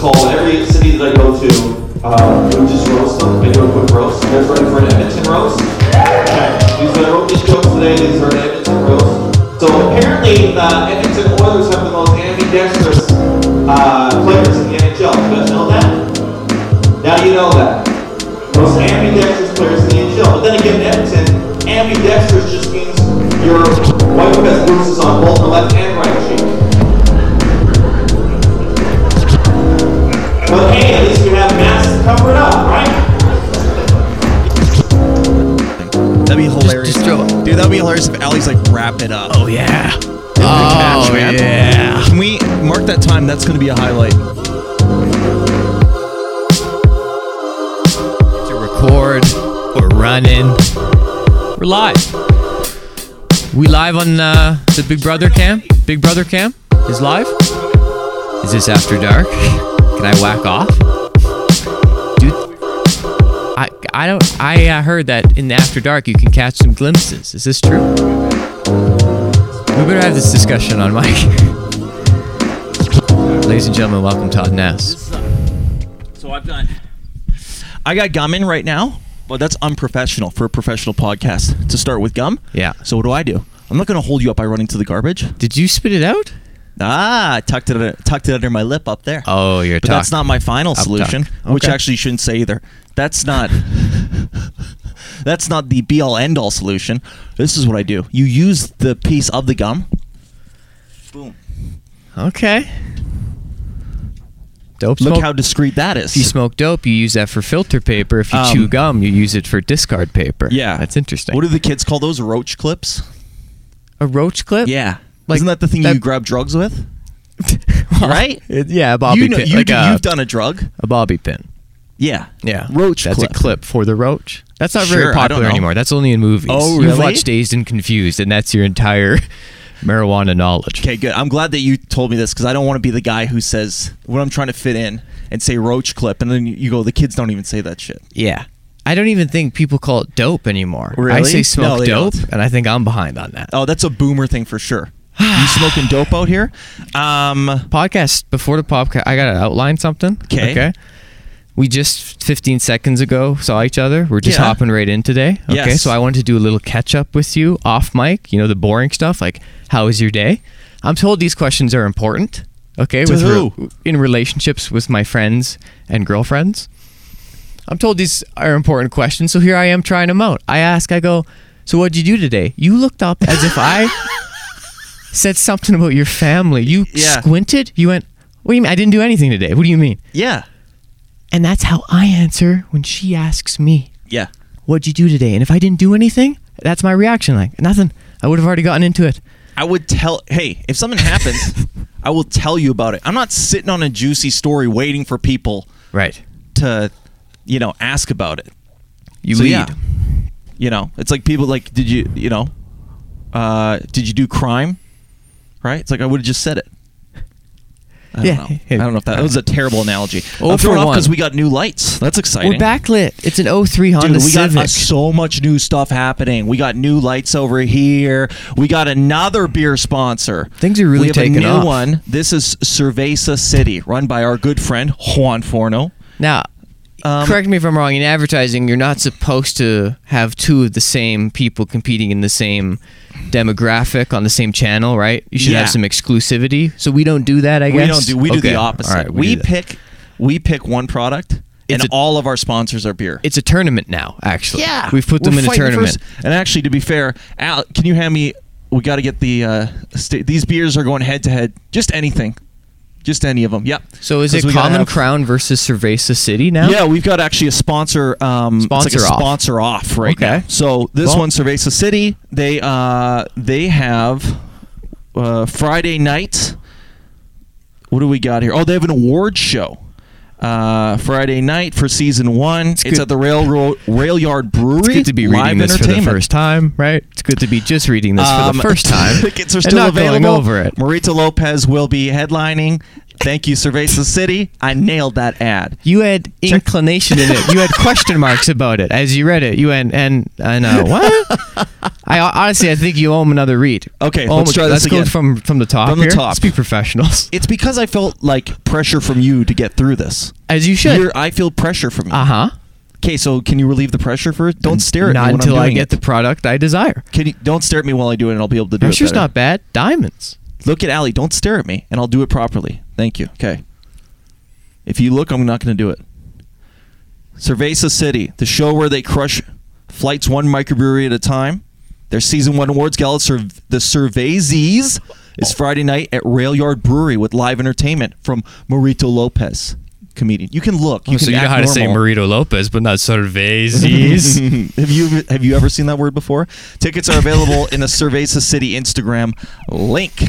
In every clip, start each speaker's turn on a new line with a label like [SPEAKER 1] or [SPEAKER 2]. [SPEAKER 1] call in every city that I go to. Uh, we just roast them. I do a quick roast. You guys ready for an Edmonton roast? Okay. These are wrote these jokes today. These are an Edmonton roast. So apparently, the Edmonton Oilers have the most ambidextrous uh, players in the NHL. You guys know that? Now you know that. Most ambidextrous players in the NHL. But then again, in Edmonton, ambidextrous just means your wife has bruises on both the left and right cheek. But hey, at least you have masks covered up, right?
[SPEAKER 2] That'd be hilarious.
[SPEAKER 3] just throw it.
[SPEAKER 2] Dude, that'd be hilarious if Ali's like, wrap it up.
[SPEAKER 3] Oh yeah.
[SPEAKER 2] Catch,
[SPEAKER 3] Oh
[SPEAKER 2] man.
[SPEAKER 3] yeah.
[SPEAKER 2] Can we mark that time? That's going to be a highlight.
[SPEAKER 3] To record. We're running. We're live. We live on uh, the Big Brother cam. Big Brother cam is live. Is this after dark? Can I whack off? Dude, I I don't I uh, heard that in the after dark you can catch some glimpses. Is this true? We better have this discussion on mic. Ladies and gentlemen, welcome Todd Ness.
[SPEAKER 2] So I've got. I got gum in right now, but that's unprofessional for a professional podcast to start with gum.
[SPEAKER 3] Yeah.
[SPEAKER 2] So what do I do? I'm not going to hold you up by running to the garbage.
[SPEAKER 3] Did you spit it out?
[SPEAKER 2] Ah, I tucked it tucked it under my lip up there.
[SPEAKER 3] Oh, you're
[SPEAKER 2] But that's not my final
[SPEAKER 3] Up
[SPEAKER 2] solution,
[SPEAKER 3] tuck.
[SPEAKER 2] which
[SPEAKER 3] Okay.
[SPEAKER 2] actually you shouldn't say either. That's not That's not the be all end all solution. This is what I do. You use the piece of the gum. Boom.
[SPEAKER 3] Okay. Dope
[SPEAKER 2] Look
[SPEAKER 3] smoke.
[SPEAKER 2] how discreet that is.
[SPEAKER 3] if you smoke dope, you use that for filter paper. If you
[SPEAKER 2] Um,
[SPEAKER 3] chew gum, you use it for discard paper.
[SPEAKER 2] yeah.
[SPEAKER 3] That's interesting.
[SPEAKER 2] What do the kids call those roach clips?
[SPEAKER 3] a roach clip?
[SPEAKER 2] Yeah.
[SPEAKER 3] Like
[SPEAKER 2] Isn't that the thing
[SPEAKER 3] that-
[SPEAKER 2] you grab drugs with?
[SPEAKER 3] right? yeah, a bobby
[SPEAKER 2] you know,
[SPEAKER 3] pin.
[SPEAKER 2] you
[SPEAKER 3] like
[SPEAKER 2] do-
[SPEAKER 3] a,
[SPEAKER 2] you've done a drug.
[SPEAKER 3] a bobby pin.
[SPEAKER 2] Yeah.
[SPEAKER 3] Yeah.
[SPEAKER 2] Roach
[SPEAKER 3] That's
[SPEAKER 2] clip.
[SPEAKER 3] a clip for the roach. That's not
[SPEAKER 2] Sure,
[SPEAKER 3] very
[SPEAKER 2] I don't
[SPEAKER 3] popular
[SPEAKER 2] know.
[SPEAKER 3] anymore. That's only in movies.
[SPEAKER 2] Oh,
[SPEAKER 3] You've
[SPEAKER 2] really?
[SPEAKER 3] watched Dazed and Confused, and that's your entire marijuana knowledge.
[SPEAKER 2] Okay, good. I'm glad that you told me this because I don't want to be the guy who says what I'm trying to fit in and say roach clip, and then you- you go, the kids don't even say that shit.
[SPEAKER 3] Yeah. I don't even think people call it dope anymore. I
[SPEAKER 2] Really?
[SPEAKER 3] say smoke
[SPEAKER 2] No, they
[SPEAKER 3] dope,
[SPEAKER 2] don't.
[SPEAKER 3] and I think I'm behind on that.
[SPEAKER 2] Oh, that's a boomer thing for sure. You smoking dope out here? Um,
[SPEAKER 3] podcast before the podcast i gotta outline something
[SPEAKER 2] 'Kay.
[SPEAKER 3] we just 15 seconds ago saw each other we're just
[SPEAKER 2] Yeah.
[SPEAKER 3] hopping right in today okay
[SPEAKER 2] Yes.
[SPEAKER 3] so i wanted to do a little catch up with you off mic you know the boring stuff like how was your day i'm told these questions are important okay
[SPEAKER 2] To
[SPEAKER 3] with re-
[SPEAKER 2] who?
[SPEAKER 3] in relationships with my friends and girlfriends i'm told these are important questions so here i am trying them out i ask i go so what'd you do today you looked up as if i said something about your family. You
[SPEAKER 2] Yeah.
[SPEAKER 3] squinted. You went, What do you mean? I didn't do anything today. What do you mean?
[SPEAKER 2] yeah,
[SPEAKER 3] And that's how I answer when she asks me,
[SPEAKER 2] yeah.
[SPEAKER 3] What'd you do today? And if I didn't do anything, that's my reaction. Like, nothing. I would have already gotten into it.
[SPEAKER 2] I would tell. Hey, if something happens, I will tell you about it. I'm not sitting on a juicy story waiting for people
[SPEAKER 3] Right.
[SPEAKER 2] to, you know, ask about it.
[SPEAKER 3] You
[SPEAKER 2] So,
[SPEAKER 3] lead.
[SPEAKER 2] yeah. You know, it's like people like, did you, you know, uh, did you do crime? Right? It's like I would have just said it. I don't
[SPEAKER 3] Yeah.
[SPEAKER 2] know. I don't know if that, that was a terrible analogy.
[SPEAKER 3] Oh,
[SPEAKER 2] I'm thrown
[SPEAKER 3] for
[SPEAKER 2] off
[SPEAKER 3] one.
[SPEAKER 2] because we got new lights. That's exciting.
[SPEAKER 3] We're backlit. It's an 03 Honda
[SPEAKER 2] Dude, we
[SPEAKER 3] Civic.
[SPEAKER 2] got uh, so much new stuff happening. We got new lights over here. We got another beer sponsor.
[SPEAKER 3] Things are really
[SPEAKER 2] we have
[SPEAKER 3] taking
[SPEAKER 2] a new
[SPEAKER 3] off.
[SPEAKER 2] one. This is Cerveza City, run by our good friend Juan Forno.
[SPEAKER 3] now,
[SPEAKER 2] Um,
[SPEAKER 3] correct me if I'm wrong. In advertising, you're not supposed to have two of the same people competing in the same demographic on the same channel, right? You should
[SPEAKER 2] Yeah.
[SPEAKER 3] have some exclusivity. So we don't do that, I
[SPEAKER 2] We
[SPEAKER 3] guess.
[SPEAKER 2] don't do. We do
[SPEAKER 3] Okay.
[SPEAKER 2] the
[SPEAKER 3] All
[SPEAKER 2] opposite.
[SPEAKER 3] right,
[SPEAKER 2] we
[SPEAKER 3] do that.
[SPEAKER 2] pick. We pick one product, and
[SPEAKER 3] It's a-
[SPEAKER 2] all of our sponsors are beer.
[SPEAKER 3] it's a tournament now. Actually,
[SPEAKER 2] yeah,
[SPEAKER 3] we've put
[SPEAKER 2] We're
[SPEAKER 3] them in a
[SPEAKER 2] fighting
[SPEAKER 3] tournament.
[SPEAKER 2] first- And actually, to be fair, Al, can you hand me? We got to get the. Uh, st- these beers are going head to head. Just anything, just any of them. Yep.
[SPEAKER 3] So is
[SPEAKER 2] 'Cause
[SPEAKER 3] it
[SPEAKER 2] we gotta
[SPEAKER 3] Common
[SPEAKER 2] have-
[SPEAKER 3] Crown versus Cerveza City now?
[SPEAKER 2] Yeah, we've got actually a sponsor. Um, it's
[SPEAKER 3] Sponsor
[SPEAKER 2] like a
[SPEAKER 3] off.
[SPEAKER 2] sponsor off right
[SPEAKER 3] Okay.
[SPEAKER 2] now. So this
[SPEAKER 3] Well-
[SPEAKER 2] one, Cerveza City, they uh, they have uh, Friday night. What do we got here? Oh, they have an award show. Uh, Friday night for season one. It's,
[SPEAKER 3] good-
[SPEAKER 2] at the Railroad Rail Yard Brewery.
[SPEAKER 3] It's good to be
[SPEAKER 2] Live
[SPEAKER 3] reading this for the
[SPEAKER 2] entertainment.
[SPEAKER 3] first time, right? It's good to be just reading this for
[SPEAKER 2] Um,
[SPEAKER 3] the first time
[SPEAKER 2] tickets are
[SPEAKER 3] and
[SPEAKER 2] still
[SPEAKER 3] not
[SPEAKER 2] available.
[SPEAKER 3] going over it.
[SPEAKER 2] Marita Lopez will be headlining Thank you, Cerveza City. I nailed that ad.
[SPEAKER 3] You had inclination in it. You had question marks about it as you read it. You went and and uh, what? I honestly, I think you owe him another read.
[SPEAKER 2] Okay,
[SPEAKER 3] Owe
[SPEAKER 2] let's
[SPEAKER 3] him-
[SPEAKER 2] try this
[SPEAKER 3] Let's go
[SPEAKER 2] again.
[SPEAKER 3] from from the top.
[SPEAKER 2] From the
[SPEAKER 3] here.
[SPEAKER 2] top.
[SPEAKER 3] Let's be professionals,
[SPEAKER 2] It's because I felt like pressure from you to get through this.
[SPEAKER 3] as you
[SPEAKER 2] You're-
[SPEAKER 3] should.
[SPEAKER 2] I feel pressure from you.
[SPEAKER 3] Uh huh.
[SPEAKER 2] Okay, so can you relieve the pressure first? Don't stare at me
[SPEAKER 3] Not
[SPEAKER 2] when
[SPEAKER 3] until
[SPEAKER 2] I'm
[SPEAKER 3] I
[SPEAKER 2] doing
[SPEAKER 3] get
[SPEAKER 2] it.
[SPEAKER 3] the product I desire.
[SPEAKER 2] Can you don't stare at me while I do it, and I'll be able to do
[SPEAKER 3] Pressure's
[SPEAKER 2] it. better. Oh,
[SPEAKER 3] not bad. Diamonds.
[SPEAKER 2] Look at Allie. Don't stare at me, and I'll do it properly. Thank you. Okay. If you look, I'm not going to do it. Cerveza City, the show where they crush flights one microbrewery at a time. Their season one awards gala, Cerv- the Cervezes, is Friday night at Rail Yard Brewery with live entertainment from Marito Lopez, comedian. You can look.
[SPEAKER 3] Oh,
[SPEAKER 2] You can act normal.
[SPEAKER 4] Marito Lopez, but not Cervezes.
[SPEAKER 2] have you have you ever seen that word before? Tickets are available in the Cerveza City Instagram link,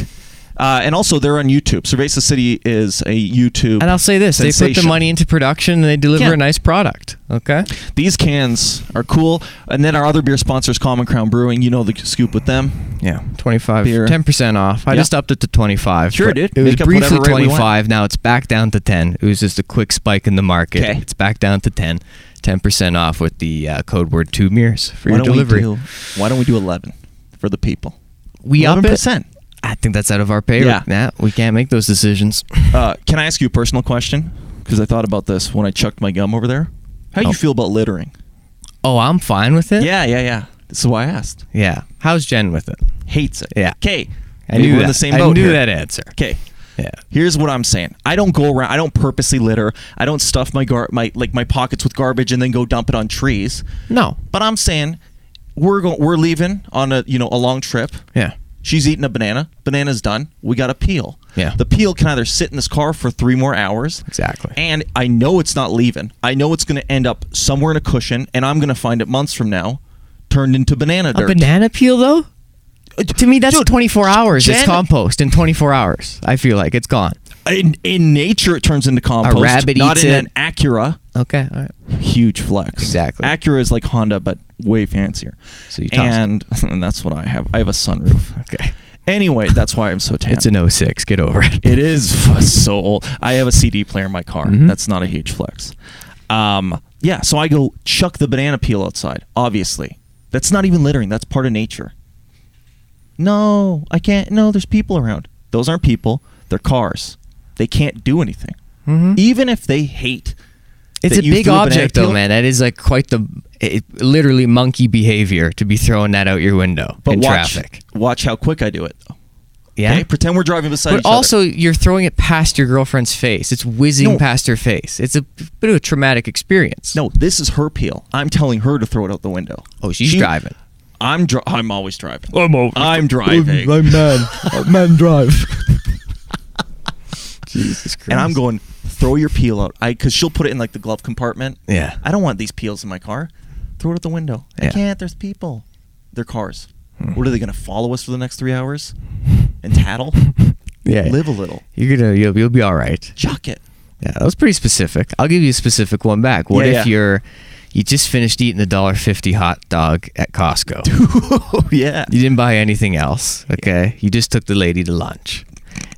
[SPEAKER 2] uh, and also they're on YouTube. Cerveza City is a YouTube.
[SPEAKER 3] And I'll say this: they put
[SPEAKER 2] sensation.
[SPEAKER 3] the money into production and they deliver
[SPEAKER 2] Yeah.
[SPEAKER 3] a nice product. Okay.
[SPEAKER 2] These cans are cool, and then our other beer sponsors, Common Crown Brewing. You know the scoop with them.
[SPEAKER 3] Yeah, 25,
[SPEAKER 2] Beer.
[SPEAKER 3] 10% off. I
[SPEAKER 2] Yeah.
[SPEAKER 3] just upped it to 25.
[SPEAKER 2] Sure,
[SPEAKER 3] but
[SPEAKER 2] dude.
[SPEAKER 3] It was
[SPEAKER 2] Make up
[SPEAKER 3] briefly
[SPEAKER 2] whatever rate we want.
[SPEAKER 3] 25. Now it's back down to 10. It was just a quick spike in the market.
[SPEAKER 2] 'Kay.
[SPEAKER 3] It's back down to 10. 10% off with the uh, code word two mirrors for
[SPEAKER 2] why
[SPEAKER 3] your
[SPEAKER 2] don't
[SPEAKER 3] delivery.
[SPEAKER 2] we do? Why don't we do eleven for the people?
[SPEAKER 3] We up it.
[SPEAKER 2] 11%.
[SPEAKER 3] I think that's out of our pay.
[SPEAKER 2] Yeah.
[SPEAKER 3] Yeah. we can't make those decisions.
[SPEAKER 2] Uh, can I ask you a personal question? Because I thought about this when I chucked my gum over there. How do
[SPEAKER 3] Oh.
[SPEAKER 2] you feel about littering?
[SPEAKER 3] oh, I'm fine with it.
[SPEAKER 2] Yeah, yeah, yeah. This is why I asked.
[SPEAKER 3] Yeah. How's Jen with it?
[SPEAKER 2] hates it.
[SPEAKER 3] Yeah.
[SPEAKER 2] Okay.
[SPEAKER 3] I knew
[SPEAKER 2] we're in
[SPEAKER 3] that.
[SPEAKER 2] the same
[SPEAKER 3] I
[SPEAKER 2] boat.
[SPEAKER 3] knew
[SPEAKER 2] here.
[SPEAKER 3] that answer.
[SPEAKER 2] Okay.
[SPEAKER 3] Yeah.
[SPEAKER 2] Here's what I'm saying. I don't go around. I don't purposely litter. I don't stuff my gar- my like my pockets with garbage and then go dump it on trees.
[SPEAKER 3] No.
[SPEAKER 2] But I'm saying we're going. We're leaving on a you know a long trip.
[SPEAKER 3] Yeah.
[SPEAKER 2] She's eating a banana. Banana's done. We got a peel.
[SPEAKER 3] Yeah.
[SPEAKER 2] The peel can either sit in this car for three more hours.
[SPEAKER 3] Exactly.
[SPEAKER 2] And I know it's not leaving. I know it's going to end up somewhere in a cushion, and I'm going to find it months from now, turned into banana
[SPEAKER 3] A
[SPEAKER 2] dirt.
[SPEAKER 3] banana peel, though? To me, that's
[SPEAKER 2] Dude,
[SPEAKER 3] 24 hours.
[SPEAKER 2] Jen-
[SPEAKER 3] it's compost in 24 hours. I feel like it's gone.
[SPEAKER 2] In, in nature, it turns into compost.
[SPEAKER 3] rabbit
[SPEAKER 2] not
[SPEAKER 3] eats
[SPEAKER 2] in
[SPEAKER 3] it.
[SPEAKER 2] an Acura.
[SPEAKER 3] Okay. All right.
[SPEAKER 2] Huge flex.
[SPEAKER 3] Exactly.
[SPEAKER 2] Acura is like Honda, but way fancier.
[SPEAKER 3] So you toss it.
[SPEAKER 2] and, and that's what I have. I have a sunroof.
[SPEAKER 3] Okay.
[SPEAKER 2] Anyway, that's why I'm so tan.
[SPEAKER 3] It's an 06. Get over it.
[SPEAKER 2] It is so old. I have a CD player in my car.
[SPEAKER 3] Mm-hmm.
[SPEAKER 2] That's not a huge flex. Um, yeah, so I go chuck the banana peel outside. Obviously, that's not even littering. That's part of nature. No, I can't. No, there's people around. Those aren't people. They're cars. They can't do anything. Even if they hate.
[SPEAKER 3] Mm-hmm. It's
[SPEAKER 2] that
[SPEAKER 3] a
[SPEAKER 2] you
[SPEAKER 3] big
[SPEAKER 2] threw banana
[SPEAKER 3] object, though,
[SPEAKER 2] peel-
[SPEAKER 3] man. That is like quite the it, literally monkey behavior to be throwing that out your window
[SPEAKER 2] But
[SPEAKER 3] in
[SPEAKER 2] watch,
[SPEAKER 3] traffic.
[SPEAKER 2] watch how quick I do it. though.
[SPEAKER 3] Yeah.
[SPEAKER 2] Okay? Pretend we're driving beside each
[SPEAKER 3] But
[SPEAKER 2] other.
[SPEAKER 3] also, you're throwing it past your girlfriend's face. It's whizzing
[SPEAKER 2] No.
[SPEAKER 3] past her face. It's a bit of a traumatic experience.
[SPEAKER 2] No, this is her peel. I'm telling her to throw it out the window.
[SPEAKER 3] Oh, she's
[SPEAKER 2] She-
[SPEAKER 3] driving.
[SPEAKER 2] I'm dri- I'm always driving.
[SPEAKER 4] I'm over.
[SPEAKER 2] I'm driving.
[SPEAKER 3] man. man drive. Jesus Christ.
[SPEAKER 2] and I'm going, throw your peel out. I because she'll put it in like the glove compartment.
[SPEAKER 3] Yeah.
[SPEAKER 2] I don't want these peels in my car. Throw it out the window. I
[SPEAKER 3] Yeah.
[SPEAKER 2] can't. There's people. They're cars. What are they going to follow us for the next three hours and tattle?
[SPEAKER 3] Yeah.
[SPEAKER 2] Live a little.
[SPEAKER 3] You're gonna. You'll, you'll be all right.
[SPEAKER 2] Chuck it.
[SPEAKER 3] Yeah, that was pretty specific. I'll give you a specific one back. What
[SPEAKER 2] Yeah,
[SPEAKER 3] if
[SPEAKER 2] yeah.
[SPEAKER 3] you're you just finished eating a dollar fifty hot dog at Costco?
[SPEAKER 2] Oh yeah.
[SPEAKER 3] You didn't buy anything else. Okay, you just took the lady to lunch.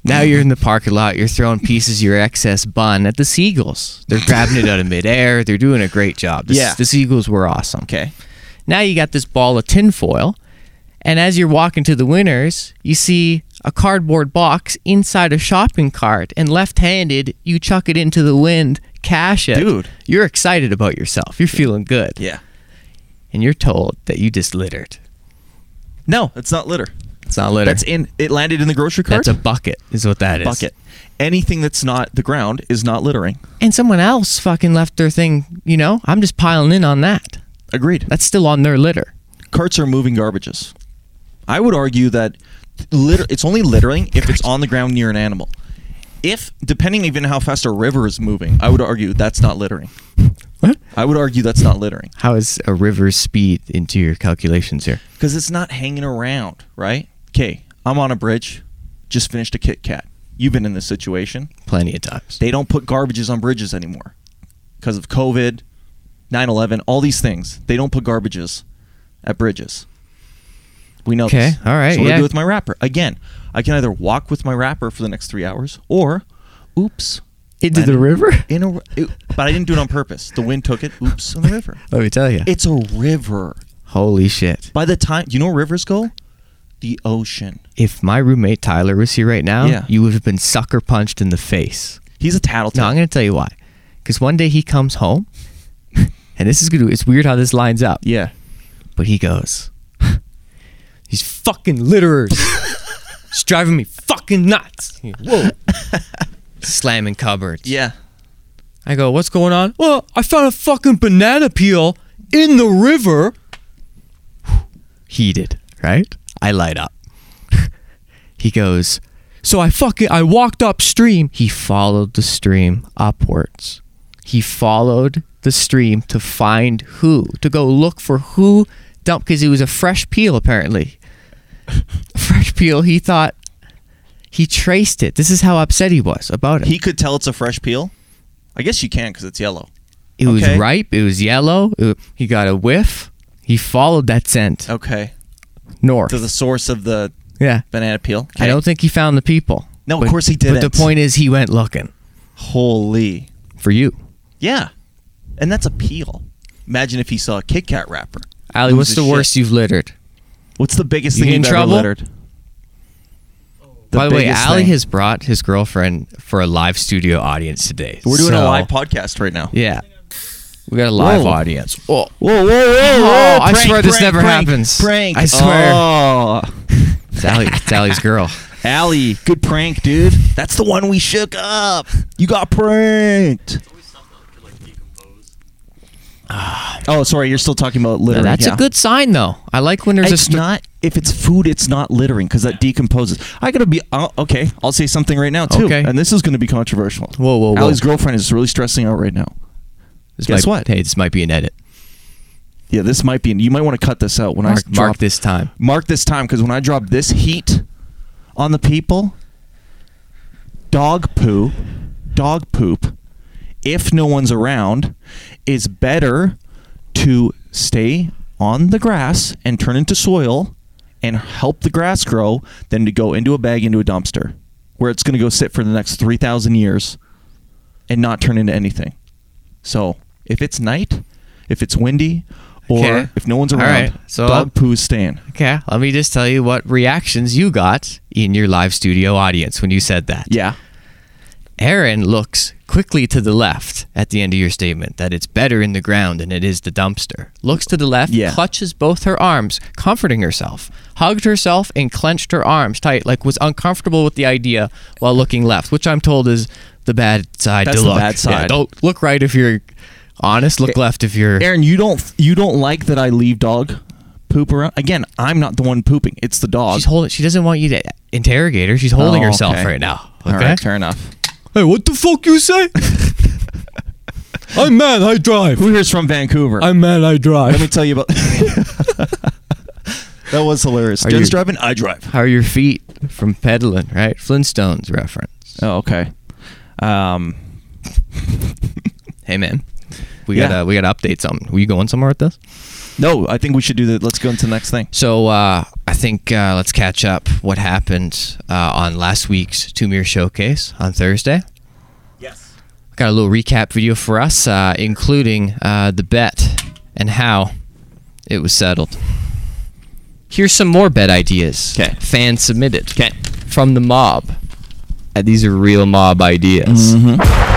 [SPEAKER 3] Now you're in the parking lot. You're throwing pieces of your excess bun at the seagulls. They're grabbing it out of midair. They're doing a great job. This,
[SPEAKER 2] Yeah.
[SPEAKER 3] the seagulls were awesome.
[SPEAKER 2] Okay.
[SPEAKER 3] Now you got this ball of tinfoil, and as you're walking to the winners, you see a cardboard box inside a shopping cart, and left-handed, you chuck it into the wind, cash it.
[SPEAKER 2] Dude.
[SPEAKER 3] you're excited about yourself. You're feeling good,
[SPEAKER 2] Yeah.
[SPEAKER 3] and you're told that you just littered.
[SPEAKER 2] No, it's not litter.
[SPEAKER 3] It's not litter.
[SPEAKER 2] That's in. It landed in the grocery cart.
[SPEAKER 3] That's a bucket, is what that is.
[SPEAKER 2] bucket. Anything that's not the ground is not littering.
[SPEAKER 3] And someone else fucking left their thing. You know, I'm just piling in on that.
[SPEAKER 2] Agreed.
[SPEAKER 3] That's still on their litter.
[SPEAKER 2] carts are moving garbages. I would argue that litter, it's only littering if it's on the ground near an animal. If depending even how fast a river is moving, I would argue that's not littering.
[SPEAKER 3] What?
[SPEAKER 2] I would argue that's not littering
[SPEAKER 3] How is a river's speed into your calculations here?
[SPEAKER 2] because it's not hanging around, right? Okay, I'm on a bridge, just finished a Kit Kat. You've been in this situation.
[SPEAKER 3] Plenty of times.
[SPEAKER 2] They don't put garbages on bridges anymore because of COVID, 9/11, all these things. They don't put garbages at bridges. We know.
[SPEAKER 3] Okay,
[SPEAKER 2] This.
[SPEAKER 3] all right,
[SPEAKER 2] So what do I
[SPEAKER 3] yeah.
[SPEAKER 2] do with my wrapper again. I can either walk with my wrapper for the next three hours, or Oops.
[SPEAKER 3] Into the river?
[SPEAKER 2] In a, it- but I didn't do it on purpose. The wind took it. Oops, in the river.
[SPEAKER 3] Let me tell you.
[SPEAKER 2] It's a river.
[SPEAKER 3] Holy shit.
[SPEAKER 2] By the time, you know where rivers go? The ocean.
[SPEAKER 3] If my roommate Tyler was here right now,
[SPEAKER 2] Yeah.
[SPEAKER 3] you would have been sucker punched in the face.
[SPEAKER 2] He's a tattletale.
[SPEAKER 3] No, I'm going to tell you why. Because one day he comes home, and this is going to, it's weird how this lines up.
[SPEAKER 2] yeah.
[SPEAKER 3] But he goes, These fucking litterers. it's driving me fucking nuts. Whoa. Slamming cupboards.
[SPEAKER 2] Yeah.
[SPEAKER 3] I go, What's going on? Well, I found a fucking banana peel in the river. Heated, right? I light up. he goes, So I fucking, I walked upstream. He followed the stream upwards. He followed the stream to find who, to go look for who dumped, because it was a fresh peel apparently. fresh peel, he thought. He traced it. This is how upset he was about it.
[SPEAKER 2] He could tell it's a fresh peel. I guess you can because it's yellow.
[SPEAKER 3] It was
[SPEAKER 2] Okay.
[SPEAKER 3] ripe. It was yellow. It, he got a whiff. He followed that scent
[SPEAKER 2] Okay.
[SPEAKER 3] north.
[SPEAKER 2] To the source of the
[SPEAKER 3] yeah.
[SPEAKER 2] banana peel.
[SPEAKER 3] I don't think he found the people.
[SPEAKER 2] No, of
[SPEAKER 3] But-
[SPEAKER 2] course he
[SPEAKER 3] But
[SPEAKER 2] didn't.
[SPEAKER 3] the point is, he went looking
[SPEAKER 2] Holy.
[SPEAKER 3] for you.
[SPEAKER 2] Yeah. And that's a peel. Imagine if he saw a Kit Kat wrapper.
[SPEAKER 3] Ali,
[SPEAKER 2] Lose
[SPEAKER 3] what's
[SPEAKER 2] his
[SPEAKER 3] the
[SPEAKER 2] shit.
[SPEAKER 3] worst you've littered?
[SPEAKER 2] What's the biggest
[SPEAKER 3] You
[SPEAKER 2] thing
[SPEAKER 3] in
[SPEAKER 2] you've
[SPEAKER 3] trouble?
[SPEAKER 2] ever littered?
[SPEAKER 3] By the way,
[SPEAKER 2] biggest
[SPEAKER 3] Ali
[SPEAKER 2] thing.
[SPEAKER 3] has brought his girlfriend for a live studio audience today.
[SPEAKER 2] We're doing a
[SPEAKER 3] So-
[SPEAKER 2] live podcast right now.
[SPEAKER 3] Yeah. We got a live
[SPEAKER 2] Whoa.
[SPEAKER 3] audience. Oh,
[SPEAKER 2] Whoa, whoa, whoa,
[SPEAKER 3] whoa,
[SPEAKER 2] I
[SPEAKER 3] prank,
[SPEAKER 2] swear this
[SPEAKER 3] prank,
[SPEAKER 2] never
[SPEAKER 3] prank,
[SPEAKER 2] happens.
[SPEAKER 3] prank.
[SPEAKER 2] I swear. Oh.
[SPEAKER 3] it's, Ali, it's Ali's girl.
[SPEAKER 2] Allie, good prank, dude. That's the one we shook up. You got pranked. Oh, sorry. You're still talking about
[SPEAKER 3] Now,
[SPEAKER 2] littering.
[SPEAKER 3] that's
[SPEAKER 2] yeah.
[SPEAKER 3] a good sign, though. I like when there's a
[SPEAKER 2] it's
[SPEAKER 3] sto-
[SPEAKER 2] not if it's food it's not littering because that decomposes i gotta be oh, okay i'll say something right now too
[SPEAKER 3] Okay.
[SPEAKER 2] and this is gonna be controversial
[SPEAKER 3] Whoa, whoa, whoa.
[SPEAKER 2] Allie's girlfriend is really stressing out right now
[SPEAKER 3] This
[SPEAKER 2] guess
[SPEAKER 3] might-
[SPEAKER 2] what?
[SPEAKER 3] Hey, this might be an edit.
[SPEAKER 2] yeah this might be you might want to cut this out when i
[SPEAKER 3] Mark,
[SPEAKER 2] drop
[SPEAKER 3] mark this time.
[SPEAKER 2] mark this time because when i drop this heat on the people dog poo dog poop if no one's around is better to stay on the grass and turn into soil and help the grass grow than to go into a bag into a dumpster where it's going to go sit for the next 3000 years and not turn into anything so if it's night if it's windy or
[SPEAKER 3] Okay.
[SPEAKER 2] if no one's
[SPEAKER 3] All
[SPEAKER 2] around
[SPEAKER 3] right. So-
[SPEAKER 2] dog poo is staying
[SPEAKER 3] Okay, let me just tell you what reactions you got in your live studio audience when you said that.
[SPEAKER 2] Yeah.
[SPEAKER 3] Aaron looks quickly to the left at the end of your statement that it's better in the ground than it is the dumpster. Looks to the left,
[SPEAKER 2] Yeah.
[SPEAKER 3] clutches both her arms, comforting herself, hugged herself, and clenched her arms tight, like was uncomfortable with the idea while looking left, which I'm told is the bad side
[SPEAKER 2] That's
[SPEAKER 3] to
[SPEAKER 2] the
[SPEAKER 3] look.
[SPEAKER 2] bad
[SPEAKER 3] Yeah,
[SPEAKER 2] side. Eh,
[SPEAKER 3] don't look right if you're honest, look left if you're.
[SPEAKER 2] Aaron, you don't you don't like that I leave dog poop around. Again, I'm not the one pooping. It's the dog.
[SPEAKER 3] She's holding. She doesn't want you to interrogate her. She's holding
[SPEAKER 2] Oh,
[SPEAKER 3] herself
[SPEAKER 2] okay.
[SPEAKER 3] right now.
[SPEAKER 2] All
[SPEAKER 3] Okay.
[SPEAKER 2] right, fair enough.
[SPEAKER 3] Hey, what the fuck you say? I'm mad. I drive.
[SPEAKER 2] Who here's from Vancouver?
[SPEAKER 3] mad. I
[SPEAKER 2] Let
[SPEAKER 3] drive.
[SPEAKER 2] me tell you about That was hilarious.
[SPEAKER 3] Are
[SPEAKER 2] Jen's
[SPEAKER 3] you-
[SPEAKER 2] driving, I drive.
[SPEAKER 3] How are your feet from pedaling? Right, Flintstones reference.
[SPEAKER 2] Oh, okay. Um
[SPEAKER 3] Hey man, we
[SPEAKER 2] Yeah.
[SPEAKER 3] gotta we gotta update something. Were you going somewhere with this?
[SPEAKER 2] no, I think we should do that. Let's go into the next thing.
[SPEAKER 3] So uh, I think uh, let's catch up. What happened uh, on last week's Two Mirror Showcase on Thursday?
[SPEAKER 1] Yes.
[SPEAKER 3] Got a little recap video for us, uh, including uh, the bet and how it was settled. Here's some more bet ideas.
[SPEAKER 2] 'Kay.
[SPEAKER 3] Fan submitted. Okay. From the mob. Uh, these are real mob ideas.
[SPEAKER 2] Mm-hmm.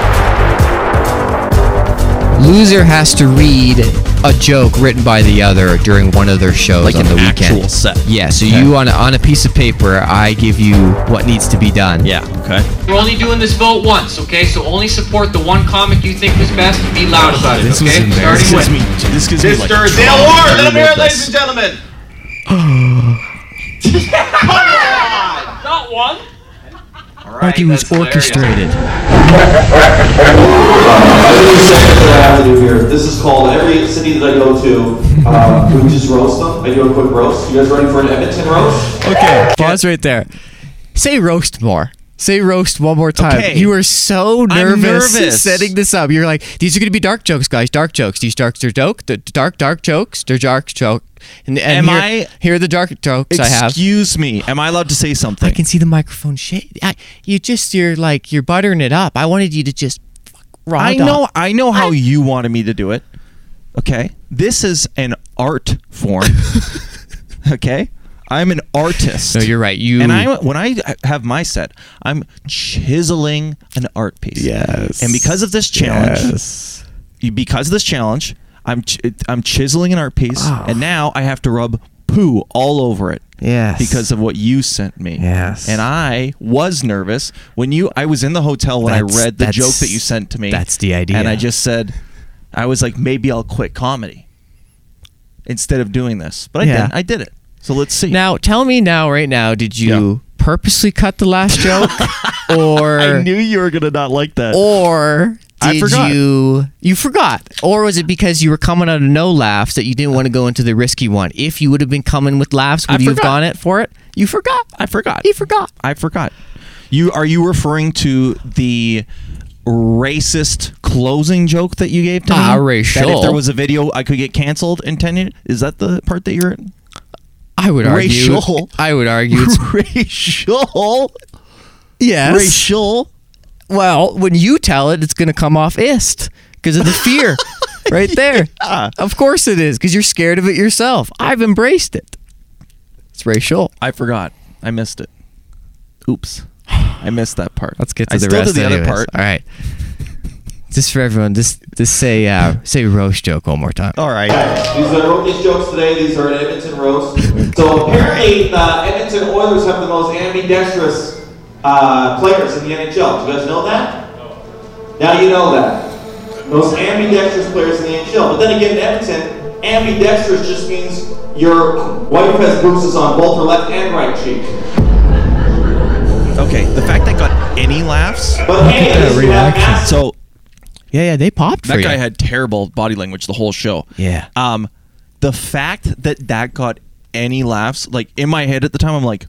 [SPEAKER 3] Loser has to read a joke written by the other during one of their shows
[SPEAKER 2] Like
[SPEAKER 3] on
[SPEAKER 2] an
[SPEAKER 3] the weekend.
[SPEAKER 2] actual set.
[SPEAKER 3] Yeah. So
[SPEAKER 2] Okay.
[SPEAKER 3] you on a, on a piece of paper, I give you what needs to be done.
[SPEAKER 2] Yeah, okay.
[SPEAKER 5] We're only doing this vote once, okay? So only support the one comic you think was best. Be loud about it,
[SPEAKER 3] This was
[SPEAKER 5] okay?
[SPEAKER 3] embarrassing.
[SPEAKER 2] This
[SPEAKER 5] Starting
[SPEAKER 2] gives
[SPEAKER 5] with
[SPEAKER 2] me this gives me like
[SPEAKER 1] Mr. Dale Ward, let him hear it, ladies and gentlemen.
[SPEAKER 5] not one.
[SPEAKER 3] Argue was
[SPEAKER 1] Every
[SPEAKER 3] orchestrated.
[SPEAKER 1] second that I have to do here, this is called, every city that I go to, uh, we just roast them. I do a
[SPEAKER 3] Oh,
[SPEAKER 1] quick roast. You guys ready for an Edmonton roast?
[SPEAKER 3] Okay, pause right there. Say roast more. Say roast one more time.
[SPEAKER 2] Okay.
[SPEAKER 3] You were so nervous,
[SPEAKER 2] nervous.
[SPEAKER 3] setting this up. You're like, these are going to be dark jokes, guys. Dark jokes. These dark are joke. The dark dark jokes. They're dark joke. And, and
[SPEAKER 2] Am
[SPEAKER 3] here,
[SPEAKER 2] I-
[SPEAKER 3] Here are the dark jokes I have.
[SPEAKER 2] Excuse me. Am I allowed to say something?
[SPEAKER 3] I can see the microphone shake. I, you just you're like you're buttering it up. I wanted you to just fuck raw
[SPEAKER 2] I
[SPEAKER 3] dog.
[SPEAKER 2] know I know how you wanted me to do it. Okay? This is an art form. okay? I'm an artist.
[SPEAKER 3] No, you're right. You
[SPEAKER 2] and I when I have my set, I'm chiseling an art piece.
[SPEAKER 6] Yes.
[SPEAKER 2] And because of this challenge,
[SPEAKER 6] Yes.
[SPEAKER 2] you- because of this challenge, I'm ch- I'm chiseling an art piece,
[SPEAKER 6] Ah.
[SPEAKER 2] and now I have to rub poo all over it.
[SPEAKER 6] Yes.
[SPEAKER 2] Because of what you sent me.
[SPEAKER 6] Yes.
[SPEAKER 2] And I was nervous when you. I was in the hotel when
[SPEAKER 6] That's-
[SPEAKER 2] I read the
[SPEAKER 6] that's-
[SPEAKER 2] joke that you sent to me.
[SPEAKER 6] that's the idea.
[SPEAKER 2] And I just said, I was like, maybe I'll quit comedy instead of doing this. But I
[SPEAKER 6] Yeah.
[SPEAKER 2] didn't. I did it. So let's see.
[SPEAKER 3] now tell me now right now. Did you purposely cut the last joke, or
[SPEAKER 2] I knew you were gonna not like that.
[SPEAKER 3] or
[SPEAKER 2] I
[SPEAKER 3] did
[SPEAKER 2] forgot.
[SPEAKER 3] you you forgot, or was it because you were coming out of no laughs that you didn't want to go into the risky one? If you would have been coming with laughs, would you have
[SPEAKER 2] forgot.
[SPEAKER 3] gone it for it? You forgot.
[SPEAKER 2] I forgot.
[SPEAKER 3] You forgot.
[SPEAKER 2] I forgot. You are you referring to the racist closing joke that you gave to
[SPEAKER 3] Ah,
[SPEAKER 2] me?
[SPEAKER 3] racial.
[SPEAKER 2] That if there was a video, I could get canceled in ten years. Is that the part that you're in?
[SPEAKER 3] I would argue.
[SPEAKER 2] Racial.
[SPEAKER 3] I would argue. It's,
[SPEAKER 2] racial,
[SPEAKER 3] yes.
[SPEAKER 2] racial.
[SPEAKER 3] Well, when you tell it, it's going to come off ist because of the fear right there. Of course it is because you're scared of it yourself. I've embraced it. It's racial.
[SPEAKER 2] I forgot. I missed it. Oops. I missed that part.
[SPEAKER 3] Let's get to
[SPEAKER 2] I
[SPEAKER 3] the
[SPEAKER 2] still
[SPEAKER 3] rest.
[SPEAKER 2] Did the
[SPEAKER 3] anyways.
[SPEAKER 2] other part.
[SPEAKER 3] All right. Just for everyone, just just say uh, say roast joke one more time.
[SPEAKER 2] All right.
[SPEAKER 1] These are, I wrote these jokes today. These are an Edmonton roast. so apparently, the Edmonton Oilers have the most ambidextrous uh, players in the NHL. Do you guys know that? Now you know that. Most ambidextrous players in the NHL. But then again, in Edmonton, ambidextrous just means your wife has bruises on both her left and right cheek.
[SPEAKER 2] Okay. The fact that got any laughs.
[SPEAKER 1] But hey, at least you have acid.
[SPEAKER 2] So
[SPEAKER 3] Yeah, yeah, they popped for
[SPEAKER 2] That guy
[SPEAKER 3] you.
[SPEAKER 2] had terrible body language the whole show.
[SPEAKER 3] Yeah.
[SPEAKER 2] Um, the fact that that got any laughs, like in my head at the time, I'm like,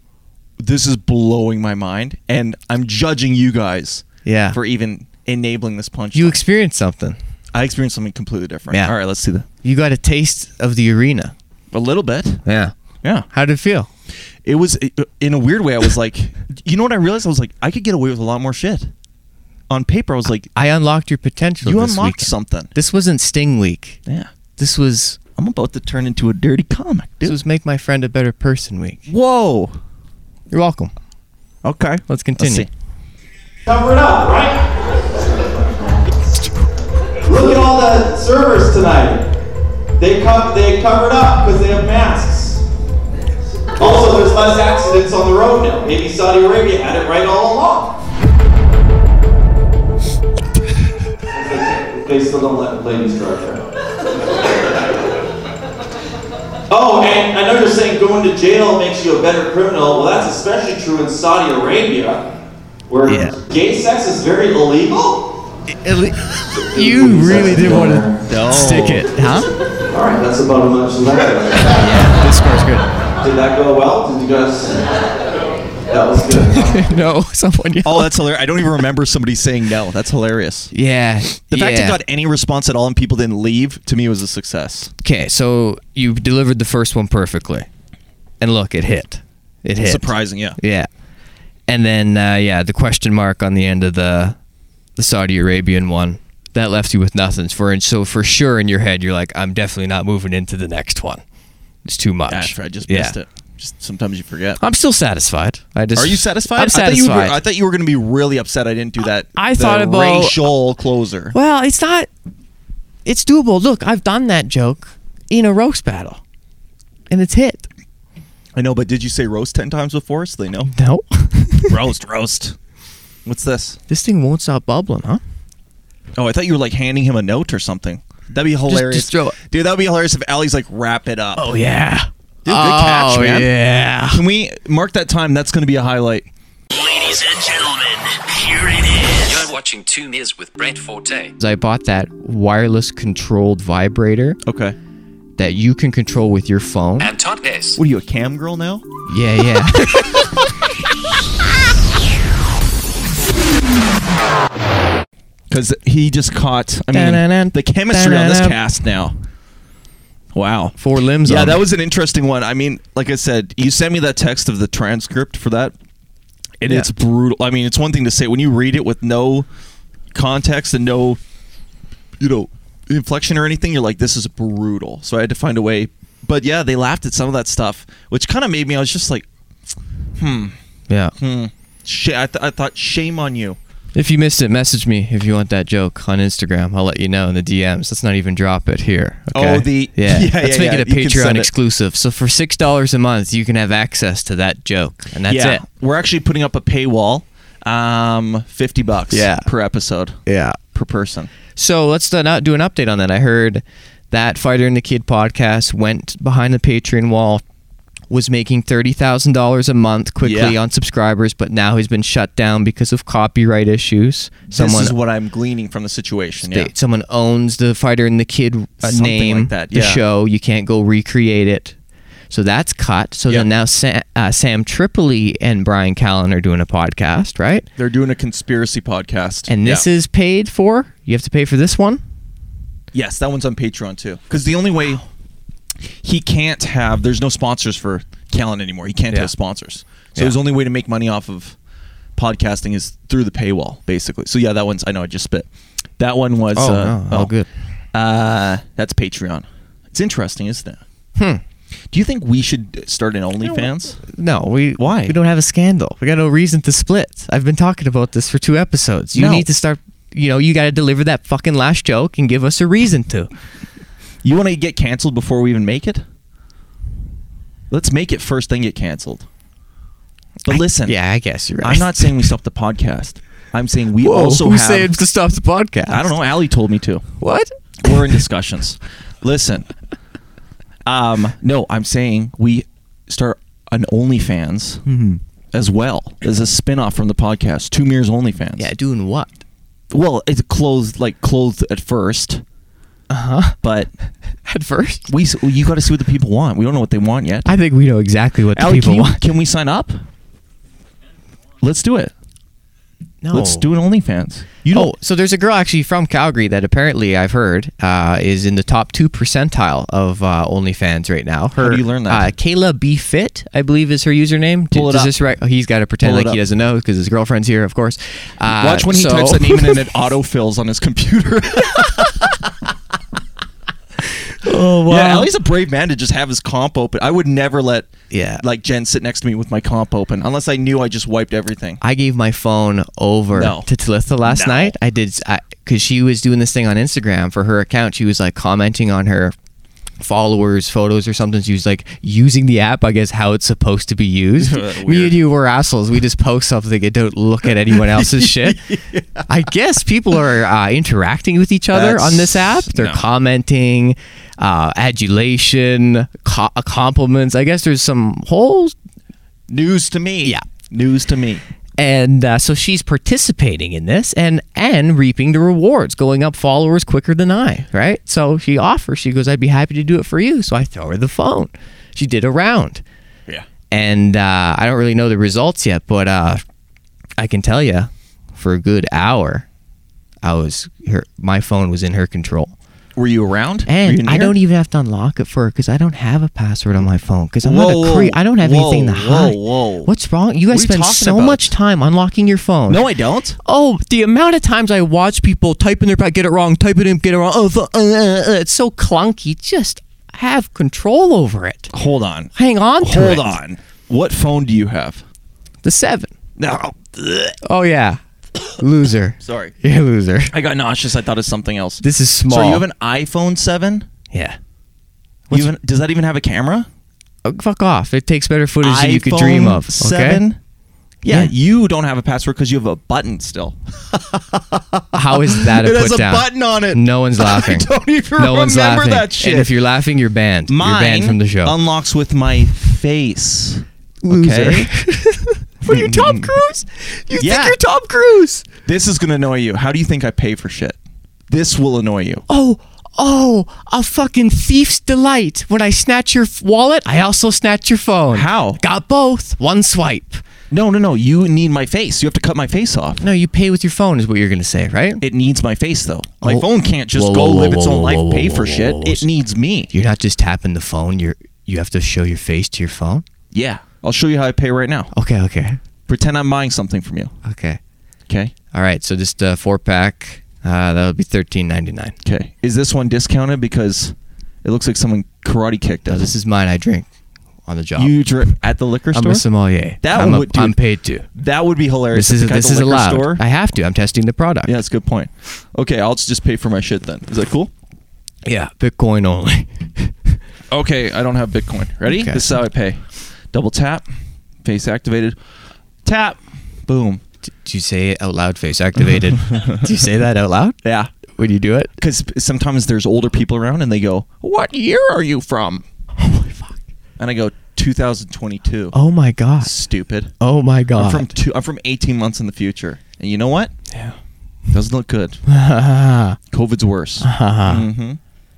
[SPEAKER 2] this is blowing my mind, and I'm judging you guys.
[SPEAKER 3] Yeah.
[SPEAKER 2] For even enabling this punch.
[SPEAKER 3] you experienced something.
[SPEAKER 2] I experienced something completely different.
[SPEAKER 3] Yeah.
[SPEAKER 2] All right, let's see the
[SPEAKER 3] You got a taste of the arena.
[SPEAKER 2] a little bit.
[SPEAKER 3] Yeah.
[SPEAKER 2] Yeah.
[SPEAKER 3] How did it feel?
[SPEAKER 2] It was in a weird way. I was like, you know what? I realized I was like, I could get away with a lot more shit. On paper, I was like,
[SPEAKER 3] I unlocked your potential.
[SPEAKER 2] you
[SPEAKER 3] this
[SPEAKER 2] unlocked
[SPEAKER 3] weekend.
[SPEAKER 2] something.
[SPEAKER 3] This wasn't Sting Week.
[SPEAKER 2] Yeah.
[SPEAKER 3] This was
[SPEAKER 2] I'm about to turn into a dirty comic,
[SPEAKER 3] this
[SPEAKER 2] dude.
[SPEAKER 3] was Make My Friend a Better Person Week.
[SPEAKER 2] Whoa.
[SPEAKER 3] You're welcome.
[SPEAKER 2] Okay.
[SPEAKER 3] Let's
[SPEAKER 2] Let's
[SPEAKER 3] continue.
[SPEAKER 2] see.
[SPEAKER 1] cover it up, right? Look at all the servers tonight. They co- they covered up because they have masks. Also, there's less accidents on the road now. Maybe Saudi Arabia had it right all along. they still don't let ladies drive there. Oh, and I know you're saying going to jail makes you a better criminal. Well, that's especially true in Saudi Arabia, where
[SPEAKER 3] Yeah.
[SPEAKER 1] gay sex is very illegal.
[SPEAKER 3] you really did want to
[SPEAKER 2] No.
[SPEAKER 3] stick it, huh?
[SPEAKER 1] All right, that's about as much as that.
[SPEAKER 3] This score's good.
[SPEAKER 1] Did that go well? Did you guys? That was good.
[SPEAKER 3] no, someone. Yelled.
[SPEAKER 2] Oh, that's hilarious. I don't even remember somebody saying no. That's hilarious.
[SPEAKER 3] yeah.
[SPEAKER 2] The fact
[SPEAKER 3] yeah.
[SPEAKER 2] it got any response at all and people didn't leave to me was a success.
[SPEAKER 3] Okay, so you delivered the first one perfectly, and look, it hit. It hit.
[SPEAKER 2] Surprising, yeah.
[SPEAKER 3] Yeah. And then uh, yeah, the question mark on the end of the the Saudi Arabian one that left you with nothing. For and so for sure in your head you're like, I'm definitely not moving into the next one. It's too much.
[SPEAKER 2] Gosh, I just
[SPEAKER 3] Yeah.
[SPEAKER 2] missed it. Just sometimes you forget.
[SPEAKER 3] I'm still satisfied. I just
[SPEAKER 2] Are you satisfied?
[SPEAKER 3] I'm
[SPEAKER 2] I thought you were, I
[SPEAKER 3] satisfied.
[SPEAKER 2] thought you were going to be really upset I didn't do that.
[SPEAKER 3] I
[SPEAKER 2] the
[SPEAKER 3] thought about-
[SPEAKER 2] racial closer.
[SPEAKER 3] well, it's not. It's doable. Look, I've done that joke in a roast battle, and it's hit.
[SPEAKER 2] I know, but did you say roast ten times before? So they know.
[SPEAKER 3] No,
[SPEAKER 2] roast, roast. What's this?
[SPEAKER 3] this thing won't stop bubbling, huh?
[SPEAKER 2] Oh, I thought you were like handing him a note or something. That'd be hilarious,
[SPEAKER 3] just throw it.
[SPEAKER 2] dude. That'd be hilarious if Ali's like wrap it up.
[SPEAKER 3] Oh yeah.
[SPEAKER 2] Dude, good catch,
[SPEAKER 3] oh
[SPEAKER 2] man.
[SPEAKER 3] yeah.
[SPEAKER 2] Can we mark that time? That's going to be a highlight.
[SPEAKER 7] Ladies and gentlemen, here it is.
[SPEAKER 8] You're watching Two News with Brent Forte.
[SPEAKER 3] I bought that wireless controlled vibrator
[SPEAKER 2] Okay.
[SPEAKER 3] that you can control with your phone.
[SPEAKER 8] And Todd Ness.
[SPEAKER 2] What are you, a cam girl now?
[SPEAKER 3] Yeah, yeah.
[SPEAKER 2] because he just caught. I mean,
[SPEAKER 3] Da-na-na.
[SPEAKER 2] the chemistry on this
[SPEAKER 3] Da-na-na.
[SPEAKER 2] cast now. Wow.
[SPEAKER 3] Four limbs.
[SPEAKER 2] Yeah,
[SPEAKER 3] on
[SPEAKER 2] that
[SPEAKER 3] him.
[SPEAKER 2] was an interesting one. I mean, like I said, you sent me that text of the transcript for that, and
[SPEAKER 3] Yeah.
[SPEAKER 2] it's brutal. I mean, it's one thing to say when you read it with no context and no, you know, inflection or anything. You're like, this is brutal. So I had to find a way. But yeah, they laughed at some of that stuff, which kind of made me. I was just like,
[SPEAKER 3] Yeah.
[SPEAKER 2] sh- I, th- I thought, shame on you.
[SPEAKER 3] If you missed it, message me if you want that joke on Instagram. I'll let you know in the DMs. Let's not even drop it here. okay?
[SPEAKER 2] Oh, the-
[SPEAKER 3] yeah.
[SPEAKER 2] yeah,
[SPEAKER 3] Let's
[SPEAKER 2] yeah,
[SPEAKER 3] make
[SPEAKER 2] yeah.
[SPEAKER 3] it a
[SPEAKER 2] You can
[SPEAKER 3] Patreon
[SPEAKER 2] send it.
[SPEAKER 3] exclusive. So for six dollars a month, you can have access to that joke, and that's
[SPEAKER 2] yeah,
[SPEAKER 3] it.
[SPEAKER 2] we're actually putting up a paywall, um, fifty bucks.
[SPEAKER 3] Yeah.
[SPEAKER 2] per episode.
[SPEAKER 3] Yeah.
[SPEAKER 2] per person.
[SPEAKER 3] So let's uh, not do an update on that. I heard that Fighter and the Kid podcast went behind the Patreon wall, was making thirty thousand dollars a month quickly
[SPEAKER 2] Yeah.
[SPEAKER 3] on subscribers, but now he's been shut down because of copyright issues.
[SPEAKER 2] this is what I'm gleaning from the situation.
[SPEAKER 3] they-
[SPEAKER 2] Yeah.
[SPEAKER 3] someone owns the fighter and the kid uh,
[SPEAKER 2] Something
[SPEAKER 3] name
[SPEAKER 2] like that,
[SPEAKER 3] the
[SPEAKER 2] yeah.
[SPEAKER 3] show you can't go recreate it so that's cut so
[SPEAKER 2] Yeah.
[SPEAKER 3] then now sam, uh, sam tripoli and brian callen are doing a podcast right
[SPEAKER 2] They're doing a conspiracy podcast.
[SPEAKER 3] and this is paid for you have to pay for this one
[SPEAKER 2] Yes, that one's on Patreon too. Because the only way he can't have there's no sponsors for Callan anymore. He can't
[SPEAKER 3] Yeah.
[SPEAKER 2] have sponsors. So
[SPEAKER 3] Yeah.
[SPEAKER 2] his only way to make money off of podcasting is through the paywall, basically. So yeah, that one's I know I just spit. That one was
[SPEAKER 3] Oh,
[SPEAKER 2] uh,
[SPEAKER 3] no, all good.
[SPEAKER 2] Uh, that's Patreon. It's interesting, isn't it? Hmm. Do you think we should start an OnlyFans?
[SPEAKER 3] no we
[SPEAKER 2] Why?
[SPEAKER 3] we don't have a scandal we got no reason to split i've been talking about this for two episodes you
[SPEAKER 2] No.
[SPEAKER 3] need to start you know you got to deliver that fucking last joke and give us a reason to
[SPEAKER 2] You want to get canceled before we even make it? Let's make it first, then get canceled. But listen,
[SPEAKER 3] yeah i guess you're right
[SPEAKER 2] I'm not saying we stop the podcast. I'm saying we
[SPEAKER 3] Whoa,
[SPEAKER 2] also
[SPEAKER 3] who
[SPEAKER 2] have.
[SPEAKER 3] said to stop the podcast
[SPEAKER 2] I don't know. Allie told me to.
[SPEAKER 3] what
[SPEAKER 2] We're in discussions. Listen, um, no, I'm saying we start an OnlyFans
[SPEAKER 3] Mm-hmm.
[SPEAKER 2] as well as a spin-off from the podcast, Two Mirrors OnlyFans.
[SPEAKER 3] yeah doing what
[SPEAKER 2] Well, it's closed, like closed at first,
[SPEAKER 3] uh-huh
[SPEAKER 2] but
[SPEAKER 3] at first
[SPEAKER 2] we s- you got to see what the people want. We don't know what they want yet.
[SPEAKER 3] I think we know exactly what the
[SPEAKER 2] Allie,
[SPEAKER 3] people
[SPEAKER 2] can, you-
[SPEAKER 3] want.
[SPEAKER 2] can we sign up? Let's do it.
[SPEAKER 3] No.
[SPEAKER 2] Let's do an OnlyFans. You
[SPEAKER 3] oh, so there's a girl actually from Calgary that apparently I've heard uh, is in the top two percentile of uh, OnlyFans right now. Her,
[SPEAKER 2] do you learn that?
[SPEAKER 3] Uh, Kayla B Fit, I believe, is her username.
[SPEAKER 2] Pull it
[SPEAKER 3] Does
[SPEAKER 2] up.
[SPEAKER 3] this right? oh, he's got to pretend
[SPEAKER 2] Pull it
[SPEAKER 3] like he
[SPEAKER 2] up.
[SPEAKER 3] doesn't know because his girlfriend's here, of course. Uh,
[SPEAKER 2] Watch when he
[SPEAKER 3] so-
[SPEAKER 2] types that name in and it autofills on his computer.
[SPEAKER 3] oh wow!
[SPEAKER 2] yeah, Ellie's a brave man to just have his comp open. I would never let
[SPEAKER 3] Yeah.
[SPEAKER 2] like Jen sit next to me with my comp open unless I knew I just wiped everything.
[SPEAKER 3] I gave my phone over
[SPEAKER 2] No.
[SPEAKER 3] to Talitha last
[SPEAKER 2] No.
[SPEAKER 3] night. I did because she was doing this thing on Instagram for her account. She was like commenting on her followers' photos or something. She was like using the app, I guess, how it's supposed to be used. Me and you were assholes. We just post something and don't look at anyone else's shit. I guess people are uh, interacting with each other on this app.
[SPEAKER 2] That's-
[SPEAKER 3] They're
[SPEAKER 2] no.
[SPEAKER 3] commenting, uh, adulation, co- uh, compliments. I guess there's some whole
[SPEAKER 2] News to me.
[SPEAKER 3] Yeah.
[SPEAKER 2] News to me.
[SPEAKER 3] and uh, so she's participating in this and and reaping the rewards going up followers quicker than i right so she offers she goes i'd be happy to do it for you so i throw her the phone she did a round
[SPEAKER 2] Yeah.
[SPEAKER 3] and uh, i don't really know the results yet but uh, i can tell you for a good hour i was her my phone was in her control
[SPEAKER 2] Were you around? Were you
[SPEAKER 3] and
[SPEAKER 2] near?
[SPEAKER 3] I don't even have to unlock it for her because I don't have a password on my phone because I'm not a
[SPEAKER 2] Whoa,
[SPEAKER 3] creep. I don't have
[SPEAKER 2] whoa,
[SPEAKER 3] anything to
[SPEAKER 2] whoa,
[SPEAKER 3] hide.
[SPEAKER 2] whoa.
[SPEAKER 3] What's wrong? You
[SPEAKER 2] What
[SPEAKER 3] guys
[SPEAKER 2] are
[SPEAKER 3] spend
[SPEAKER 2] you talking
[SPEAKER 3] so
[SPEAKER 2] about?
[SPEAKER 3] much time unlocking your phone.
[SPEAKER 2] No, I don't.
[SPEAKER 3] Oh, the amount of times I watch people type in their back, get it wrong, type it in, get it wrong. Oh, fu- uh, uh, uh, it's so clunky. Just have control over it.
[SPEAKER 2] Hold on.
[SPEAKER 3] Hang on. To
[SPEAKER 2] Hold
[SPEAKER 3] it.
[SPEAKER 2] on. What phone do you have?
[SPEAKER 3] The seven.
[SPEAKER 2] No.
[SPEAKER 3] Oh yeah, loser.
[SPEAKER 2] Sorry.
[SPEAKER 3] You're a loser.
[SPEAKER 2] I got nauseous. I thought of something else.
[SPEAKER 3] This is small.
[SPEAKER 2] So you have an iPhone 7?
[SPEAKER 3] yeah.
[SPEAKER 2] You even, does that even have a camera?
[SPEAKER 3] Oh, fuck off. It takes better footage than you could dream
[SPEAKER 2] iPhone
[SPEAKER 3] of. Okay?
[SPEAKER 2] Seven. Yeah,
[SPEAKER 3] Yeah.
[SPEAKER 2] you don't have a password because you have a button still.
[SPEAKER 3] How is that a
[SPEAKER 2] It
[SPEAKER 3] put
[SPEAKER 2] has a
[SPEAKER 3] down?
[SPEAKER 2] button on it.
[SPEAKER 3] No one's laughing.
[SPEAKER 2] don't even
[SPEAKER 3] no one's
[SPEAKER 2] remember
[SPEAKER 3] laughing.
[SPEAKER 2] that
[SPEAKER 3] And
[SPEAKER 2] shit.
[SPEAKER 3] if you're laughing, you're banned. you're
[SPEAKER 2] Mine um,
[SPEAKER 3] banned from the show.
[SPEAKER 2] unlocks with my face. Okay?
[SPEAKER 3] What are you, Tom Cruise? You
[SPEAKER 2] Yeah.
[SPEAKER 3] think you're Tom Cruise?
[SPEAKER 2] this is gonna annoy you. How do you think I pay for shit? This will annoy you.
[SPEAKER 3] Oh, oh, a fucking thief's delight. When I snatch your f- wallet, I also snatch your phone.
[SPEAKER 2] How?
[SPEAKER 3] Got both. One swipe.
[SPEAKER 2] No, no, no. You need my face. You have to cut my face off.
[SPEAKER 3] No, you pay with your phone is what you're gonna say, right?
[SPEAKER 2] It needs my face though. My
[SPEAKER 3] Oh.
[SPEAKER 2] phone can't just
[SPEAKER 3] Whoa,
[SPEAKER 2] go
[SPEAKER 3] whoa,
[SPEAKER 2] live
[SPEAKER 3] whoa,
[SPEAKER 2] its own
[SPEAKER 3] whoa,
[SPEAKER 2] life,
[SPEAKER 3] whoa,
[SPEAKER 2] pay
[SPEAKER 3] whoa,
[SPEAKER 2] for
[SPEAKER 3] whoa,
[SPEAKER 2] shit.
[SPEAKER 3] whoa.
[SPEAKER 2] It needs me.
[SPEAKER 3] You're not just tapping the phone. You're you have to show your face to your phone.
[SPEAKER 2] Yeah. I'll show you how I pay right now.
[SPEAKER 3] Okay, okay,
[SPEAKER 2] Pretend I'm buying something from you.
[SPEAKER 3] okay.
[SPEAKER 2] Okay.
[SPEAKER 3] All right, so just a four pack. Uh, that would be thirteen ninety nine.
[SPEAKER 2] Okay. Is this one discounted because it looks like someone karate kicked
[SPEAKER 3] No,
[SPEAKER 2] us?
[SPEAKER 3] this is mine. I drink on the job.
[SPEAKER 2] you dri- at the liquor
[SPEAKER 3] I'm
[SPEAKER 2] store.
[SPEAKER 3] a sommelier.
[SPEAKER 2] That
[SPEAKER 3] I'm
[SPEAKER 2] one
[SPEAKER 3] a-
[SPEAKER 2] would- dude.
[SPEAKER 3] I'm paid to.
[SPEAKER 2] that would be hilarious.
[SPEAKER 3] This is
[SPEAKER 2] if the guy at
[SPEAKER 3] this
[SPEAKER 2] the
[SPEAKER 3] is
[SPEAKER 2] liquor
[SPEAKER 3] allowed.
[SPEAKER 2] Store.
[SPEAKER 3] I have to. I'm testing the product.
[SPEAKER 2] Yeah, that's a good point. Okay, I'll just pay for my shit then. Is that cool?
[SPEAKER 3] Yeah, Bitcoin only.
[SPEAKER 2] Okay, I don't have Bitcoin. Ready?
[SPEAKER 3] Okay.
[SPEAKER 2] This is how I pay. Double tap, face activated. Tap, boom.
[SPEAKER 3] Do you say it out loud? Face activated. do you say that out loud
[SPEAKER 2] Yeah.
[SPEAKER 3] when you do it?
[SPEAKER 2] Because sometimes there's older people around and they go, "What year are you from?"
[SPEAKER 3] Holy fuck!
[SPEAKER 2] And I go, "2022."
[SPEAKER 3] Oh my god!
[SPEAKER 2] Stupid.
[SPEAKER 3] Oh my
[SPEAKER 2] I'm
[SPEAKER 3] god!
[SPEAKER 2] from two, I'm from 18 months in the future, and you know what?
[SPEAKER 3] Yeah.
[SPEAKER 2] Doesn't look good. COVID's worse. hmm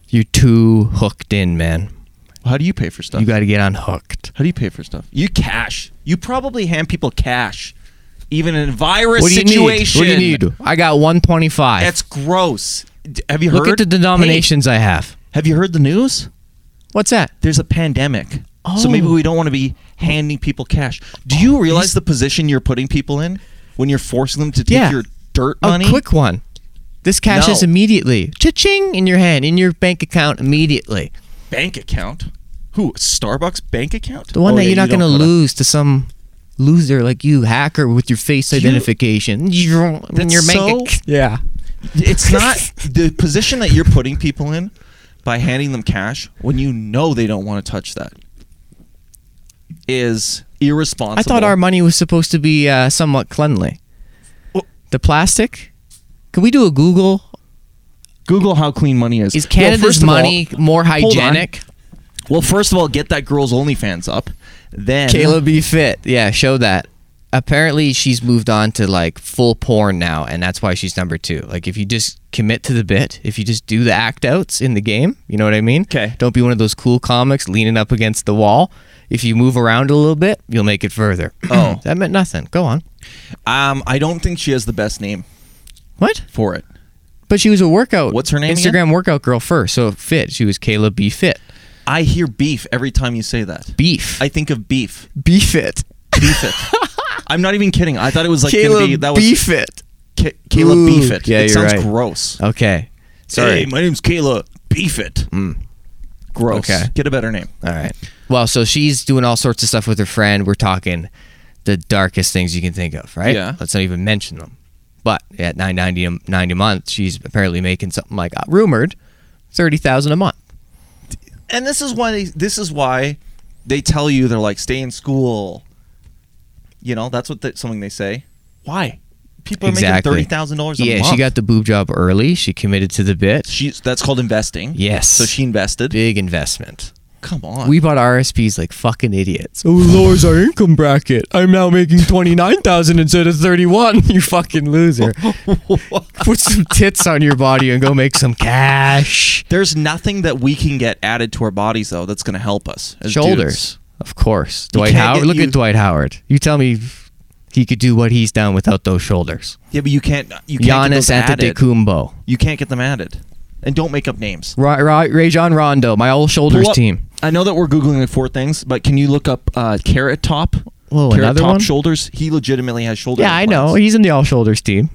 [SPEAKER 3] You're too hooked in, man.
[SPEAKER 2] How do you pay for stuff?
[SPEAKER 3] You got to get unhooked.
[SPEAKER 2] How do you pay for stuff? You cash. You probably hand people cash, even in a virus
[SPEAKER 3] what do you
[SPEAKER 2] situation.
[SPEAKER 3] need? What do you need? I got 125.
[SPEAKER 2] That's gross. D- Have you
[SPEAKER 3] Look
[SPEAKER 2] heard?
[SPEAKER 3] at the denominations I have.
[SPEAKER 2] Hey, have you heard the news?
[SPEAKER 3] What's that?
[SPEAKER 2] There's a pandemic. So maybe
[SPEAKER 3] Oh.
[SPEAKER 2] we don't want to be handing people cash. Do you realize the position you're putting people in when you're forcing them to take
[SPEAKER 3] Yeah.
[SPEAKER 2] your dirt
[SPEAKER 3] A
[SPEAKER 2] money?
[SPEAKER 3] quick one. This cashes
[SPEAKER 2] No.
[SPEAKER 3] immediately. Cha-ching in your hand, in your bank account immediately.
[SPEAKER 2] bank account? Who? Starbucks bank account?
[SPEAKER 3] The one
[SPEAKER 2] Oh,
[SPEAKER 3] that
[SPEAKER 2] yeah,
[SPEAKER 3] you're not
[SPEAKER 2] you don't
[SPEAKER 3] going to
[SPEAKER 2] put up-
[SPEAKER 3] lose to some loser like you, hacker with your face
[SPEAKER 2] You-
[SPEAKER 3] identification. You, in
[SPEAKER 2] That's
[SPEAKER 3] your
[SPEAKER 2] so-
[SPEAKER 3] bank ac- Yeah.
[SPEAKER 2] It's not the position that you're putting people in by handing them cash when you know they don't want to touch that is irresponsible.
[SPEAKER 3] I thought our money was supposed to be uh, somewhat cleanly.
[SPEAKER 2] Well-
[SPEAKER 3] The plastic? Can we do a Google?
[SPEAKER 2] Google how clean money is.
[SPEAKER 3] Is
[SPEAKER 2] Well,
[SPEAKER 3] Canada's
[SPEAKER 2] first of all-
[SPEAKER 3] money more
[SPEAKER 2] hold on.
[SPEAKER 3] hygienic?
[SPEAKER 2] Well, first of all, get that girl's OnlyFans up. Then
[SPEAKER 3] Kayla B. Fit. Yeah, show that. Apparently, she's moved on to like full porn now, and that's why she's number two. Like, if you just commit to the bit, if you just do the act outs in the game, you know what I mean?
[SPEAKER 2] 'Kay.
[SPEAKER 3] Don't be one of those cool comics leaning up against the wall. If you move around a little bit, you'll make it further.
[SPEAKER 2] Oh.
[SPEAKER 3] that meant nothing. Go on.
[SPEAKER 2] Um, I don't think she has the best name
[SPEAKER 3] What?
[SPEAKER 2] for it.
[SPEAKER 3] But she was a workout.
[SPEAKER 2] What's her name again?
[SPEAKER 3] Instagram workout girl first. So fit. She was Kayla B. Fit.
[SPEAKER 2] I hear beef every time you say that.
[SPEAKER 3] Beef.
[SPEAKER 2] I think of beef.
[SPEAKER 3] B. Fit.
[SPEAKER 2] Beef it. I'm not even kidding. I thought it was like gonna
[SPEAKER 3] Kayla
[SPEAKER 2] be, that
[SPEAKER 3] B.
[SPEAKER 2] was
[SPEAKER 3] Fit.
[SPEAKER 2] K- Kayla
[SPEAKER 3] Ooh,
[SPEAKER 2] beef it.
[SPEAKER 3] yeah, you're
[SPEAKER 2] it sounds
[SPEAKER 3] right.
[SPEAKER 2] gross.
[SPEAKER 3] Okay. Sorry. Mm.
[SPEAKER 2] Hey, my name's Kayla beef it. Gross.
[SPEAKER 3] Okay.
[SPEAKER 2] Get a better name.
[SPEAKER 3] All right. Well, so she's doing all sorts of stuff with her friend. We're talking the darkest things you can think of, right?
[SPEAKER 2] Yeah.
[SPEAKER 3] Let's not even mention them. But at nine ninety a nine a month, she's apparently making something like uh, rumored thirty thousand a month.
[SPEAKER 2] And this is why they, this is why they tell you they're like stay in school. You know that's what the, something they say. Why? People are making
[SPEAKER 3] Exactly.
[SPEAKER 2] thirty thousand dollars a
[SPEAKER 3] yeah,
[SPEAKER 2] month.
[SPEAKER 3] she got the boob job early. She committed to the bit.
[SPEAKER 2] She's that's called investing.
[SPEAKER 3] Yes.
[SPEAKER 2] So she invested.
[SPEAKER 3] big investment.
[SPEAKER 2] Come on.
[SPEAKER 3] We bought RSPs like fucking idiots. It Oh, lowers our income bracket. I'm now making twenty nine thousand instead of thirty one. You fucking loser. Put some tits on your body and go make some cash.
[SPEAKER 2] There's nothing that we can get added to our bodies though that's going to help us. as
[SPEAKER 3] Shoulders, of course.
[SPEAKER 2] You
[SPEAKER 3] Dwight
[SPEAKER 2] can't
[SPEAKER 3] Howard.
[SPEAKER 2] get
[SPEAKER 3] Look
[SPEAKER 2] you-
[SPEAKER 3] at Dwight Howard. You tell me he could do what he's done without those shoulders.
[SPEAKER 2] dudes. Yeah, but you can't. You can't
[SPEAKER 3] Giannis
[SPEAKER 2] get them added.
[SPEAKER 3] Antetokounmpo,
[SPEAKER 2] You can't get them added. And don't make up names.
[SPEAKER 3] Ra- Ra- Rajon Rondo, my old shoulders
[SPEAKER 2] Pull up-
[SPEAKER 3] team.
[SPEAKER 2] I know that we're googling like four things, but can you look up uh, carrot top?
[SPEAKER 3] Whoa,
[SPEAKER 2] carrot
[SPEAKER 3] another
[SPEAKER 2] top
[SPEAKER 3] one?
[SPEAKER 2] shoulders. He legitimately has shoulder.
[SPEAKER 3] Yeah, I
[SPEAKER 2] implants.
[SPEAKER 3] know. He's in the all shoulders team.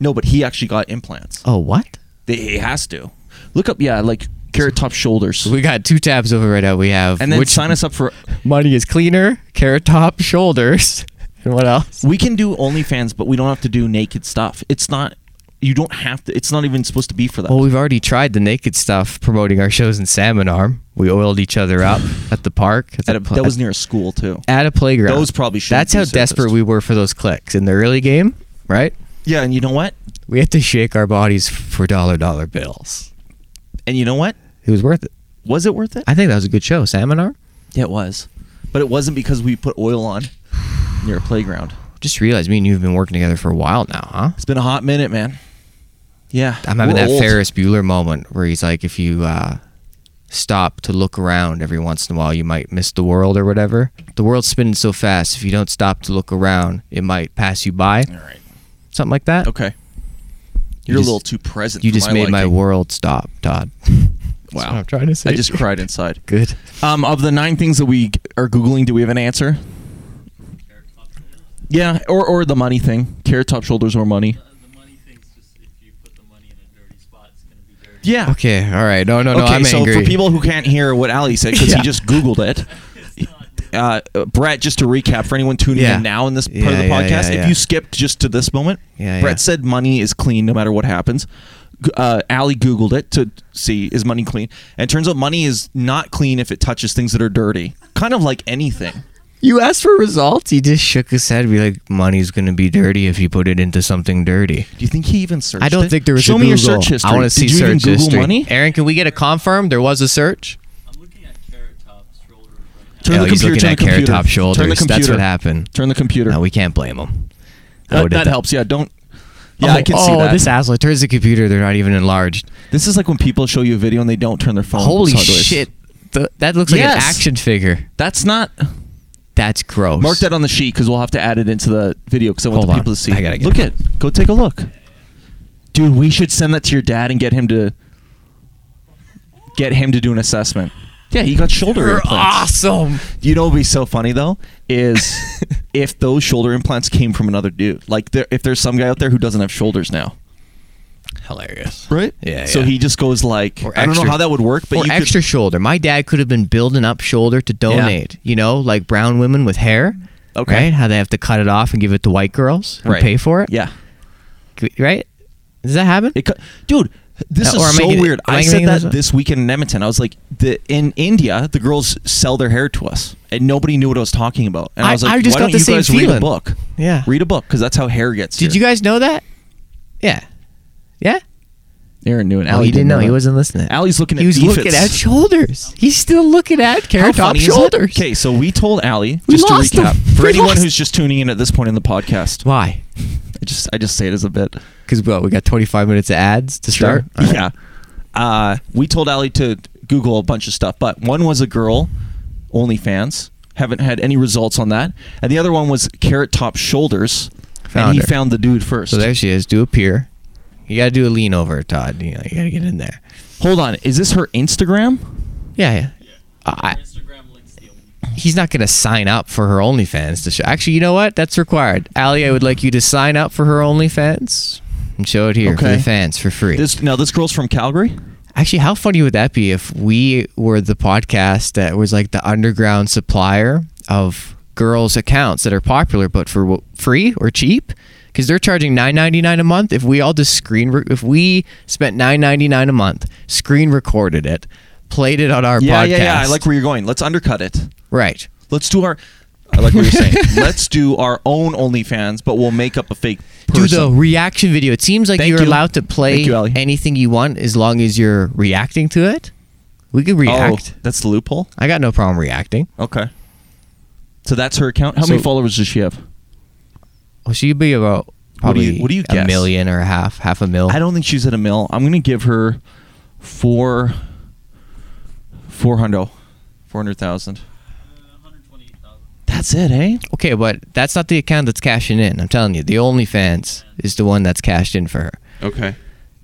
[SPEAKER 2] No, but he actually got implants.
[SPEAKER 3] Oh, what?
[SPEAKER 2] They- He has to. Look up. Yeah, like carrot top shoulders.
[SPEAKER 3] We got two tabs over right now. We have
[SPEAKER 2] And then
[SPEAKER 3] which
[SPEAKER 2] sign us up for.
[SPEAKER 3] Money is cleaner, carrot top, shoulders. And what else?
[SPEAKER 2] We can do OnlyFans, but we don't have to do naked stuff. It's not. You don't have to. It's not even supposed to be for that.
[SPEAKER 3] Well, we've already tried the naked stuff promoting our shows in Salmon Arm. We oiled each other up at the park. At,
[SPEAKER 2] At a-
[SPEAKER 3] the pl-
[SPEAKER 2] that was near a school too.
[SPEAKER 3] at a playground.
[SPEAKER 2] Those probably shouldn't
[SPEAKER 3] That's
[SPEAKER 2] be
[SPEAKER 3] how
[SPEAKER 2] surfaced.
[SPEAKER 3] desperate we were for those clicks in the early game, right?
[SPEAKER 2] Yeah, and you know what?
[SPEAKER 3] We had to shake our bodies for dollar dollar bills.
[SPEAKER 2] And you know what?
[SPEAKER 3] It was worth it.
[SPEAKER 2] Was it worth it?
[SPEAKER 3] I think that was a good show, Salmon Arm.
[SPEAKER 2] Yeah, it was, but it wasn't because we put oil on near a playground.
[SPEAKER 3] Just realized me and you have been working together for a while now, huh?
[SPEAKER 2] It's been a hot minute, man. Yeah,
[SPEAKER 3] I'm having
[SPEAKER 2] we're
[SPEAKER 3] that
[SPEAKER 2] old.
[SPEAKER 3] Ferris Bueller moment where he's like, if you uh, stop to look around every once in a while, you might miss the world or whatever. The world's spinning so fast, if you don't stop to look around, it might pass you by.
[SPEAKER 2] All right.
[SPEAKER 3] Something like that.
[SPEAKER 2] Okay. You're a
[SPEAKER 3] just-
[SPEAKER 2] little too present.
[SPEAKER 3] You
[SPEAKER 2] for
[SPEAKER 3] just made my
[SPEAKER 2] liking.
[SPEAKER 3] world stop, Todd.
[SPEAKER 4] That's
[SPEAKER 2] Wow.
[SPEAKER 4] what I'm trying to say.
[SPEAKER 2] I just cried inside.
[SPEAKER 3] Good.
[SPEAKER 2] Um, of the nine things that we g- are googling, do we have an answer? Yeah, or or the money thing. Carrot top shoulders or money. Yeah.
[SPEAKER 3] Okay. All right. No, Oh, no, no.
[SPEAKER 2] okay,
[SPEAKER 3] I'm
[SPEAKER 2] so
[SPEAKER 3] angry.
[SPEAKER 2] for people who can't hear what Ali said because
[SPEAKER 3] Yeah.
[SPEAKER 2] he just Googled it, uh, uh, Brett, just to recap for anyone tuning
[SPEAKER 3] Yeah.
[SPEAKER 2] in now in this part of
[SPEAKER 3] Yeah,
[SPEAKER 2] the
[SPEAKER 3] yeah,
[SPEAKER 2] podcast,
[SPEAKER 3] yeah, yeah.
[SPEAKER 2] if you skipped just to this moment,
[SPEAKER 3] Yeah,
[SPEAKER 2] Brett
[SPEAKER 3] yeah.
[SPEAKER 2] said money is clean no matter what happens. G- Uh, Ali Googled it to see is money clean, and it turns out money is not clean if it touches things that are dirty. Kind of like anything.
[SPEAKER 3] you asked for results. He just shook his head, be like, "Money's gonna be dirty if you put it into something dirty."
[SPEAKER 2] Do you think he even searched?
[SPEAKER 3] I don't
[SPEAKER 2] it?
[SPEAKER 3] think there was.
[SPEAKER 2] Show
[SPEAKER 3] a
[SPEAKER 2] me your
[SPEAKER 3] Google.
[SPEAKER 2] search history.
[SPEAKER 3] I want to see
[SPEAKER 2] Did you
[SPEAKER 3] search
[SPEAKER 2] even Google
[SPEAKER 3] history.
[SPEAKER 2] money?
[SPEAKER 3] Aaron, can we get a confirm? There was a search.
[SPEAKER 2] Turn
[SPEAKER 3] oh,
[SPEAKER 2] the
[SPEAKER 3] he's
[SPEAKER 2] computer.
[SPEAKER 3] looking
[SPEAKER 2] turn
[SPEAKER 3] at
[SPEAKER 2] the
[SPEAKER 3] carrot
[SPEAKER 2] computer.
[SPEAKER 3] top shoulders.
[SPEAKER 2] Turn the computer.
[SPEAKER 3] That's what happened.
[SPEAKER 2] Turn the computer.
[SPEAKER 3] No, we can't blame him. I
[SPEAKER 2] that,
[SPEAKER 3] would've
[SPEAKER 2] that
[SPEAKER 3] done-
[SPEAKER 2] helps. Yeah, don't. Yeah,
[SPEAKER 3] oh,
[SPEAKER 2] I can see
[SPEAKER 3] oh,
[SPEAKER 2] that.
[SPEAKER 3] this asshole turns the computer. They're not even enlarged.
[SPEAKER 2] This is like when people show you a video and they don't turn their phone.
[SPEAKER 3] Holy
[SPEAKER 2] sideways.
[SPEAKER 3] shit! Th- that looks like an
[SPEAKER 2] Oh, Yes.
[SPEAKER 3] action figure.
[SPEAKER 2] That's not.
[SPEAKER 3] That's gross.
[SPEAKER 2] Mark that on the sheet because we'll have to add it into the video because I want
[SPEAKER 3] Hold
[SPEAKER 2] the
[SPEAKER 3] on.
[SPEAKER 2] people to see.
[SPEAKER 3] I gotta get
[SPEAKER 2] look
[SPEAKER 3] it.
[SPEAKER 2] at. Go take a look. Dude, we should send that to your dad and get him to get him to do an assessment. Yeah, he got shoulder
[SPEAKER 3] You're
[SPEAKER 2] implants.
[SPEAKER 3] awesome.
[SPEAKER 2] You know what would be so funny though is if those shoulder implants came from another dude. Like there, if there's some guy out there who doesn't have shoulders now.
[SPEAKER 3] Hilarious.
[SPEAKER 2] Right?
[SPEAKER 3] Yeah,
[SPEAKER 2] So
[SPEAKER 3] yeah.
[SPEAKER 2] he just goes like
[SPEAKER 3] Or
[SPEAKER 2] I don't know
[SPEAKER 3] extra-
[SPEAKER 2] how that would work, but
[SPEAKER 3] or
[SPEAKER 2] you could-
[SPEAKER 3] extra shoulder. My dad could have been building up shoulder to donate. You know, like brown women with hair.
[SPEAKER 2] Okay.
[SPEAKER 3] Right? How they have to cut it off and give it to white girls and
[SPEAKER 2] Right.
[SPEAKER 3] pay for it.
[SPEAKER 2] Yeah.
[SPEAKER 3] C- Right? Does that happen?
[SPEAKER 2] It, co- dude, this
[SPEAKER 3] Uh, or am
[SPEAKER 2] is
[SPEAKER 3] I
[SPEAKER 2] so
[SPEAKER 3] getting-
[SPEAKER 2] weird.
[SPEAKER 3] am
[SPEAKER 2] I
[SPEAKER 3] I
[SPEAKER 2] said
[SPEAKER 3] getting this
[SPEAKER 2] that
[SPEAKER 3] up?
[SPEAKER 2] this weekend in Edmonton. I was like, the in India, the girls sell their hair to us, and nobody knew what I was talking about. And I,
[SPEAKER 3] I-
[SPEAKER 2] was like,
[SPEAKER 3] I just
[SPEAKER 2] why
[SPEAKER 3] got
[SPEAKER 2] don't
[SPEAKER 3] the
[SPEAKER 2] you
[SPEAKER 3] same
[SPEAKER 2] guys read a
[SPEAKER 3] feeling.
[SPEAKER 2] book?
[SPEAKER 3] Yeah.
[SPEAKER 2] read a book because that's how hair gets.
[SPEAKER 3] Did you guys know that? Yeah. Yeah.
[SPEAKER 2] you? Aaron knew it.
[SPEAKER 3] oh,
[SPEAKER 2] Ali
[SPEAKER 3] he didn't know. He
[SPEAKER 2] that.
[SPEAKER 3] wasn't listening.
[SPEAKER 2] Ali's looking
[SPEAKER 3] he
[SPEAKER 2] at
[SPEAKER 3] was
[SPEAKER 2] beef
[SPEAKER 3] looking
[SPEAKER 2] it's-
[SPEAKER 3] at shoulders. He's still looking at
[SPEAKER 2] How
[SPEAKER 3] carrot top
[SPEAKER 2] funny is that?
[SPEAKER 3] shoulders.
[SPEAKER 2] Okay, so we told Ali
[SPEAKER 3] We
[SPEAKER 2] just to
[SPEAKER 3] lost him.
[SPEAKER 2] recap for
[SPEAKER 3] We
[SPEAKER 2] anyone
[SPEAKER 3] lost-
[SPEAKER 2] who's just tuning in at this point in the podcast.
[SPEAKER 3] Why?
[SPEAKER 2] I just I just say it as a bit.
[SPEAKER 3] Because what? We got 25 minutes of ads to start. All right.
[SPEAKER 2] Yeah. Uh, we told Ali to Google a bunch of stuff, but one was a girl, OnlyFans. Haven't had any results on that. And the other one was Carrot Top Shoulders. and
[SPEAKER 3] Found
[SPEAKER 2] he
[SPEAKER 3] her.
[SPEAKER 2] found the dude first.
[SPEAKER 3] So there she is. Do a peer. You got to do a lean over, Todd. You, know, you got to get in there.
[SPEAKER 2] Hold on. Is this her Instagram?
[SPEAKER 3] Yeah, yeah. I, he's not going to sign up for her OnlyFans to show. Actually, you know what? That's required. Allie, I would like you to sign up for her OnlyFans and show it here for
[SPEAKER 2] Okay.
[SPEAKER 3] the fans for free.
[SPEAKER 2] This Now, this girl's from Calgary?
[SPEAKER 3] Actually, how funny would that be if we were the podcast that was like the underground supplier of girls' accounts that are popular but for w- free or cheap? Because they're charging nine ninety nine a month. If we all just screen, re- if we spent nine ninety nine a month, screen recorded it, played it on our
[SPEAKER 2] Yeah,
[SPEAKER 3] podcast.
[SPEAKER 2] yeah, yeah. I like where you're going. Let's undercut it.
[SPEAKER 3] right.
[SPEAKER 2] Let's do our. I like what you're saying. Let's do our own OnlyFans, but we'll make up a fake person.
[SPEAKER 3] Do the reaction video. It seems like
[SPEAKER 2] Thank
[SPEAKER 3] you're
[SPEAKER 2] you.
[SPEAKER 3] allowed to play
[SPEAKER 2] Thank you, Ali.
[SPEAKER 3] anything you want as long as you're reacting to it. We could
[SPEAKER 2] oh,
[SPEAKER 3] react.
[SPEAKER 2] that's the loophole?
[SPEAKER 3] I got no problem reacting.
[SPEAKER 2] Okay. So that's her account. How many followers does she have?
[SPEAKER 3] Well, she'd be about
[SPEAKER 2] What do
[SPEAKER 3] probably
[SPEAKER 2] you- what do you
[SPEAKER 3] a
[SPEAKER 2] guess?
[SPEAKER 3] million or a half, half a mil.
[SPEAKER 2] I don't think she's at a mill. I'm gonna give her four, four hundo, four hundred thousand. That's it, eh?
[SPEAKER 3] Okay, but that's not the account that's cashing in. I'm telling you, the OnlyFans is the one that's cashed in for her,
[SPEAKER 2] Okay.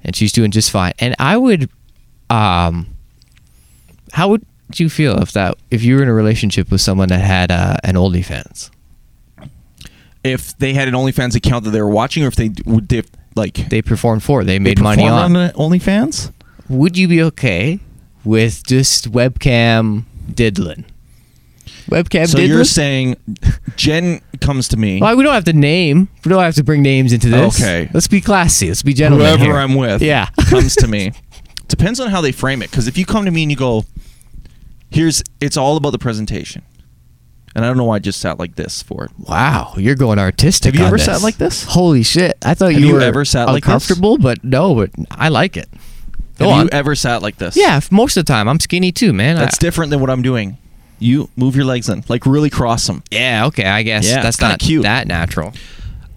[SPEAKER 3] and she's doing just fine. And I would, um, how would you feel if that if you were in a relationship with someone that had uh, an OnlyFans?
[SPEAKER 2] If they had an OnlyFans account that they were watching, or if they d- would dip like they
[SPEAKER 3] They performed for, they made money on.
[SPEAKER 2] perform on the OnlyFans.
[SPEAKER 3] Would you be okay with just webcam diddling? Webcam
[SPEAKER 2] So
[SPEAKER 3] diddling.
[SPEAKER 2] you're saying Jen comes to me.
[SPEAKER 3] Well, we don't have to name. We don't have to bring names into this.
[SPEAKER 2] Okay.
[SPEAKER 3] Let's be classy. Let's be gentlemen.
[SPEAKER 2] Whoever
[SPEAKER 3] here.
[SPEAKER 2] I'm with
[SPEAKER 3] Yeah.
[SPEAKER 2] comes to me. Depends on how they frame it. Because if you come to me and you go, here's, it's all about the presentation. And I don't know why I just sat like this for it.
[SPEAKER 3] wow, you're going artistic.
[SPEAKER 2] Have you
[SPEAKER 3] on
[SPEAKER 2] ever
[SPEAKER 3] this.
[SPEAKER 2] sat like this?
[SPEAKER 3] Holy shit! I thought
[SPEAKER 2] Have
[SPEAKER 3] you,
[SPEAKER 2] you
[SPEAKER 3] were
[SPEAKER 2] ever sat like this?
[SPEAKER 3] uncomfortable, but no, but I like it. Go
[SPEAKER 2] Have
[SPEAKER 3] on.
[SPEAKER 2] you Oh, ever sat like this?
[SPEAKER 3] yeah, f- most of the time I'm skinny too, man.
[SPEAKER 2] That's
[SPEAKER 3] I-
[SPEAKER 2] different than what I'm doing. You move your legs in, like really cross them.
[SPEAKER 3] yeah. Okay, I guess
[SPEAKER 2] Yeah, it's
[SPEAKER 3] that's
[SPEAKER 2] kinda
[SPEAKER 3] not
[SPEAKER 2] cute.
[SPEAKER 3] that natural.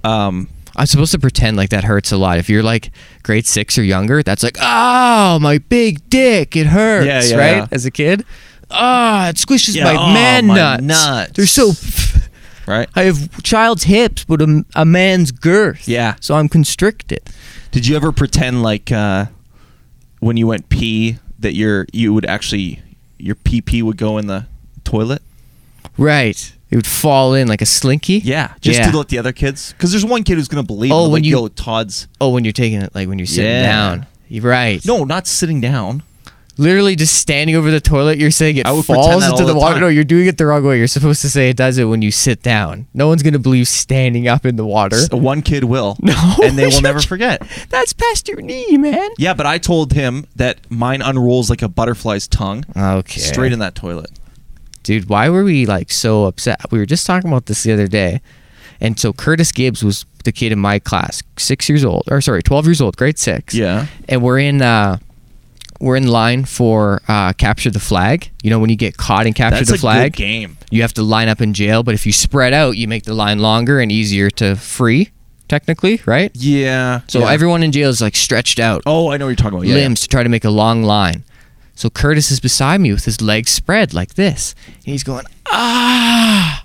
[SPEAKER 2] Um,
[SPEAKER 3] I'm supposed to pretend like that hurts a lot. If you're like grade six or younger, that's like, oh, my big dick, it hurts,
[SPEAKER 2] Yeah, yeah,
[SPEAKER 3] right?
[SPEAKER 2] yeah.
[SPEAKER 3] As a kid, ah, it squishes
[SPEAKER 2] Yeah,
[SPEAKER 3] my
[SPEAKER 2] oh,
[SPEAKER 3] man
[SPEAKER 2] my
[SPEAKER 3] nuts.
[SPEAKER 2] nuts.
[SPEAKER 3] They're so.
[SPEAKER 2] right?
[SPEAKER 3] I have child's hips, but a, a man's girth.
[SPEAKER 2] Yeah.
[SPEAKER 3] So I'm constricted.
[SPEAKER 2] Did you ever pretend like uh, when you went pee that your you would actually your pee pee would go in the toilet?
[SPEAKER 3] Right. It would fall in like a slinky.
[SPEAKER 2] Yeah, just to let the other kids, because there's one kid who's gonna believe.
[SPEAKER 3] Oh,
[SPEAKER 2] Oh,
[SPEAKER 3] when
[SPEAKER 2] like,
[SPEAKER 3] you-
[SPEAKER 2] yo, Todd's
[SPEAKER 3] Oh, when you're taking it, like when you're sitting
[SPEAKER 2] Yeah.
[SPEAKER 3] down. You're right.
[SPEAKER 2] no, not sitting down.
[SPEAKER 3] literally just standing over the toilet. You're saying it
[SPEAKER 2] I would pretend
[SPEAKER 3] falls
[SPEAKER 2] that
[SPEAKER 3] into
[SPEAKER 2] all
[SPEAKER 3] the,
[SPEAKER 2] the
[SPEAKER 3] water.
[SPEAKER 2] time.
[SPEAKER 3] No, you're doing it the wrong way. You're supposed to say it does it when you sit down. No one's gonna believe standing up in the water.
[SPEAKER 2] S- One kid will,
[SPEAKER 3] No,
[SPEAKER 2] and they will
[SPEAKER 3] you're
[SPEAKER 2] never
[SPEAKER 3] j-
[SPEAKER 2] forget.
[SPEAKER 3] That's past your knee, man.
[SPEAKER 2] Yeah, but I told him that mine unrolls like a butterfly's tongue,
[SPEAKER 3] Okay.
[SPEAKER 2] straight in that toilet.
[SPEAKER 3] dude why were we like so upset we were just talking about this the other day and so curtis gibbs was the kid in my class six years old or sorry 12 years old grade six
[SPEAKER 2] Yeah.
[SPEAKER 3] and we're in uh we're in line for uh, capture the flag. You know when you get caught in capture
[SPEAKER 2] That's
[SPEAKER 3] the
[SPEAKER 2] a
[SPEAKER 3] flag,
[SPEAKER 2] good game.
[SPEAKER 3] You have to line up in jail, but if you spread out, you make the line longer and easier to free. Technically, right?
[SPEAKER 2] Yeah.
[SPEAKER 3] So
[SPEAKER 2] yeah.
[SPEAKER 3] everyone in jail is like stretched out
[SPEAKER 2] Oh, I know what you're talking about. Yeah, yeah.
[SPEAKER 3] limbs to try to make a long line. So Curtis is beside me with his legs spread like this, and he's going ah,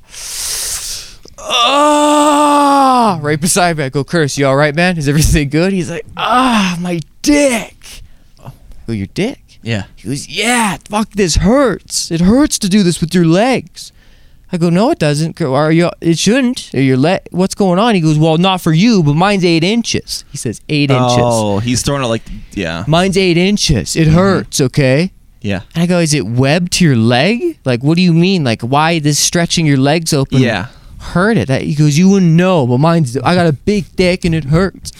[SPEAKER 3] ah, right beside me. I go, Curtis, you all right, man? Is everything good? He's like, ah, my dick. Oh, your dick?
[SPEAKER 2] Yeah.
[SPEAKER 3] He goes, yeah, fuck, this hurts. It hurts to do this with your legs. I go, no, it doesn't. Go, Are you? It shouldn't. Are your le- What's going on? He goes, well, not for you, but mine's eight inches. He says eight inches.
[SPEAKER 2] Oh, he's throwing it like yeah,
[SPEAKER 3] Mine's eight inches.
[SPEAKER 2] Mm-hmm.
[SPEAKER 3] It hurts, okay?
[SPEAKER 2] yeah.
[SPEAKER 3] And I go, is it webbed to your leg? Like, what do you mean? Like, why does stretching your legs open
[SPEAKER 2] Yeah.
[SPEAKER 3] hurt it? That, he goes, you wouldn't know, but mine's, I got a big dick and it hurts.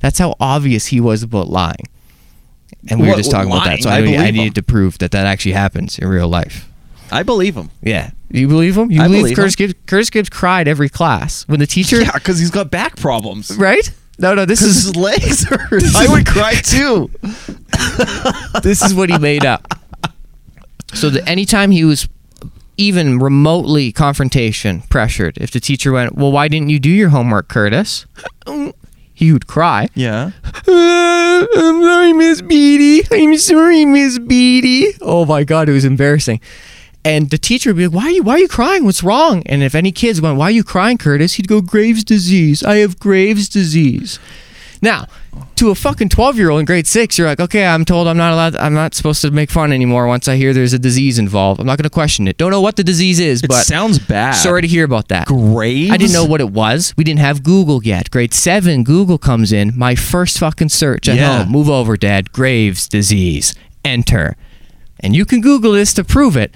[SPEAKER 3] That's how obvious he was about lying. And we
[SPEAKER 2] What-
[SPEAKER 3] were just talking about that. So I,
[SPEAKER 2] lying? I
[SPEAKER 3] need- I
[SPEAKER 2] believe him.
[SPEAKER 3] needed to prove that that actually happens in real life.
[SPEAKER 2] I believe him.
[SPEAKER 3] Yeah. You believe him? You
[SPEAKER 2] I
[SPEAKER 3] believe,
[SPEAKER 2] believe
[SPEAKER 3] Curtis
[SPEAKER 2] him.
[SPEAKER 3] Gibbs? Curtis Gibbs cried every class when the teacher,
[SPEAKER 2] Yeah, because he's got back problems.
[SPEAKER 3] right? No, no, this
[SPEAKER 2] Because
[SPEAKER 3] is
[SPEAKER 2] his legs hurt. I would cry too.
[SPEAKER 3] this is what he made up. So that anytime he was even remotely confrontation pressured, if the teacher went, "Well, why didn't you do your homework, Curtis?" He would cry.
[SPEAKER 2] Yeah.
[SPEAKER 3] "Uh, I'm sorry, Miss Beatty. I'm sorry, Miss Beatty. Oh my God, it was embarrassing. And the teacher would be like, "Why are you? Why are you crying? What's wrong?" And if any kids went, "Why are you crying, Curtis?" He'd go, "Graves' disease. I have Graves' disease." Now, to a fucking twelve-year-old in grade six, you're like, "Okay, I'm told I'm not allowed. I'm not supposed to make fun anymore. Once I hear there's a disease involved, I'm not going to question it. Don't know what the disease is,
[SPEAKER 2] It
[SPEAKER 3] but
[SPEAKER 2] sounds bad.
[SPEAKER 3] Sorry to hear about that.
[SPEAKER 2] Graves?
[SPEAKER 3] I didn't know what it was. We didn't have Google yet. Grade seven, Google comes in. My first fucking search at
[SPEAKER 2] Yeah.
[SPEAKER 3] home. Move over, Dad. Graves disease. Enter. And you can Google this to prove it.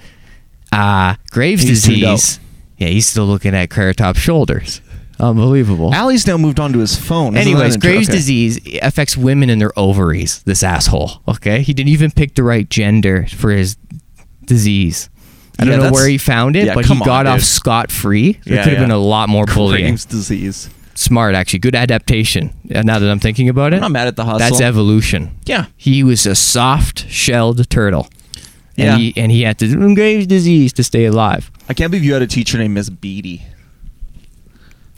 [SPEAKER 3] Ah, Graves
[SPEAKER 2] He's tuned out.
[SPEAKER 3] disease. Yeah, he's still looking at Keratop's shoulders. Unbelievable.
[SPEAKER 2] Allie's now moved on to his phone. Isn't
[SPEAKER 3] Anyways,
[SPEAKER 2] that inter-
[SPEAKER 3] Graves'
[SPEAKER 2] okay.
[SPEAKER 3] disease affects women in their ovaries. This asshole. Okay, he didn't even pick the right gender for his disease. I
[SPEAKER 2] Yeah,
[SPEAKER 3] don't know
[SPEAKER 2] that's-
[SPEAKER 3] where he found it,
[SPEAKER 2] yeah,
[SPEAKER 3] but he
[SPEAKER 2] come on,
[SPEAKER 3] got off
[SPEAKER 2] dude.
[SPEAKER 3] scot free. There
[SPEAKER 2] Yeah,
[SPEAKER 3] could have
[SPEAKER 2] yeah.
[SPEAKER 3] been a lot more bullying.
[SPEAKER 2] Graves' disease.
[SPEAKER 3] Smart, actually, good adaptation. uh, Now that I'm thinking about it,
[SPEAKER 2] I'm not mad at the hustle.
[SPEAKER 3] That's evolution.
[SPEAKER 2] Yeah.
[SPEAKER 3] he was a soft-shelled turtle. And
[SPEAKER 2] Yeah.
[SPEAKER 3] he, and he had to Graves' disease to stay alive.
[SPEAKER 2] I can't believe you had a teacher named Miss Beatty.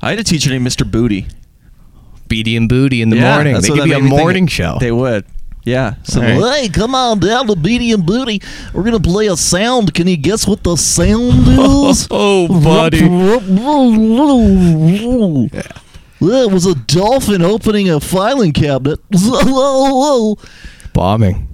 [SPEAKER 2] I had a teacher named Mr. Booty.
[SPEAKER 3] Beady and booty in the
[SPEAKER 2] Yeah,
[SPEAKER 3] morning.
[SPEAKER 2] that's
[SPEAKER 3] They
[SPEAKER 2] what
[SPEAKER 3] could
[SPEAKER 2] that
[SPEAKER 3] be
[SPEAKER 2] made
[SPEAKER 3] a
[SPEAKER 2] me think.
[SPEAKER 3] morning show.
[SPEAKER 2] They would. Yeah. So,
[SPEAKER 3] All
[SPEAKER 2] hey, come on down to Beatty and Booty. We're going to play a sound. Can you guess what the sound is?
[SPEAKER 3] oh, buddy.
[SPEAKER 2] Yeah. It was a dolphin opening a filing cabinet.
[SPEAKER 3] Bombing.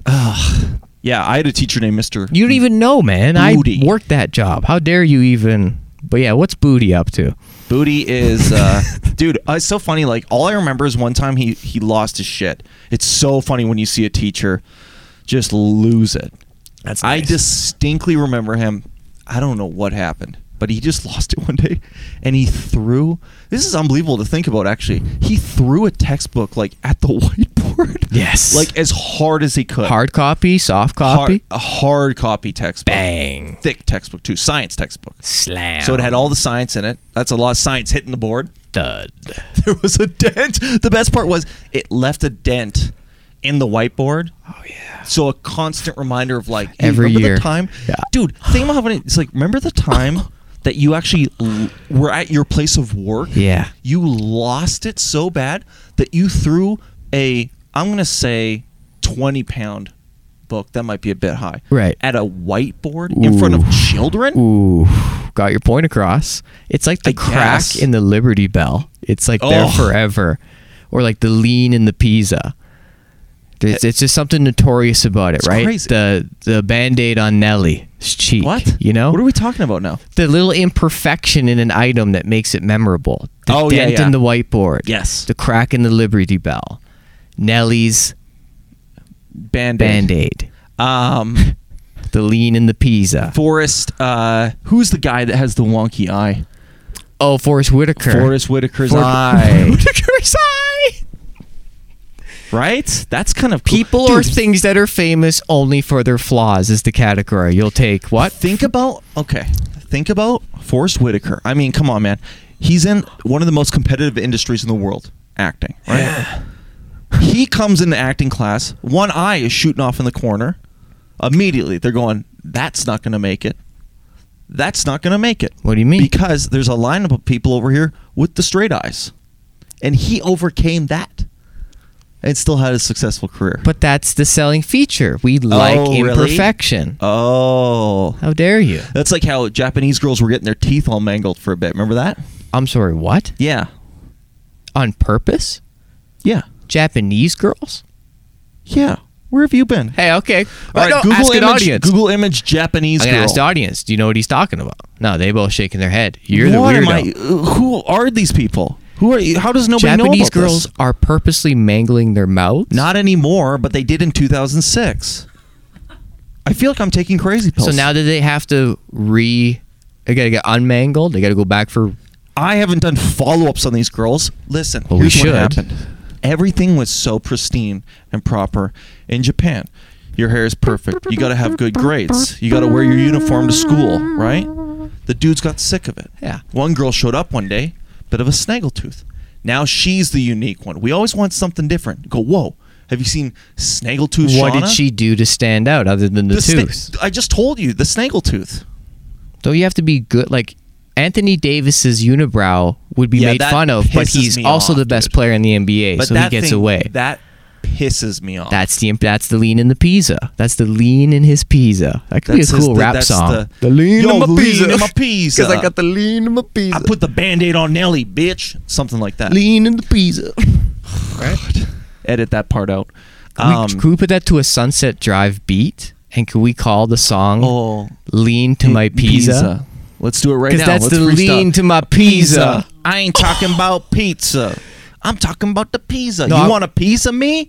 [SPEAKER 2] yeah, I had a teacher named Mr.
[SPEAKER 3] You don't even know, man.
[SPEAKER 2] Booty.
[SPEAKER 3] I worked that job. How dare you even? But yeah, what's Booty up to?
[SPEAKER 2] Booty is, uh, dude. uh, It's so funny. Like all I remember is one time he he lost his shit. It's so funny when you see a teacher just lose it.
[SPEAKER 3] That's
[SPEAKER 2] I distinctly remember him. I don't know what happened, but he just lost it one day, and he threw. This is unbelievable to think about. Actually, he threw a textbook like at the whiteboard.
[SPEAKER 3] Yes.
[SPEAKER 2] like as hard as he could.
[SPEAKER 3] hard copy, soft
[SPEAKER 2] Hard-
[SPEAKER 3] copy,
[SPEAKER 2] a hard copy textbook.
[SPEAKER 3] bang,
[SPEAKER 2] Thick textbook too. Science textbook.
[SPEAKER 3] slam.
[SPEAKER 2] So it had all the science in it. That's a lot of science hitting the board.
[SPEAKER 3] thud.
[SPEAKER 2] There was a dent. The best part was it left a dent in the whiteboard. Oh yeah. So a constant reminder of like hey,
[SPEAKER 3] Every
[SPEAKER 2] remember
[SPEAKER 3] year.
[SPEAKER 2] the time,
[SPEAKER 3] Yeah.
[SPEAKER 2] dude. Think about how many. It's like remember the time that you actually l- were at your place of work.
[SPEAKER 3] Yeah.
[SPEAKER 2] You lost it so bad that you threw a, I'm going to say, 20 pound book. That might be a bit high.
[SPEAKER 3] Right.
[SPEAKER 2] At a whiteboard in front of children.
[SPEAKER 3] Ooh, got your point across. It's like the
[SPEAKER 2] I
[SPEAKER 3] crack
[SPEAKER 2] guess.
[SPEAKER 3] in the Liberty Bell. It's like there
[SPEAKER 2] Oh.
[SPEAKER 3] forever, or like the lean in the Pisa. It's, it's just something notorious about it, right?
[SPEAKER 2] crazy.
[SPEAKER 3] The the band aid on Nelly's cheek.
[SPEAKER 2] What?
[SPEAKER 3] You know?
[SPEAKER 2] What are we talking about now?
[SPEAKER 3] the little imperfection in an item that makes it memorable. The
[SPEAKER 2] Oh, yeah,
[SPEAKER 3] dent
[SPEAKER 2] yeah.
[SPEAKER 3] in the whiteboard.
[SPEAKER 2] Yes.
[SPEAKER 3] The crack in the Liberty Bell. Nelly's
[SPEAKER 2] Band
[SPEAKER 3] band aid.
[SPEAKER 2] Um,
[SPEAKER 3] The lean in the Pisa.
[SPEAKER 2] Forrest, uh, who's the guy that has the wonky eye?
[SPEAKER 3] oh, Forrest Whitaker.
[SPEAKER 2] Forrest Whitaker's
[SPEAKER 3] Forrest-
[SPEAKER 2] eye.
[SPEAKER 3] Whitaker's eye.
[SPEAKER 2] right? That's kind of cool.
[SPEAKER 3] People or
[SPEAKER 2] Dude,
[SPEAKER 3] things that are famous only for their flaws is the category. You'll take what?
[SPEAKER 2] Think about okay. Think about Forrest Whitaker. I mean, come on, man. He's in one of the most competitive industries in the world, acting. Right. He comes into acting class. One eye is shooting off in the corner. Immediately, they're going. That's not going to make it. That's not going to make it.
[SPEAKER 3] What do you mean?
[SPEAKER 2] Because there's a lineup of people over here with the straight eyes, and he overcame that, and still had a successful career.
[SPEAKER 3] But that's the selling feature. We like
[SPEAKER 2] Oh, really?
[SPEAKER 3] imperfection.
[SPEAKER 2] oh,
[SPEAKER 3] How dare you?
[SPEAKER 2] That's like how Japanese girls were getting their teeth all mangled for a bit. Remember that?
[SPEAKER 3] I'm sorry, what?
[SPEAKER 2] Yeah.
[SPEAKER 3] On purpose?
[SPEAKER 2] Yeah.
[SPEAKER 3] Japanese girls?
[SPEAKER 2] Yeah. Where have you been?
[SPEAKER 3] Hey, okay.
[SPEAKER 2] All right,
[SPEAKER 3] no,
[SPEAKER 2] Google
[SPEAKER 3] ask
[SPEAKER 2] image,
[SPEAKER 3] an audience.
[SPEAKER 2] Google image Japanese
[SPEAKER 3] I'm
[SPEAKER 2] girl.
[SPEAKER 3] gonna ask the audience. Do you know what he's talking about? No, they both shaking their head. You're
[SPEAKER 2] what
[SPEAKER 3] the
[SPEAKER 2] am
[SPEAKER 3] weirdo.
[SPEAKER 2] I? uh, Who are these people? Who are you? How does nobody know
[SPEAKER 3] Japanese
[SPEAKER 2] about this?
[SPEAKER 3] girls are purposely mangling their mouths.
[SPEAKER 2] Not anymore, but they did in 2006. I feel like I'm taking crazy pills.
[SPEAKER 3] so now that they have to re, they gotta get unmangled. They gotta go back for
[SPEAKER 2] I haven't done follow ups on these girls. Listen,
[SPEAKER 3] Well, we
[SPEAKER 2] here's
[SPEAKER 3] should.
[SPEAKER 2] what happened. Everything was so pristine and proper in Japan. Your hair is perfect. You got to have good grades. You got to wear your uniform to school, right? The dudes got sick of it.
[SPEAKER 3] Yeah.
[SPEAKER 2] One girl showed up one day, bit of a snaggletooth. Now she's the unique one. We always want something different. Go, whoa, have you seen snaggletooth
[SPEAKER 3] What did
[SPEAKER 2] Shauna?"
[SPEAKER 3] she do to stand out other than the,
[SPEAKER 2] The sna-
[SPEAKER 3] tooth?
[SPEAKER 2] I just told you, the snaggletooth.
[SPEAKER 3] Don't you have to be good? Like Anthony Davis's unibrow would be
[SPEAKER 2] Yeah,
[SPEAKER 3] made
[SPEAKER 2] that
[SPEAKER 3] fun of, but
[SPEAKER 2] pisses
[SPEAKER 3] he's
[SPEAKER 2] me
[SPEAKER 3] also
[SPEAKER 2] off,
[SPEAKER 3] the best
[SPEAKER 2] dude.
[SPEAKER 3] player in the NBA,
[SPEAKER 2] But
[SPEAKER 3] so he
[SPEAKER 2] that
[SPEAKER 3] gets
[SPEAKER 2] thing-
[SPEAKER 3] away.
[SPEAKER 2] That pisses me off.
[SPEAKER 3] that's the that's the lean in the Pisa. That's the lean in his Pisa. That could
[SPEAKER 2] That's
[SPEAKER 3] be a cool
[SPEAKER 2] his-
[SPEAKER 3] rap
[SPEAKER 2] that's
[SPEAKER 3] song.
[SPEAKER 2] the- The lean Yo, in my the lean Pisa. in my Pisa. 'Cause I got
[SPEAKER 3] the lean in my Pisa.
[SPEAKER 2] I put the band-aid on Nelly, bitch. Something like that.
[SPEAKER 3] lean in the Pisa.
[SPEAKER 2] Edit that part out.
[SPEAKER 3] Um, could we put that to a Sunset Drive beat? And could we call the song
[SPEAKER 2] oh,
[SPEAKER 3] "Lean to My Pisa"?
[SPEAKER 2] Let's do it right
[SPEAKER 3] Because
[SPEAKER 2] now.
[SPEAKER 3] that's
[SPEAKER 2] Let's
[SPEAKER 3] the
[SPEAKER 2] freestyle.
[SPEAKER 3] lean to my Pisa.
[SPEAKER 2] I ain't talking about pizza. I'm talking about the pizza.
[SPEAKER 3] No,
[SPEAKER 2] you
[SPEAKER 3] I'm-
[SPEAKER 2] want a piece of me?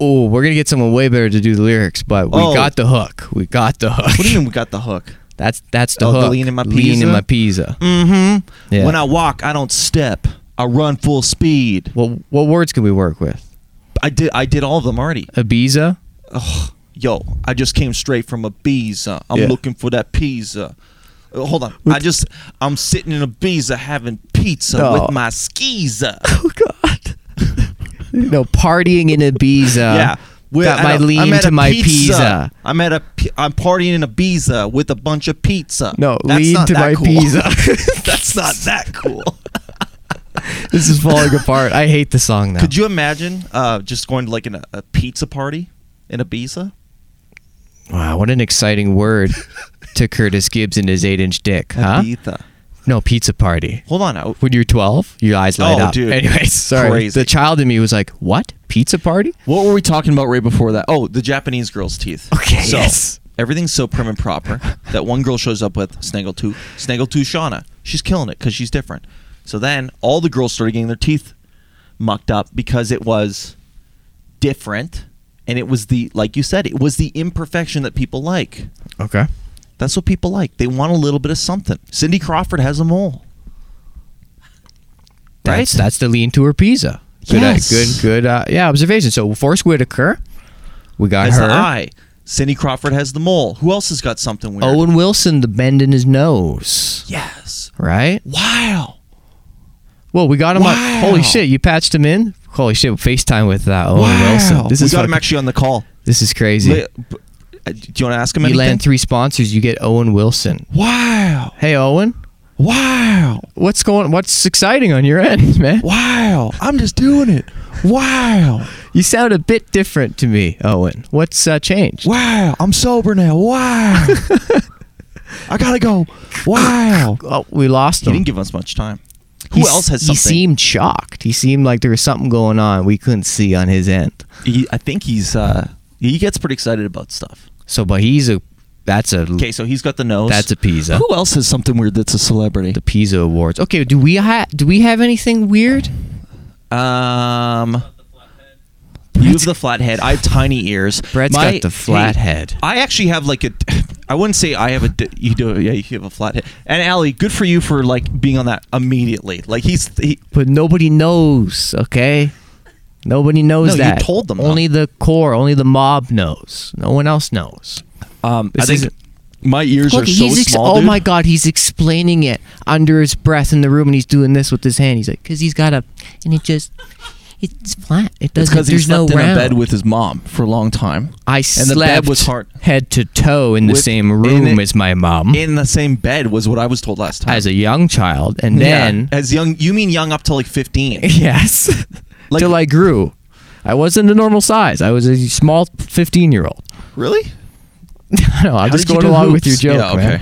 [SPEAKER 3] Oh, we're gonna get someone way better to do the lyrics, but we
[SPEAKER 2] Oh.
[SPEAKER 3] got the hook. We got the hook.
[SPEAKER 2] What do you mean we got the hook?
[SPEAKER 3] That's that's the
[SPEAKER 2] Oh, the
[SPEAKER 3] hook.
[SPEAKER 2] lean in my
[SPEAKER 3] Lean
[SPEAKER 2] pizza?
[SPEAKER 3] in my pizza.
[SPEAKER 2] Mm-hmm.
[SPEAKER 3] Yeah.
[SPEAKER 2] When I walk, I don't step. I run full speed.
[SPEAKER 3] Well, what words can we work with?
[SPEAKER 2] I did. I did all of them already.
[SPEAKER 3] Ibiza.
[SPEAKER 2] yo, I just came straight from a Ibiza. I'm
[SPEAKER 3] Yeah.
[SPEAKER 2] looking for that pizza. Uh, Hold on, I just I'm sitting in a Ibiza having pizza
[SPEAKER 3] No.
[SPEAKER 2] with my skeezer.
[SPEAKER 3] Oh God. no partying in Ibiza.
[SPEAKER 2] yeah, We're-
[SPEAKER 3] got
[SPEAKER 2] I
[SPEAKER 3] my
[SPEAKER 2] know,
[SPEAKER 3] lean
[SPEAKER 2] I'm at
[SPEAKER 3] to
[SPEAKER 2] a
[SPEAKER 3] my pizza.
[SPEAKER 2] I'm at a pi- I'm partying in Ibiza with a bunch of pizza.
[SPEAKER 3] No,
[SPEAKER 2] That's
[SPEAKER 3] lean
[SPEAKER 2] not
[SPEAKER 3] to
[SPEAKER 2] that
[SPEAKER 3] my
[SPEAKER 2] cool.
[SPEAKER 3] pizza.
[SPEAKER 2] That's not that cool.
[SPEAKER 3] This is falling apart. I hate the song now.
[SPEAKER 2] Could you imagine uh, just going to like an, a pizza party in Ibiza?
[SPEAKER 3] wow, what an exciting word to Curtis Gibbs and his eight-inch dick, huh?
[SPEAKER 2] Ibiza.
[SPEAKER 3] No pizza party.
[SPEAKER 2] Hold on, I,
[SPEAKER 3] When you're 12, your eyes light
[SPEAKER 2] Oh,
[SPEAKER 3] up.
[SPEAKER 2] dude.
[SPEAKER 3] Anyways, sorry.
[SPEAKER 2] Crazy.
[SPEAKER 3] The child in me was like, "What pizza party?"
[SPEAKER 2] What were we talking about right before that? Oh, the Japanese girl's teeth.
[SPEAKER 3] Okay,
[SPEAKER 2] So
[SPEAKER 3] yes.
[SPEAKER 2] everything's so prim and proper that one girl shows up with Snaggletooth, Snaggletooth Shauna. She's killing it because she's different. So then all the girls started getting their teeth mucked up because it was different, and it was the like you said, it was the imperfection that people like.
[SPEAKER 3] Okay.
[SPEAKER 2] That's what people like. They want a little bit of something. Cindy Crawford has a mole.
[SPEAKER 3] That's
[SPEAKER 2] Right?
[SPEAKER 3] that's the lean to her pizza. Good,
[SPEAKER 2] Yes.
[SPEAKER 3] good, good. Uh, yeah, observation. So Forrest Whitaker, we got
[SPEAKER 2] Has
[SPEAKER 3] her.
[SPEAKER 2] the eye. Cindy Crawford has the mole. Who else has got something weird?
[SPEAKER 3] Owen Wilson, the bend in his nose.
[SPEAKER 2] yes.
[SPEAKER 3] Right.
[SPEAKER 2] Wow.
[SPEAKER 3] Well, we got him. On,
[SPEAKER 2] Wow.
[SPEAKER 3] holy shit! You patched him in. Holy shit! Facetime with uh, Owen Wilson. This
[SPEAKER 2] we
[SPEAKER 3] is
[SPEAKER 2] got him
[SPEAKER 3] fucking-
[SPEAKER 2] actually on the call.
[SPEAKER 3] This is
[SPEAKER 2] La-
[SPEAKER 3] crazy.
[SPEAKER 2] b- uh, Do you want to ask him
[SPEAKER 3] You
[SPEAKER 2] anything?
[SPEAKER 3] land three sponsors, you get Owen Wilson.
[SPEAKER 2] wow.
[SPEAKER 3] Hey Owen,
[SPEAKER 2] Wow.
[SPEAKER 3] What's going? What's exciting on your end, man?
[SPEAKER 2] Wow. I'm just doing it. Wow.
[SPEAKER 3] You sound a bit different to me, Owen. What's uh, changed?
[SPEAKER 2] Wow. I'm sober now. Wow. I gotta go. Wow.
[SPEAKER 3] Oh, we lost
[SPEAKER 2] He
[SPEAKER 3] him.
[SPEAKER 2] didn't give us much time. Who else has
[SPEAKER 3] He
[SPEAKER 2] something?
[SPEAKER 3] seemed shocked. He seemed like there was something going on we couldn't see on his end.
[SPEAKER 2] He- I think he's. uh He gets pretty excited about stuff.
[SPEAKER 3] So, but he's a. That's a.
[SPEAKER 2] Okay, so he's got the nose.
[SPEAKER 3] That's a Pisa.
[SPEAKER 2] Who else has something weird that's a celebrity?
[SPEAKER 3] The Pisa Awards. Okay, do we ha- do we have anything weird?
[SPEAKER 2] Um. You have the flat head. I have tiny ears.
[SPEAKER 3] Brett's
[SPEAKER 2] Brett's
[SPEAKER 3] got the flat head.
[SPEAKER 2] I actually have like a. I wouldn't say I have a. d- You do. Yeah, you have a flat head. And Allie, good for you for like being on that immediately. Like he's. He,
[SPEAKER 3] But nobody knows. Okay, nobody knows
[SPEAKER 2] No, you
[SPEAKER 3] that.
[SPEAKER 2] told them,
[SPEAKER 3] Only the core. Only the mob knows. No one else knows.
[SPEAKER 2] um, I
[SPEAKER 3] This
[SPEAKER 2] think
[SPEAKER 3] isn't-
[SPEAKER 2] my ears
[SPEAKER 3] Look,
[SPEAKER 2] are so
[SPEAKER 3] he's ex-
[SPEAKER 2] small.
[SPEAKER 3] oh
[SPEAKER 2] dude.
[SPEAKER 3] my god, he's explaining it under his breath in the room, and he's doing this with his hand. He's like, because he's got a, and it just, it's flat. It
[SPEAKER 2] It's
[SPEAKER 3] doesn't.
[SPEAKER 2] because he
[SPEAKER 3] there's
[SPEAKER 2] slept
[SPEAKER 3] no
[SPEAKER 2] in
[SPEAKER 3] round.
[SPEAKER 2] a bed with his mom for a long time.
[SPEAKER 3] I
[SPEAKER 2] and
[SPEAKER 3] slept
[SPEAKER 2] the bed was hard.
[SPEAKER 3] head to toe in the
[SPEAKER 2] With-
[SPEAKER 3] same
[SPEAKER 2] in
[SPEAKER 3] room
[SPEAKER 2] it-
[SPEAKER 3] as my mom
[SPEAKER 2] In the same bed was what I was told last time.
[SPEAKER 3] Mm. as a young child, and
[SPEAKER 2] Yeah,
[SPEAKER 3] then
[SPEAKER 2] as young, you mean young up to like fifteen?
[SPEAKER 3] yes,
[SPEAKER 2] Like-
[SPEAKER 3] till I grew. I wasn't a normal size. I was a small fifteen-year-old.
[SPEAKER 2] really?
[SPEAKER 3] No, I'm
[SPEAKER 2] How
[SPEAKER 3] just
[SPEAKER 2] did you
[SPEAKER 3] going
[SPEAKER 2] do
[SPEAKER 3] along with your
[SPEAKER 2] hoops?
[SPEAKER 3] joke,
[SPEAKER 2] Yeah,
[SPEAKER 3] man.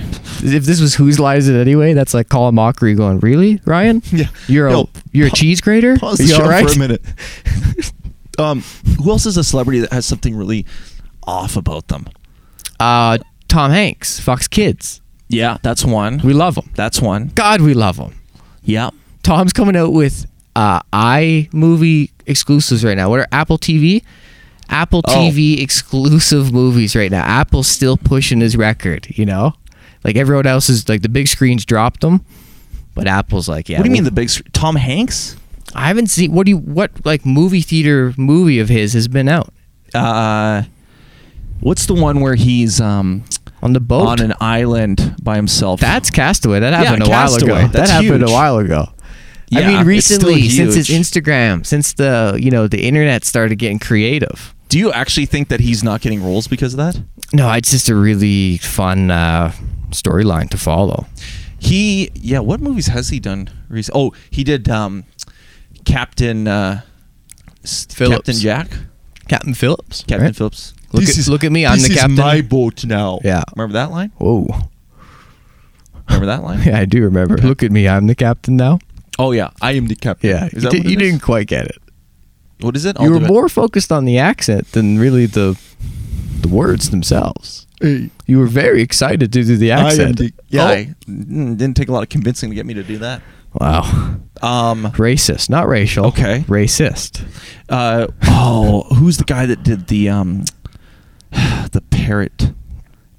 [SPEAKER 3] If this was whose lies it anyway, that's like call mockery. Going really, Ryan?
[SPEAKER 2] Yeah.
[SPEAKER 3] You're
[SPEAKER 2] Yo,
[SPEAKER 3] a you're a
[SPEAKER 2] pa-
[SPEAKER 3] cheese grater.
[SPEAKER 2] Pause
[SPEAKER 3] Are
[SPEAKER 2] the
[SPEAKER 3] you
[SPEAKER 2] show
[SPEAKER 3] all right?
[SPEAKER 2] for a minute. um, who else is a celebrity that has something really off about them?
[SPEAKER 3] Uh, Tom Hanks, Fox Kids.
[SPEAKER 2] Yeah, that's one.
[SPEAKER 3] We love him.
[SPEAKER 2] That's one.
[SPEAKER 3] God, we love him.
[SPEAKER 2] Yeah.
[SPEAKER 3] Tom's coming out with uh, iMovie exclusives right now. What are Apple TV? Apple
[SPEAKER 2] Oh.
[SPEAKER 3] TV exclusive movies right now. Apple's still pushing his record, you know? Like everyone else is like the big screens dropped them, but Apple's like, yeah.
[SPEAKER 2] What do you mean
[SPEAKER 3] well-
[SPEAKER 2] the big sc- Tom Hanks?
[SPEAKER 3] I haven't seen what do you what like movie theater movie of his has been out
[SPEAKER 2] Uh, what's the one where he's um
[SPEAKER 3] on the boat?
[SPEAKER 2] on an island by himself?
[SPEAKER 3] That's Castaway. That
[SPEAKER 2] Yeah,
[SPEAKER 3] happened a
[SPEAKER 2] Castaway.
[SPEAKER 3] while ago.
[SPEAKER 2] That's
[SPEAKER 3] that happened
[SPEAKER 2] huge.
[SPEAKER 3] a while ago. I
[SPEAKER 2] Yeah,
[SPEAKER 3] mean,
[SPEAKER 2] it's still
[SPEAKER 3] recently, since his
[SPEAKER 2] huge.
[SPEAKER 3] Instagram, since the you know the internet started getting creative.
[SPEAKER 2] Do you actually think that he's not getting roles because of that?
[SPEAKER 3] No, it's just a really fun uh, storyline to follow.
[SPEAKER 2] He yeah, what movies has he done recently? Oh, he did um Captain uh s-
[SPEAKER 3] Phillips.
[SPEAKER 2] Captain Jack.
[SPEAKER 3] Captain Phillips.
[SPEAKER 2] Captain
[SPEAKER 3] right?
[SPEAKER 2] Phillips.
[SPEAKER 3] Look
[SPEAKER 2] This
[SPEAKER 3] at-
[SPEAKER 2] is-
[SPEAKER 3] look at me, I'm
[SPEAKER 2] this
[SPEAKER 3] the
[SPEAKER 2] is
[SPEAKER 3] captain.
[SPEAKER 2] my boat now.
[SPEAKER 3] Yeah.
[SPEAKER 2] Remember that line?
[SPEAKER 3] Whoa.
[SPEAKER 2] Remember that line?
[SPEAKER 3] Yeah, I do remember. Look at me. I'm the captain now.
[SPEAKER 2] Oh yeah, I am the captain.
[SPEAKER 3] Yeah.
[SPEAKER 2] Is
[SPEAKER 3] you
[SPEAKER 2] that
[SPEAKER 3] did,
[SPEAKER 2] what it
[SPEAKER 3] you
[SPEAKER 2] is?
[SPEAKER 3] didn't quite get it.
[SPEAKER 2] What is it?
[SPEAKER 3] you
[SPEAKER 2] I'll
[SPEAKER 3] were
[SPEAKER 2] do it.
[SPEAKER 3] more focused on the accent than really the the words themselves. You were very excited to do the accent.
[SPEAKER 2] Yeah,
[SPEAKER 3] Oh.
[SPEAKER 2] I- mm, didn't take a lot of convincing to get me to do that.
[SPEAKER 3] Wow.
[SPEAKER 2] Um
[SPEAKER 3] Racist, not racial.
[SPEAKER 2] Okay.
[SPEAKER 3] Racist.
[SPEAKER 2] uh oh, who's the guy that did the um the parrot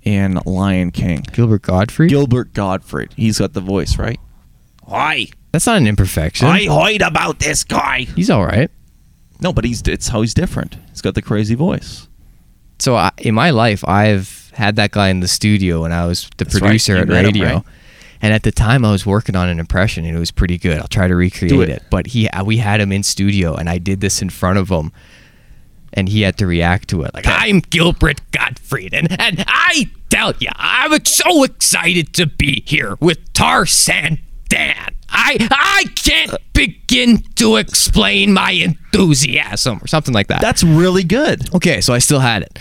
[SPEAKER 2] in Lion King?
[SPEAKER 3] Gilbert Godfrey.
[SPEAKER 2] Gilbert Gottfried. He's got the voice, right? Hi.
[SPEAKER 3] That's not an imperfection.
[SPEAKER 2] heard about this guy.
[SPEAKER 3] He's all right.
[SPEAKER 2] No, but he's it's how he's different. He's got the crazy voice.
[SPEAKER 3] So I, in my life, I've had that guy in the studio when I was the
[SPEAKER 2] right.
[SPEAKER 3] producer
[SPEAKER 2] You
[SPEAKER 3] at
[SPEAKER 2] met him,
[SPEAKER 3] radio.
[SPEAKER 2] right?
[SPEAKER 3] And at the time, I was working on an impression, and it was pretty good. I'll try to recreate
[SPEAKER 2] it.
[SPEAKER 3] it. But he, uh, we had him in studio, and I did this in front of him, and he had to react to it. Like I'm Gilbert Gottfried, and, and I tell you, I'm so excited to be here with Tarzan Dan. I I
[SPEAKER 2] Uh,
[SPEAKER 3] can't begin to explain my enthusiasm, or something like that.
[SPEAKER 2] That's really good.
[SPEAKER 3] Okay, so I still had it.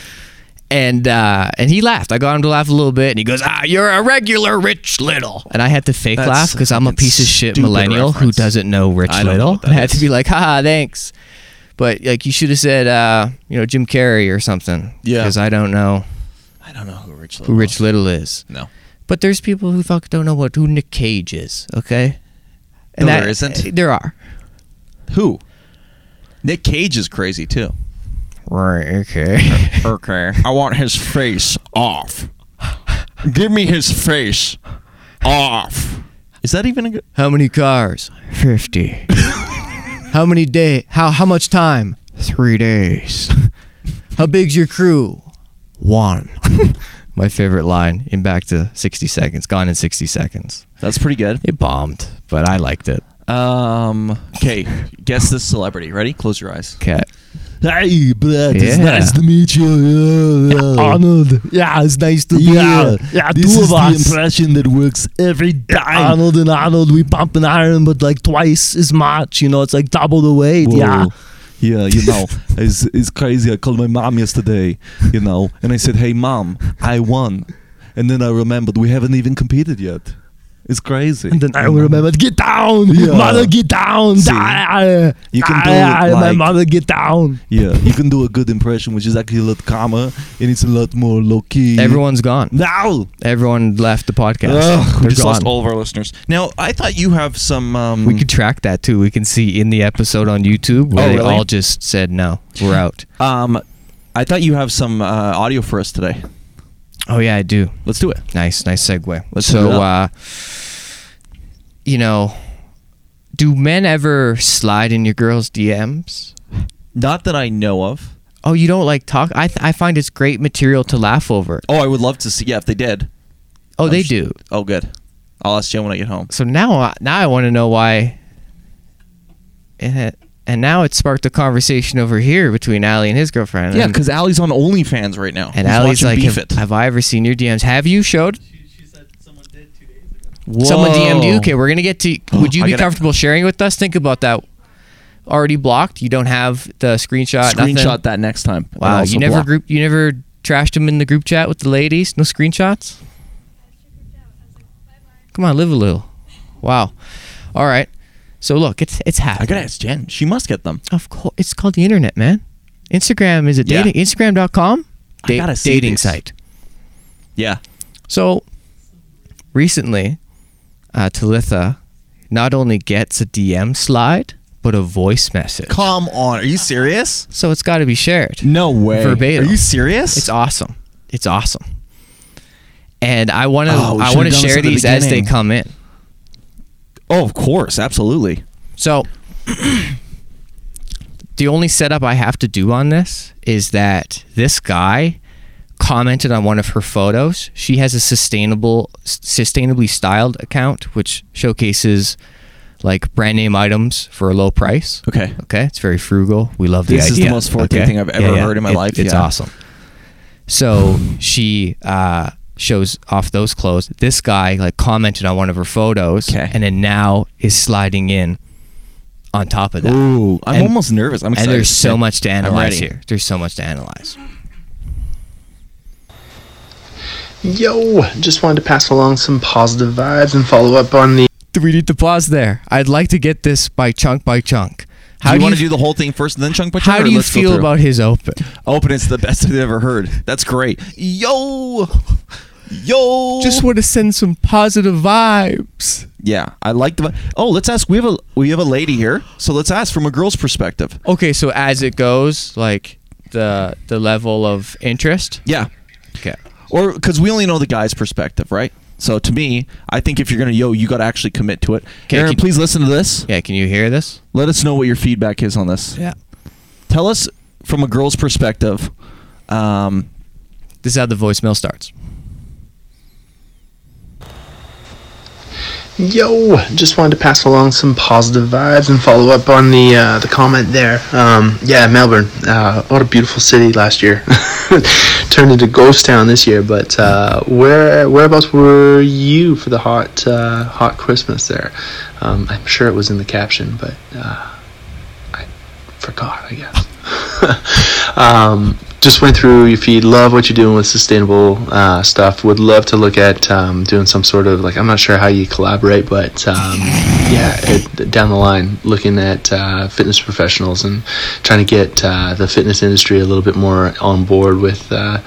[SPEAKER 3] And uh, and he laughed. I got him to laugh a little bit, and he goes, "Ah, you're a regular Rich Little." And I had to fake
[SPEAKER 2] That's
[SPEAKER 3] laugh because I'm a
[SPEAKER 2] fucking
[SPEAKER 3] piece of shit
[SPEAKER 2] stupid
[SPEAKER 3] millennial
[SPEAKER 2] reference.
[SPEAKER 3] who doesn't know Rich
[SPEAKER 2] I don't know
[SPEAKER 3] Little.
[SPEAKER 2] what that
[SPEAKER 3] I had to
[SPEAKER 2] is.
[SPEAKER 3] be like, "Haha, thanks." But like, you should have said, uh, you know, Jim Carrey or something.
[SPEAKER 2] Yeah.
[SPEAKER 3] Because I don't know
[SPEAKER 2] I don't know
[SPEAKER 3] Oh,
[SPEAKER 2] who Rich Little
[SPEAKER 3] who Rich Little is.
[SPEAKER 2] No.
[SPEAKER 3] But there's people who fuck don't know what who Nick Cage is. Okay.
[SPEAKER 2] No, there isn't.
[SPEAKER 3] There are.
[SPEAKER 2] Who? Nick Cage is crazy too.
[SPEAKER 3] Right. Okay.
[SPEAKER 2] Okay. I want his face off. Give me his face off. Is that even a good
[SPEAKER 3] How many cars? 50. how many day how how much time? 3 days. how big's your crew? 1. My favorite line in back to 60 seconds, gone in 60 seconds.
[SPEAKER 2] That's pretty good.
[SPEAKER 3] It bombed, but I liked it.
[SPEAKER 2] Um okay. Guess this celebrity. Ready? Close your eyes.
[SPEAKER 3] Okay.
[SPEAKER 6] Hey, Brett, it's
[SPEAKER 3] Yeah.
[SPEAKER 6] nice to meet you. Yeah.
[SPEAKER 4] Arnold.
[SPEAKER 6] Yeah, it's nice to
[SPEAKER 4] Yeah. Yeah,
[SPEAKER 6] this
[SPEAKER 4] two
[SPEAKER 6] is
[SPEAKER 4] of us.
[SPEAKER 6] the impression that works every time.
[SPEAKER 4] Arnold and Arnold, we pump and iron, but like twice as much. You know, it's like double the weight.
[SPEAKER 6] Whoa.
[SPEAKER 4] Yeah.
[SPEAKER 6] Yeah, you know, it's, it's crazy. I called my mom yesterday, you know, and I said, hey, mom, I won. And then I remembered we haven't even competed yet. It's crazy.
[SPEAKER 4] And then I will remember, get down,
[SPEAKER 6] Yeah.
[SPEAKER 4] mother, get down.
[SPEAKER 6] See?
[SPEAKER 4] Die.
[SPEAKER 6] You can do
[SPEAKER 4] Die,
[SPEAKER 6] it
[SPEAKER 4] my
[SPEAKER 6] like-
[SPEAKER 4] mother, get down.
[SPEAKER 6] yeah, you can do a good impression, which is actually a lot calmer and it's a lot more low key.
[SPEAKER 3] Everyone's gone.
[SPEAKER 6] Now!
[SPEAKER 3] Everyone left the podcast.
[SPEAKER 6] Ugh,
[SPEAKER 2] We
[SPEAKER 3] They're
[SPEAKER 2] just
[SPEAKER 3] gone.
[SPEAKER 2] lost all of our listeners. Now, I thought you have some. Um,
[SPEAKER 3] we could track that too. We can see in the episode on YouTube where
[SPEAKER 2] Oh,
[SPEAKER 3] they
[SPEAKER 2] really?
[SPEAKER 3] all just said no, we're out.
[SPEAKER 2] Um, I thought you have some uh, audio for us today.
[SPEAKER 3] Oh yeah, I do.
[SPEAKER 2] Let's do it.
[SPEAKER 3] Nice, nice segue.
[SPEAKER 2] Let's
[SPEAKER 3] so,
[SPEAKER 2] turn it
[SPEAKER 3] uh, you know, do men ever slide in your girls' DMs?
[SPEAKER 2] Not that I know of.
[SPEAKER 3] Oh, you don't like talk? I, th- I find it's great material to laugh over.
[SPEAKER 2] Oh, I would love to see. Yeah, if they did.
[SPEAKER 3] Oh,
[SPEAKER 2] I'm
[SPEAKER 3] they
[SPEAKER 2] sh-
[SPEAKER 3] do.
[SPEAKER 2] Oh, good. I'll ask Jen when I get home.
[SPEAKER 3] So now, I- now I want to know why. Eh, And now it sparked a conversation over here between Ali and his girlfriend.
[SPEAKER 2] Yeah,
[SPEAKER 3] And-
[SPEAKER 2] because Allie's on OnlyFans right now.
[SPEAKER 3] and
[SPEAKER 2] He's
[SPEAKER 3] Ali's
[SPEAKER 2] watching
[SPEAKER 3] like,
[SPEAKER 2] beef
[SPEAKER 3] have,
[SPEAKER 2] it.
[SPEAKER 3] have I ever seen your DMs? Have you showed?
[SPEAKER 2] uh,
[SPEAKER 3] Someone DM'd you. Okay, we're gonna get to. Would you
[SPEAKER 2] I
[SPEAKER 3] be
[SPEAKER 2] gotta-
[SPEAKER 3] comfortable sharing with us? Think about that. Already blocked. You don't have the screenshot. nothing?
[SPEAKER 2] Screenshot that next time. and
[SPEAKER 3] Wow,
[SPEAKER 2] also
[SPEAKER 3] you never
[SPEAKER 2] block.
[SPEAKER 3] group. You never trashed him in the group chat with the ladies. No screenshots. Come on, live a little. Wow. All right. So look, it's it's
[SPEAKER 2] I
[SPEAKER 3] happening.
[SPEAKER 2] gotta ask Jen. She must get them.
[SPEAKER 3] Of course, it's called the internet, man. Instagram is a
[SPEAKER 2] Yeah.
[SPEAKER 3] dating. Instagram.com.
[SPEAKER 2] I
[SPEAKER 3] da-
[SPEAKER 2] gotta see
[SPEAKER 3] dating
[SPEAKER 2] these.
[SPEAKER 3] site.
[SPEAKER 2] Yeah.
[SPEAKER 3] So recently, uh, Talitha not only gets a DM slide, but a voice message.
[SPEAKER 2] Come on. Are you serious?
[SPEAKER 3] So it's got to be shared.
[SPEAKER 2] No way.
[SPEAKER 3] Verbatim.
[SPEAKER 2] Are you serious?
[SPEAKER 3] It's awesome. It's awesome. And I want to
[SPEAKER 2] Oh, we
[SPEAKER 3] I
[SPEAKER 2] should've
[SPEAKER 3] want to
[SPEAKER 2] done this
[SPEAKER 3] share
[SPEAKER 2] at the
[SPEAKER 3] these as they
[SPEAKER 2] beginning.
[SPEAKER 3] come in.
[SPEAKER 2] oh, of course. Absolutely.
[SPEAKER 3] So the only setup I have to do on this is that this guy commented on one of her photos. She has a sustainable sustainably styled account which showcases like brand name items for a low price.
[SPEAKER 2] Okay.
[SPEAKER 3] Okay, it's very frugal. We love the
[SPEAKER 2] This
[SPEAKER 3] idea.
[SPEAKER 2] is the most 4K thing I've ever heard in my
[SPEAKER 3] It-
[SPEAKER 2] life,
[SPEAKER 3] It's
[SPEAKER 2] yeah.
[SPEAKER 3] awesome. So she uh, shows off those clothes. This guy like commented on one of her photos,
[SPEAKER 2] Okay.
[SPEAKER 3] and then now is sliding in on top of that.
[SPEAKER 2] Ooh, I'm
[SPEAKER 3] And-
[SPEAKER 2] almost nervous. I'm
[SPEAKER 3] and
[SPEAKER 2] excited.
[SPEAKER 3] there's so much to
[SPEAKER 2] I'm
[SPEAKER 3] analyze
[SPEAKER 2] ready.
[SPEAKER 3] here. There's so much to analyze.
[SPEAKER 9] Yo, just wanted to pass along some positive vibes and follow up on the
[SPEAKER 3] We need to pause there. I'd like to get this by chunk by chunk.
[SPEAKER 2] How do you want to do the whole thing first and then chunk by chunk?
[SPEAKER 3] how
[SPEAKER 2] or
[SPEAKER 3] do you
[SPEAKER 2] let's go
[SPEAKER 3] feel
[SPEAKER 2] through?
[SPEAKER 3] about his open?
[SPEAKER 2] Open Oh, it's the best I've ever heard. That's great. Yo. Yo.
[SPEAKER 3] Just want to send some positive vibes.
[SPEAKER 2] Yeah, I like the Oh, let's ask we have a we have a lady here. So let's ask from a girl's perspective.
[SPEAKER 3] Okay, so as it goes, like the the level of interest.
[SPEAKER 2] Yeah.
[SPEAKER 3] Okay.
[SPEAKER 2] Or cuz we only know the guy's perspective, right? So to me, I think if you're going to yo, you got to actually commit to it.
[SPEAKER 3] Okay,
[SPEAKER 2] Aaron,
[SPEAKER 3] can-
[SPEAKER 2] please listen to this.
[SPEAKER 3] Yeah, can you hear this?
[SPEAKER 2] Let us know what your feedback is on this.
[SPEAKER 3] Yeah.
[SPEAKER 2] Tell us from a girl's perspective. Um,
[SPEAKER 3] This is how the voicemail starts.
[SPEAKER 9] Yo, just wanted to pass along some positive vibes and follow up on the uh, the comment there. Um, yeah, Melbourne, uh, what a beautiful city last year. Turned into ghost town this year, but uh, where whereabouts were you for the hot uh, hot Christmas there? Um, I'm sure it was in the caption, but uh, I forgot, I guess. um, just went through your feed. Love what you're doing with sustainable uh, stuff. Would love to look at um, doing some sort of like I'm not sure how you collaborate, but um, yeah, it, down the line, looking at uh, fitness professionals and trying to get uh, the fitness industry a little bit more on board with uh,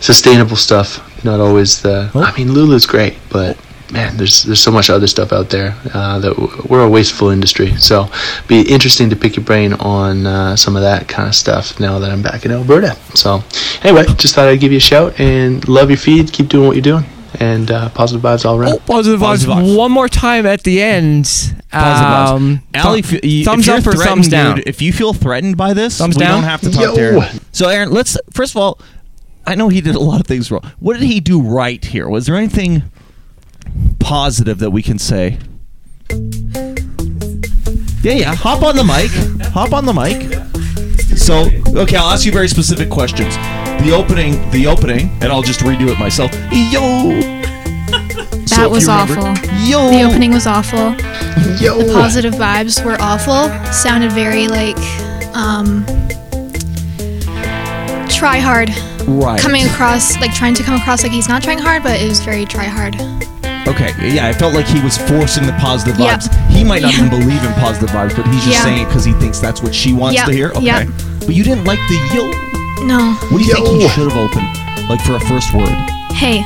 [SPEAKER 9] sustainable stuff. Not always the. I mean, Lulu's great, but man, there's there's so much other stuff out there uh, that w- we're a wasteful industry. So, be interesting to pick your brain on uh, some of that kind of stuff now that I'm back in Alberta. So, anyway, just thought I'd give you a shout and love your feed. Keep doing what you're doing, and uh, positive vibes all around.
[SPEAKER 3] Oh, positive
[SPEAKER 2] vibes.
[SPEAKER 3] One more time at the end.
[SPEAKER 2] um,
[SPEAKER 3] Um,
[SPEAKER 2] Allie,
[SPEAKER 3] thu-
[SPEAKER 2] if you- if
[SPEAKER 3] thumbs
[SPEAKER 2] you're
[SPEAKER 3] up or
[SPEAKER 2] threatened,
[SPEAKER 3] thumbs down.
[SPEAKER 2] dude, if you feel threatened by this,
[SPEAKER 3] Thumbs
[SPEAKER 2] we
[SPEAKER 3] down?
[SPEAKER 2] don't have to talk to
[SPEAKER 9] Yo.
[SPEAKER 2] Aaron. So, Aaron, let's first of all, I know he did a lot of things wrong. What did he do right here? Was there anything positive that we can say? Yeah, yeah. Hop on the mic. Hop on the mic. So, okay, I'll ask you very specific questions. The opening, the opening, and I'll just redo it myself. Yo,
[SPEAKER 10] That
[SPEAKER 2] So if
[SPEAKER 10] was
[SPEAKER 2] you remember-
[SPEAKER 10] awful.
[SPEAKER 2] Yo.
[SPEAKER 10] The opening was awful. The positive vibes were awful. Sounded very like um try hard.
[SPEAKER 2] Right.
[SPEAKER 10] Coming across like trying to come across like he's not trying hard, but it was very try hard.
[SPEAKER 2] Okay, yeah, I felt like he was forcing the positive
[SPEAKER 10] Yep.
[SPEAKER 2] vibes. He might not
[SPEAKER 10] Yeah.
[SPEAKER 2] even believe in positive vibes, but he's just
[SPEAKER 10] Yeah.
[SPEAKER 2] saying it because he thinks that's what she wants
[SPEAKER 10] Yep,
[SPEAKER 2] to hear. Okay.
[SPEAKER 10] yep.
[SPEAKER 2] But you didn't like the yo.
[SPEAKER 10] No.
[SPEAKER 2] What do you think he should have opened? Like for a first word.
[SPEAKER 10] Hey,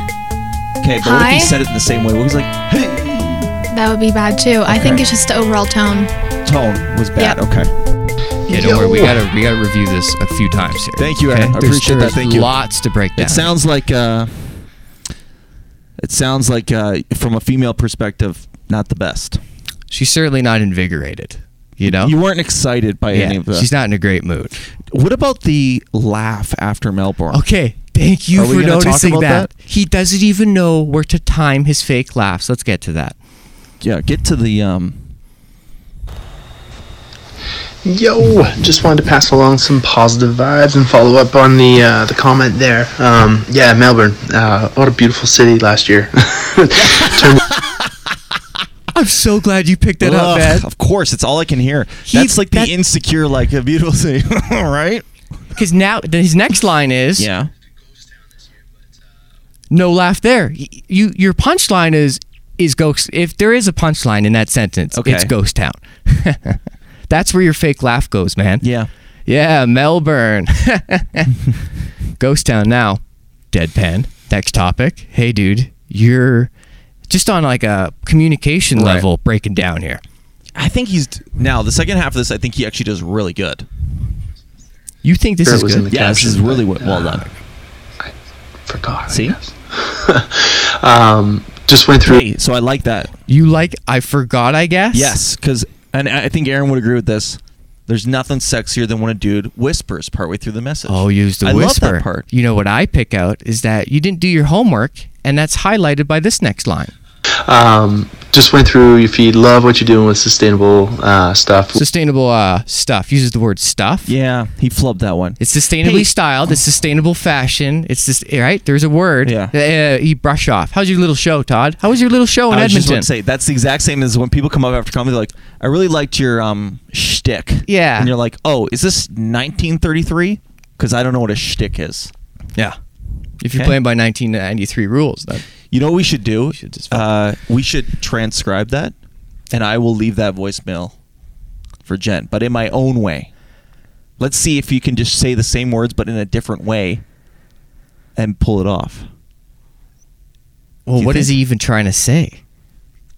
[SPEAKER 2] Okay, but what if
[SPEAKER 10] Hi.
[SPEAKER 2] he said it in the same way? What if he's like, hey,
[SPEAKER 10] that would be bad too. I think
[SPEAKER 2] Okay.
[SPEAKER 10] it's just the overall tone.
[SPEAKER 2] tone was bad.
[SPEAKER 10] Yep.
[SPEAKER 2] Okay.
[SPEAKER 3] Yeah, don't worry. We gotta we gotta review this a few times here.
[SPEAKER 2] Thank you, Aaron. I
[SPEAKER 3] There's-
[SPEAKER 2] appreciate that.
[SPEAKER 3] there's
[SPEAKER 2] Thank you.
[SPEAKER 3] Lots to break down.
[SPEAKER 2] It sounds like uh it sounds like uh from a female perspective, not the best.
[SPEAKER 3] she's certainly not invigorated. You know.
[SPEAKER 2] You weren't excited by any
[SPEAKER 3] yeah,
[SPEAKER 2] of the
[SPEAKER 3] she's not in a great mood.
[SPEAKER 2] What about the laugh after Melbourne?
[SPEAKER 3] Okay. Thank you
[SPEAKER 2] Are we
[SPEAKER 3] for
[SPEAKER 2] gonna talk
[SPEAKER 3] noticing
[SPEAKER 2] about
[SPEAKER 3] that.
[SPEAKER 2] that?
[SPEAKER 3] He doesn't even know where to time his fake laughs. Let's get to that.
[SPEAKER 2] Yeah, get to the um
[SPEAKER 9] Yo, just wanted to pass along some positive vibes and follow up on the uh, the comment there. Um, yeah, Melbourne, uh, what a beautiful city last year. Turned-
[SPEAKER 3] I'm so glad you picked that
[SPEAKER 2] Ugh,
[SPEAKER 3] up, man.
[SPEAKER 2] Of course, it's all I can hear.
[SPEAKER 3] He-
[SPEAKER 2] That's like the
[SPEAKER 3] that-
[SPEAKER 2] insecure, like a beautiful thing, right?
[SPEAKER 3] Because now then his next line is
[SPEAKER 2] Yeah.
[SPEAKER 3] no laugh there. Y- You your punchline is is ghost. If there is a punchline in that sentence,
[SPEAKER 2] Okay.
[SPEAKER 3] it's ghost town. That's where your fake laugh goes, man.
[SPEAKER 2] Yeah.
[SPEAKER 3] Yeah, Melbourne. Ghost Town now. Deadpan. Next topic. Hey, dude, you're just on like a communication
[SPEAKER 2] Right.
[SPEAKER 3] level breaking down here.
[SPEAKER 2] I think he's now the second half of this. I think he actually does really good.
[SPEAKER 3] You think this
[SPEAKER 9] Sure,
[SPEAKER 3] is
[SPEAKER 9] it was in
[SPEAKER 3] good?
[SPEAKER 9] the
[SPEAKER 2] Yeah, this
[SPEAKER 9] Caption,
[SPEAKER 2] is really we- well done.
[SPEAKER 9] Forgot. I
[SPEAKER 2] See?
[SPEAKER 9] guess. um, just went through.
[SPEAKER 2] Hey, so I like that.
[SPEAKER 3] You like, I forgot, I guess?
[SPEAKER 2] Yes, because and I I think Aaron would agree with this. There's nothing sexier than when a dude whispers partway through the message.
[SPEAKER 3] Oh, use the
[SPEAKER 2] I
[SPEAKER 3] whisper.
[SPEAKER 2] love that part.
[SPEAKER 3] You know what I pick out is that you didn't do your homework, and that's highlighted by this next line.
[SPEAKER 9] Um, just went through. If you love what you're doing with sustainable uh, stuff,
[SPEAKER 3] Sustainable uh, stuff uses the word stuff.
[SPEAKER 2] Yeah, he flubbed that one.
[SPEAKER 3] It's sustainably
[SPEAKER 2] Hey.
[SPEAKER 3] styled. It's sustainable fashion. It's just eh, right. There's a word.
[SPEAKER 2] Yeah.
[SPEAKER 3] Uh, you brush off. How's your little show, Todd? How was your little show in
[SPEAKER 2] I was just
[SPEAKER 3] Edmonton?
[SPEAKER 2] going to say that's the exact same as when people come up after comedy, they're like, "I really liked your um shtick."
[SPEAKER 3] Yeah.
[SPEAKER 2] and you're like, "Oh, is this 1933?" Because I don't know what a shtick is.
[SPEAKER 3] yeah. If you're
[SPEAKER 2] Okay.
[SPEAKER 3] playing by 1993 rules, then
[SPEAKER 2] You know what we should do? We
[SPEAKER 3] should just-
[SPEAKER 2] uh, we should transcribe that, and I will leave that voicemail for Jen, but in my own way. Let's see if you can just say the same words but in a different way, and pull it off.
[SPEAKER 3] well,
[SPEAKER 2] you
[SPEAKER 3] what is
[SPEAKER 2] think-
[SPEAKER 3] he even trying to say?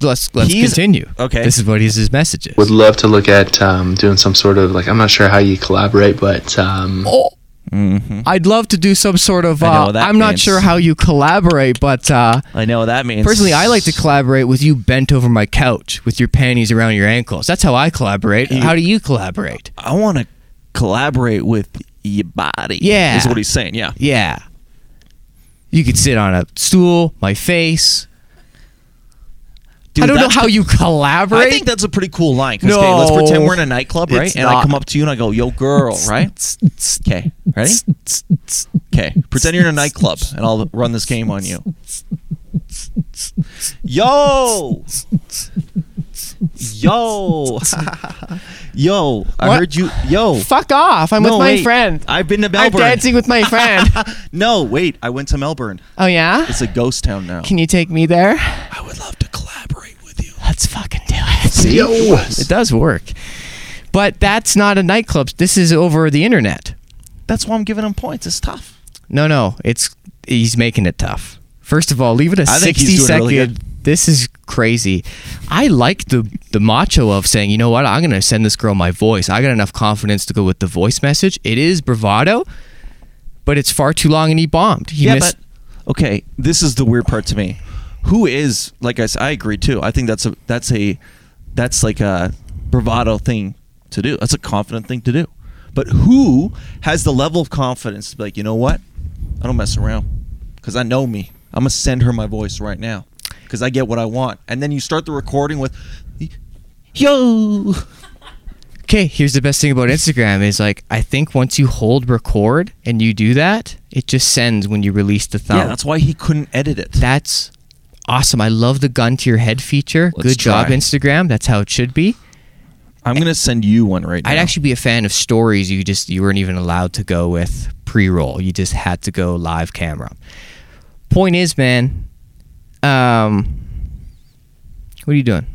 [SPEAKER 3] Let's let's
[SPEAKER 2] He's-
[SPEAKER 3] continue.
[SPEAKER 2] okay.
[SPEAKER 3] This is what his, his message is.
[SPEAKER 9] would love to look at um, doing some sort of like. I'm not sure how you collaborate, but um,
[SPEAKER 3] Oh,
[SPEAKER 2] Mm-hmm.
[SPEAKER 3] I'd love to do some sort of.
[SPEAKER 2] I know
[SPEAKER 3] Uh,
[SPEAKER 2] what that
[SPEAKER 3] I'm not
[SPEAKER 2] means.
[SPEAKER 3] sure how you collaborate, but uh,
[SPEAKER 2] I know what that means.
[SPEAKER 3] personally, I like to collaborate with you bent over my couch with your panties around your ankles. That's how I collaborate. How do you collaborate?
[SPEAKER 2] I want to collaborate with your body.
[SPEAKER 3] Yeah.
[SPEAKER 2] is what he's saying. Yeah.
[SPEAKER 3] Yeah. You could sit on a stool, my face.
[SPEAKER 2] Dude,
[SPEAKER 3] I don't know
[SPEAKER 2] that's-
[SPEAKER 3] how you collaborate.
[SPEAKER 2] I think that's a pretty cool line. 'cause, okay, let's
[SPEAKER 3] No.
[SPEAKER 2] pretend we're in a nightclub, right?
[SPEAKER 3] It's
[SPEAKER 2] and I
[SPEAKER 3] not.
[SPEAKER 2] come up to you and I go, "Yo, girl," right? Okay, ready? Okay, pretend you're in a nightclub, and I'll run this game on you. Yo, yo, yo! I
[SPEAKER 3] What?
[SPEAKER 2] heard you. Yo,
[SPEAKER 3] Fuck off. I'm
[SPEAKER 2] No,
[SPEAKER 3] with my
[SPEAKER 2] wait.
[SPEAKER 3] friend.
[SPEAKER 2] I've been to
[SPEAKER 3] I'm
[SPEAKER 2] Melbourne.
[SPEAKER 3] dancing with my friend.
[SPEAKER 2] No, wait. I went to Melbourne.
[SPEAKER 3] oh, yeah?
[SPEAKER 2] It's a ghost town now.
[SPEAKER 3] Can you take me there?
[SPEAKER 2] I would love to collaborate with you.
[SPEAKER 3] Let's fucking do it. See?
[SPEAKER 9] yo,
[SPEAKER 3] It does work. But that's not a nightclub. This is over the internet.
[SPEAKER 2] That's why I'm giving him points. It's tough.
[SPEAKER 3] No, no. It's he's making it tough. First of all, leave it a
[SPEAKER 2] I think
[SPEAKER 3] 60
[SPEAKER 2] he's doing
[SPEAKER 3] second.
[SPEAKER 2] really
[SPEAKER 3] this is crazy. I like the the macho of saying, you know what, I'm gonna send this girl my voice. I got enough confidence to go with the voice message. It is bravado, but it's far too long, and he bombed. He
[SPEAKER 2] yeah,
[SPEAKER 3] missed.
[SPEAKER 2] but okay, this is the weird part to me. Who is like I, s- I agree too. I think that's a that's a that's like a bravado thing to do. That's a confident thing to do. But who has the level of confidence to be like, you know what? I don't mess around because I know me. I'm gonna send her my voice right now because I get what I want. And then you start the recording with, yo,
[SPEAKER 3] okay, here's the best thing about Instagram is like I think once you hold record and you do that, it just sends when you release the thumb.
[SPEAKER 2] Yeah, that's why he couldn't edit it.
[SPEAKER 3] That's awesome. I love the gun to your head feature.
[SPEAKER 2] Let's
[SPEAKER 3] Good job,
[SPEAKER 2] try.
[SPEAKER 3] Instagram. That's how it should be.
[SPEAKER 2] I'm gonna send you one right now.
[SPEAKER 3] I'd actually be a fan of stories you just you weren't even allowed to go with pre-roll. You just had to go live camera. Point is, man, um what are you doing?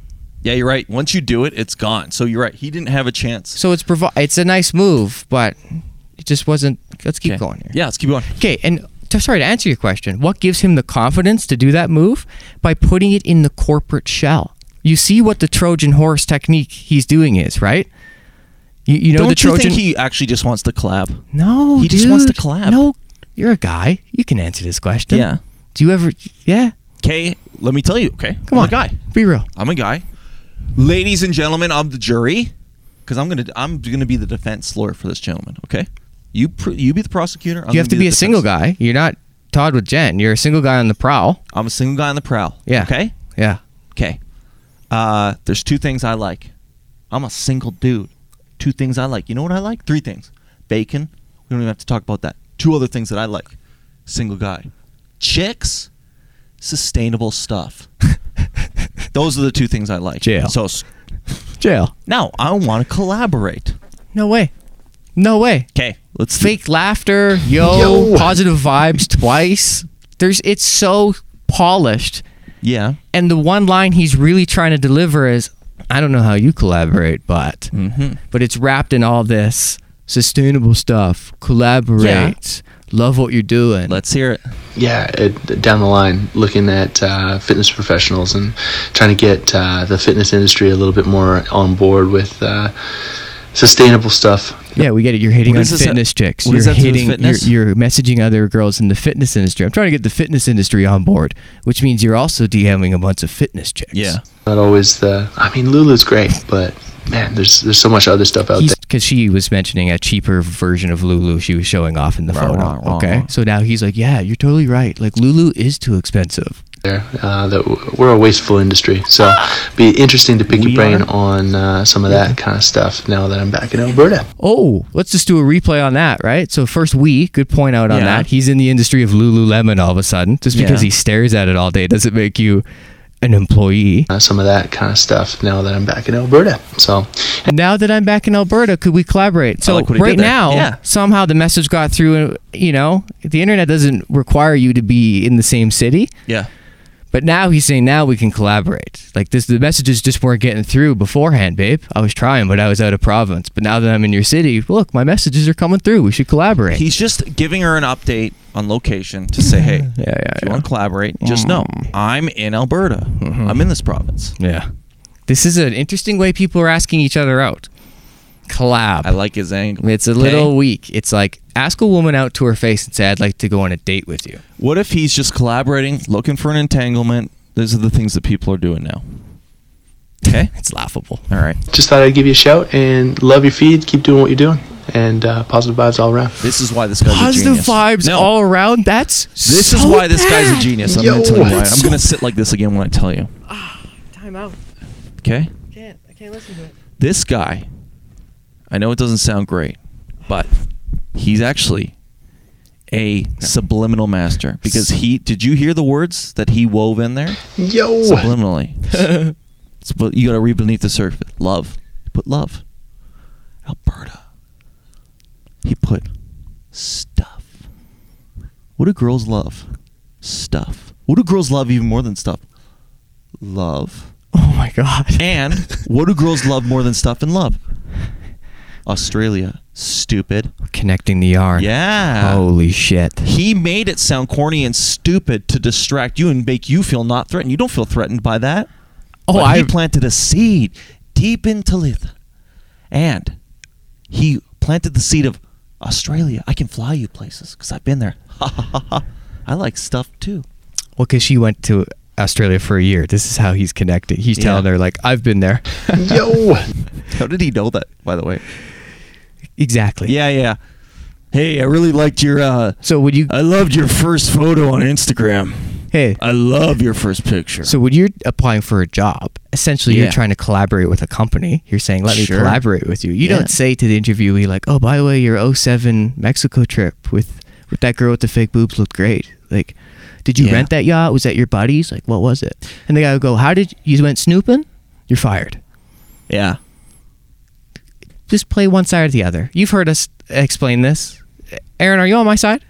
[SPEAKER 2] Yeah, you're right. Once you do it, it's gone. So you're right. He didn't have a chance.
[SPEAKER 3] So it's provi- it's a nice move, but it just wasn't let's keep
[SPEAKER 2] Okay.
[SPEAKER 3] going here.
[SPEAKER 2] Yeah, let's keep going.
[SPEAKER 3] Okay, and to, sorry to answer your question, what gives him the confidence to do that move? By putting it in the corporate shell. You see what the Trojan horse technique he's doing is, right? You, you know
[SPEAKER 2] Don't
[SPEAKER 3] the Trojan.
[SPEAKER 2] you think he actually just wants to collab?
[SPEAKER 3] no,
[SPEAKER 2] he just wants to
[SPEAKER 3] dude.
[SPEAKER 2] collab.
[SPEAKER 3] No, you're a guy. You can answer this question.
[SPEAKER 2] Yeah.
[SPEAKER 3] Do you ever? Yeah.
[SPEAKER 2] Okay, let me tell you. Okay,
[SPEAKER 3] Come
[SPEAKER 2] I'm
[SPEAKER 3] on,
[SPEAKER 2] a guy.
[SPEAKER 3] Be real.
[SPEAKER 2] I'm a guy. Ladies and gentlemen of the jury, because I'm gonna I'm gonna be the defense lawyer for this gentleman. Okay, you pr- you be the prosecutor. I'm
[SPEAKER 3] you have
[SPEAKER 2] gonna
[SPEAKER 3] to be, a
[SPEAKER 2] the
[SPEAKER 3] single guy.
[SPEAKER 2] defense-
[SPEAKER 3] You're not Todd with Jen. You're a single guy on the prowl.
[SPEAKER 2] I'm a single guy on the prowl.
[SPEAKER 3] Yeah.
[SPEAKER 2] Okay.
[SPEAKER 3] Yeah.
[SPEAKER 2] Okay. Uh, there's two things I like. I'm a single dude. Two things I like. You know what I like? Three things. Bacon. We don't even have to talk about that. Two other things that I like. Single guy. Chicks. Sustainable stuff. Those are the two things I like.
[SPEAKER 3] Jail.
[SPEAKER 2] So s-
[SPEAKER 3] Jail.
[SPEAKER 2] now I want to collaborate.
[SPEAKER 3] No way. No way.
[SPEAKER 2] Okay. Let's
[SPEAKER 3] fake laughter, yo, positive vibes twice. There's it's so polished.
[SPEAKER 2] Yeah.
[SPEAKER 3] And the one line he's really trying to deliver is I don't know how you collaborate, but
[SPEAKER 2] Mm-hmm.
[SPEAKER 3] but it's wrapped in all this sustainable stuff. Collaborate. Love what you're doing.
[SPEAKER 2] Let's hear it.
[SPEAKER 9] yeah, it, down the line, looking at uh, fitness professionals and trying to get uh, the fitness industry a little bit more on board with uh, sustainable stuff.
[SPEAKER 3] yeah, we get it. You're hitting
[SPEAKER 2] What
[SPEAKER 3] on
[SPEAKER 2] is this-
[SPEAKER 3] fitness chicks.
[SPEAKER 2] what
[SPEAKER 3] You're
[SPEAKER 2] is that to do with
[SPEAKER 3] hitting. You're,
[SPEAKER 2] fitness?
[SPEAKER 3] you're messaging other girls in the fitness industry. I'm trying to get the fitness industry on board, which means you're also DMing a bunch of fitness chicks.
[SPEAKER 9] Not always the. I mean, Lulu's great, but man, there's there's so much other stuff out there.
[SPEAKER 3] because she was mentioning a cheaper version of Lulu she was showing off in the
[SPEAKER 2] Right,
[SPEAKER 3] photo.
[SPEAKER 2] right, right,
[SPEAKER 3] okay,
[SPEAKER 2] right.
[SPEAKER 3] so now he's like, yeah, you're totally right. Like Lulu is too expensive.
[SPEAKER 9] there uh, that w- we're a wasteful industry. So, be interesting to pick your brain on uh, some of that kind of stuff now that I'm back in Alberta.
[SPEAKER 3] Oh, let's just do a replay on that, right? So first we good point out on
[SPEAKER 2] Yeah.
[SPEAKER 3] that. He's in the industry of Lululemon all of a sudden. Just because
[SPEAKER 2] Yeah.
[SPEAKER 3] he stares at it all day doesn't make you an employee.
[SPEAKER 9] Uh, some of that kind of stuff now that I'm back in Alberta. So,
[SPEAKER 3] And now that I'm back in Alberta, could we collaborate? So
[SPEAKER 2] like what he
[SPEAKER 3] right
[SPEAKER 2] did there.
[SPEAKER 3] now,
[SPEAKER 2] Yeah.
[SPEAKER 3] somehow the message got through. You know, the internet doesn't require you to be in the same city.
[SPEAKER 2] Yeah.
[SPEAKER 3] But now he's saying now we can collaborate. Like this, the messages just weren't getting through beforehand, babe. I was trying, but I was out of province. But now that I'm in your city, look, my messages are coming through. We should collaborate.
[SPEAKER 2] He's just giving her an update on location to say, hey,
[SPEAKER 3] yeah, yeah,
[SPEAKER 2] if you
[SPEAKER 3] yeah. Mm-hmm.
[SPEAKER 2] want to collaborate, just know I'm in Alberta. I'm in this province.
[SPEAKER 3] yeah. This is an interesting way people are asking each other out. Collab.
[SPEAKER 2] I like his angle.
[SPEAKER 3] it's a
[SPEAKER 2] Okay.
[SPEAKER 3] little weak. It's like ask a woman out to her face and say, "I'd like to go on a date with you."
[SPEAKER 2] What if he's just collaborating, looking for an entanglement? These are the things that people are doing now. Okay.
[SPEAKER 3] It's laughable.
[SPEAKER 2] All right.
[SPEAKER 9] just thought I'd give you a shout and love your feed. Keep doing what you're doing and uh, positive vibes all around.
[SPEAKER 2] This is why this guy's a
[SPEAKER 3] Positive
[SPEAKER 2] genius.
[SPEAKER 3] vibes
[SPEAKER 2] No,
[SPEAKER 3] all around. That's
[SPEAKER 2] This is
[SPEAKER 3] so
[SPEAKER 2] why this guy's a
[SPEAKER 3] bad.
[SPEAKER 2] genius. I'm
[SPEAKER 9] Yo,
[SPEAKER 2] going to tell you why. I'm
[SPEAKER 9] that's so
[SPEAKER 2] going to sit like this again when I tell you.
[SPEAKER 3] Ah, Time out.
[SPEAKER 2] Okay.
[SPEAKER 3] Can't. I can't listen to it.
[SPEAKER 2] This guy, I know it doesn't sound great, but he's actually a subliminal master because he did you hear the words that he wove in there?
[SPEAKER 9] Yo,
[SPEAKER 2] subliminally. It's- but you got to read beneath the surface. Love. He put love. Alberta. He put stuff. What do girls love? Stuff. What do girls love even more than stuff? Love.
[SPEAKER 3] Oh my god.
[SPEAKER 2] And what do girls love more than stuff and love? Australia. Stupid.
[SPEAKER 3] connecting the yarn.
[SPEAKER 2] Yeah.
[SPEAKER 3] Holy shit.
[SPEAKER 2] He made it sound corny and stupid to distract you and make you feel not threatened. You don't feel threatened by that.
[SPEAKER 3] Oh,
[SPEAKER 2] But he
[SPEAKER 3] I-
[SPEAKER 2] planted a seed deep in Talitha, and he planted the seed of Australia. I can fly you places because I've been there. I like stuff too.
[SPEAKER 3] Well, because she went to Australia for a year. This is how he's connected. He's
[SPEAKER 2] Yeah.
[SPEAKER 3] telling her, like, I've been there.
[SPEAKER 9] yo.
[SPEAKER 2] How did he know that? By the way,
[SPEAKER 3] exactly.
[SPEAKER 2] yeah, yeah. Hey, I really liked your. uh
[SPEAKER 3] So would you.
[SPEAKER 2] I loved your first photo on Instagram.
[SPEAKER 3] Hey.
[SPEAKER 2] I love your first picture.
[SPEAKER 3] So when you're applying for a job, essentially
[SPEAKER 2] Yeah.
[SPEAKER 3] you're trying to collaborate with a company. You're saying, "Let
[SPEAKER 2] Sure.
[SPEAKER 3] me collaborate with you." You
[SPEAKER 2] Yeah.
[SPEAKER 3] don't say to the interviewee like, "Oh, by the way, your 07 Mexico trip with with that girl with the fake boobs looked great." Like, did you
[SPEAKER 2] Yeah.
[SPEAKER 3] rent that yacht? Was that your buddy's? Like, what was it? And the guy would go, "How did you, you went snooping? You're fired."
[SPEAKER 2] Yeah.
[SPEAKER 3] Just play one side or the other. You've heard us explain this. Aaron, are you on my side?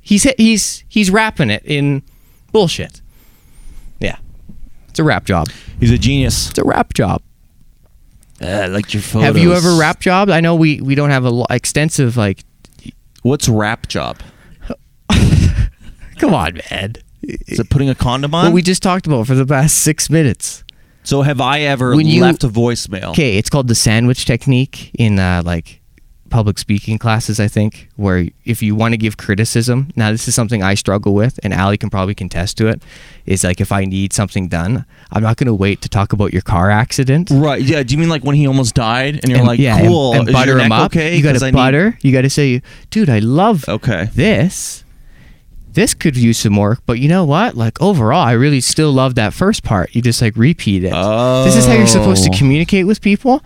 [SPEAKER 3] He's he's he's wrapping it in bullshit. Yeah. It's a rap job.
[SPEAKER 2] He's a genius.
[SPEAKER 3] It's a rap job.
[SPEAKER 2] I liked your photos.
[SPEAKER 3] Have you ever rap jobbed? I know we we don't have a lo- extensive like.
[SPEAKER 2] What's rap job?
[SPEAKER 3] Come on, man.
[SPEAKER 2] Is it putting a condom on?
[SPEAKER 3] What we just talked about for the past six minutes.
[SPEAKER 2] so have I ever
[SPEAKER 3] When you-
[SPEAKER 2] left a voicemail?
[SPEAKER 3] Okay, it's called the sandwich technique in uh, like public speaking classes. I think where if you want to give criticism, now this is something I struggle with, and Ali can probably contest to it. Is like if I need something done, I'm not going to wait to talk about your car accident.
[SPEAKER 2] Right. Yeah. Do you mean like when he almost died and you're
[SPEAKER 3] and-
[SPEAKER 2] like,
[SPEAKER 3] yeah, and-
[SPEAKER 2] cool,
[SPEAKER 3] and,
[SPEAKER 2] is
[SPEAKER 3] butter
[SPEAKER 2] your
[SPEAKER 3] him
[SPEAKER 2] neck
[SPEAKER 3] up.
[SPEAKER 2] Okay.
[SPEAKER 3] You got
[SPEAKER 2] 'Cause
[SPEAKER 3] to
[SPEAKER 2] I need-
[SPEAKER 3] butter. You got to say, dude, I love
[SPEAKER 2] Okay.
[SPEAKER 3] this. This could use some work, but you know what? Like overall, I really still love that first part. You just like repeat it. This is how you're supposed to
[SPEAKER 2] Oh.
[SPEAKER 3] communicate with people,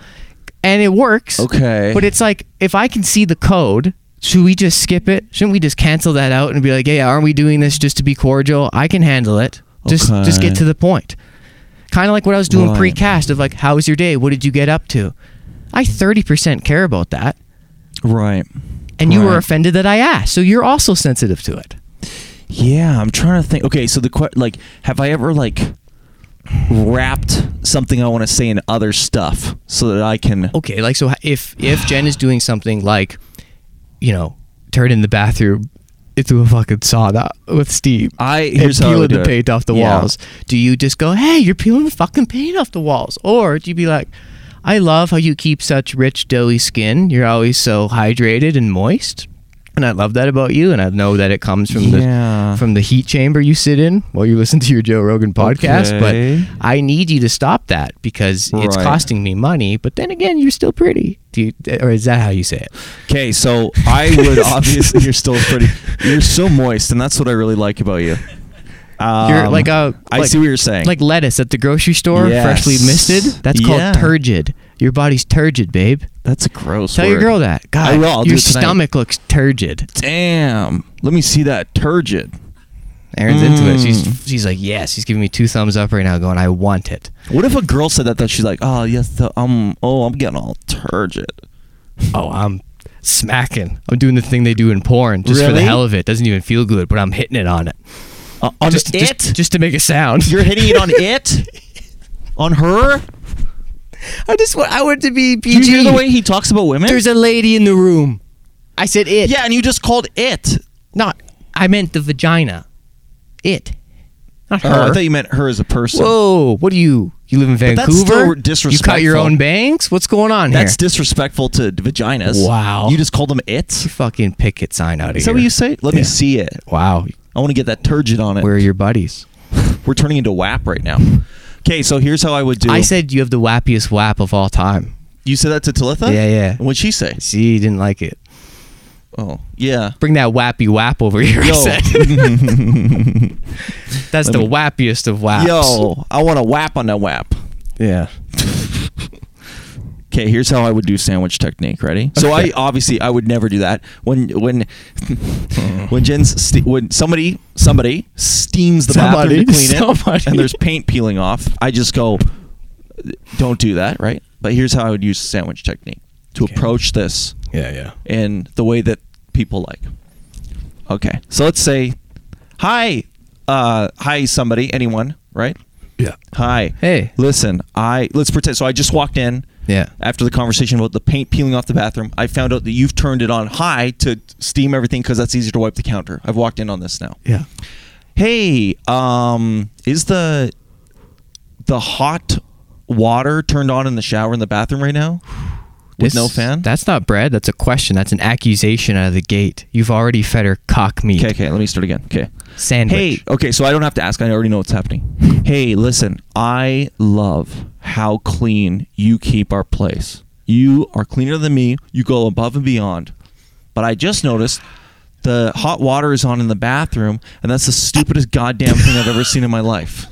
[SPEAKER 3] and it works.
[SPEAKER 2] Okay.
[SPEAKER 3] But it's like if I can see the code. Should we just skip it? Shouldn't we just cancel that out and be like, "Hey, aren't we doing this just to be cordial? I can handle it. Just, just
[SPEAKER 2] Okay.
[SPEAKER 3] get to the point." Kind of like what I was doing
[SPEAKER 2] Right.
[SPEAKER 3] pre-cast of like, "How was your day? What did you get up to?" I thirty percent care about that,
[SPEAKER 2] Right.
[SPEAKER 3] and you were
[SPEAKER 2] Right.
[SPEAKER 3] offended that I asked, so you're also sensitive to it.
[SPEAKER 2] Yeah. I'm trying to think. Okay. So the que- like, have I ever like wrapped something I want to say in other stuff so that I can?
[SPEAKER 3] okay like so if if jen is doing something like you know turn in the bathroom into a fucking sauna with steam
[SPEAKER 2] I
[SPEAKER 3] and
[SPEAKER 2] here's how I
[SPEAKER 3] peeling
[SPEAKER 2] would do
[SPEAKER 3] the
[SPEAKER 2] it.
[SPEAKER 3] paint off the
[SPEAKER 2] Yeah.
[SPEAKER 3] walls do you just go hey you're peeling the fucking paint off the walls or do you be like i love how you keep such rich doughy skin you're always so hydrated and moist and i love that about you and i know that it comes from
[SPEAKER 2] Yeah.
[SPEAKER 3] the from the heat chamber you sit in while you listen to your joe rogan podcast
[SPEAKER 2] Okay.
[SPEAKER 3] but i need you to stop that because it's
[SPEAKER 2] Right.
[SPEAKER 3] costing me money, but then again, you're still pretty. Do you, or is that how you say it?
[SPEAKER 2] Okay, so I would obviously you're still pretty. You're so moist, and that's what I really like about you. Um,
[SPEAKER 3] You're like a.
[SPEAKER 2] I
[SPEAKER 3] like-
[SPEAKER 2] see what you're saying.
[SPEAKER 3] Like lettuce at the grocery store,
[SPEAKER 2] Yes.
[SPEAKER 3] freshly misted. That's called
[SPEAKER 2] Yeah.
[SPEAKER 3] turgid. Your body's turgid, babe.
[SPEAKER 2] that's a gross.
[SPEAKER 3] Tell your
[SPEAKER 2] word.
[SPEAKER 3] girl that. God,
[SPEAKER 2] I will. I'll do
[SPEAKER 3] your
[SPEAKER 2] it tonight.
[SPEAKER 3] stomach looks turgid.
[SPEAKER 2] Damn. Let me see that turgid.
[SPEAKER 3] Aaron's into it.
[SPEAKER 2] Mm.
[SPEAKER 3] She's she's like, yes. She's giving me two thumbs up right now, going, I want it.
[SPEAKER 2] What if a girl said that? That she's like, oh yes, the, um, oh I'm getting all turgid.
[SPEAKER 3] Oh, I'm smacking. I'm doing the thing they do in porn just for the
[SPEAKER 2] Really?
[SPEAKER 3] hell of it. Doesn't even feel good, but I'm hitting it on it.
[SPEAKER 2] Uh, on
[SPEAKER 3] just,
[SPEAKER 2] it?
[SPEAKER 3] just just to make a sound.
[SPEAKER 2] you're hitting it on it. On her?
[SPEAKER 3] I just want I want it to be
[SPEAKER 2] Do
[SPEAKER 3] PG.
[SPEAKER 2] you hear the way he talks about women?
[SPEAKER 3] There's a lady in the room. I said it.
[SPEAKER 2] yeah, and you just called it.
[SPEAKER 3] Not. I meant the vagina. It. Not her.
[SPEAKER 2] Oh, I thought you meant her as a person.
[SPEAKER 3] Whoa. What do you? You live in
[SPEAKER 2] that's
[SPEAKER 3] Vancouver?
[SPEAKER 2] still
[SPEAKER 3] You cut your
[SPEAKER 2] disrespectful.
[SPEAKER 3] own bangs? What's going on
[SPEAKER 2] That's
[SPEAKER 3] here?
[SPEAKER 2] disrespectful to vaginas.
[SPEAKER 3] Wow.
[SPEAKER 2] You just called them it.
[SPEAKER 3] You fucking picket sign out of
[SPEAKER 2] Is
[SPEAKER 3] here.
[SPEAKER 2] that what you say? Let me
[SPEAKER 3] Yeah.
[SPEAKER 2] see it.
[SPEAKER 3] Wow.
[SPEAKER 2] I want to get that turgid on it.
[SPEAKER 3] Where are your buddies?
[SPEAKER 2] We're turning into WAP right now. Okay, so here's how I would do.
[SPEAKER 3] I said you have the wappiest wap of all time.
[SPEAKER 2] you said that to Talitha.
[SPEAKER 3] Yeah, yeah.
[SPEAKER 2] What'd she say?
[SPEAKER 3] See, you didn't like it.
[SPEAKER 2] Oh, yeah.
[SPEAKER 3] Bring that wappy wap over here. I
[SPEAKER 2] Yo.
[SPEAKER 3] said. That's the wappiest of waps.
[SPEAKER 2] Yo, I want to WAP on that WAP.
[SPEAKER 3] Yeah.
[SPEAKER 2] Okay, here's how I would do sandwich technique. Ready? So I obviously I would never do that. When when when Jen's ste- when somebody somebody steams the
[SPEAKER 3] Somebody,
[SPEAKER 2] bathroom to clean
[SPEAKER 3] somebody.
[SPEAKER 2] it and there's paint peeling off, I just go, don't do that, right? But here's how I would use sandwich technique to approach this
[SPEAKER 3] Yeah, yeah.
[SPEAKER 2] in the way that people like. Okay, so let's say, hi, uh, hi, somebody, anyone, right?
[SPEAKER 3] Yeah.
[SPEAKER 2] Hi.
[SPEAKER 3] Hey.
[SPEAKER 2] Listen, I let's pretend. So I just walked in.
[SPEAKER 3] Yeah.
[SPEAKER 2] After the conversation about the paint peeling off the bathroom, I found out that you've turned it on high to steam everything because that's easier to wipe the counter. I've walked in on this now.
[SPEAKER 3] Yeah.
[SPEAKER 2] Hey, um, is the the hot water turned on in the shower in the bathroom right now? With
[SPEAKER 3] This-
[SPEAKER 2] no fan?
[SPEAKER 3] That's not bread. That's a question. That's an accusation out of the gate. You've already fed her cock meat.
[SPEAKER 2] Okay, okay, let me start again. Okay.
[SPEAKER 3] Sandwich.
[SPEAKER 2] Hey, okay, so I don't have to ask. I already know what's happening. Hey, listen, I love how clean you keep our place. You are cleaner than me. You go above and beyond. But I just noticed the hot water is on in the bathroom, and that's the stupidest goddamn thing I've ever seen in my life.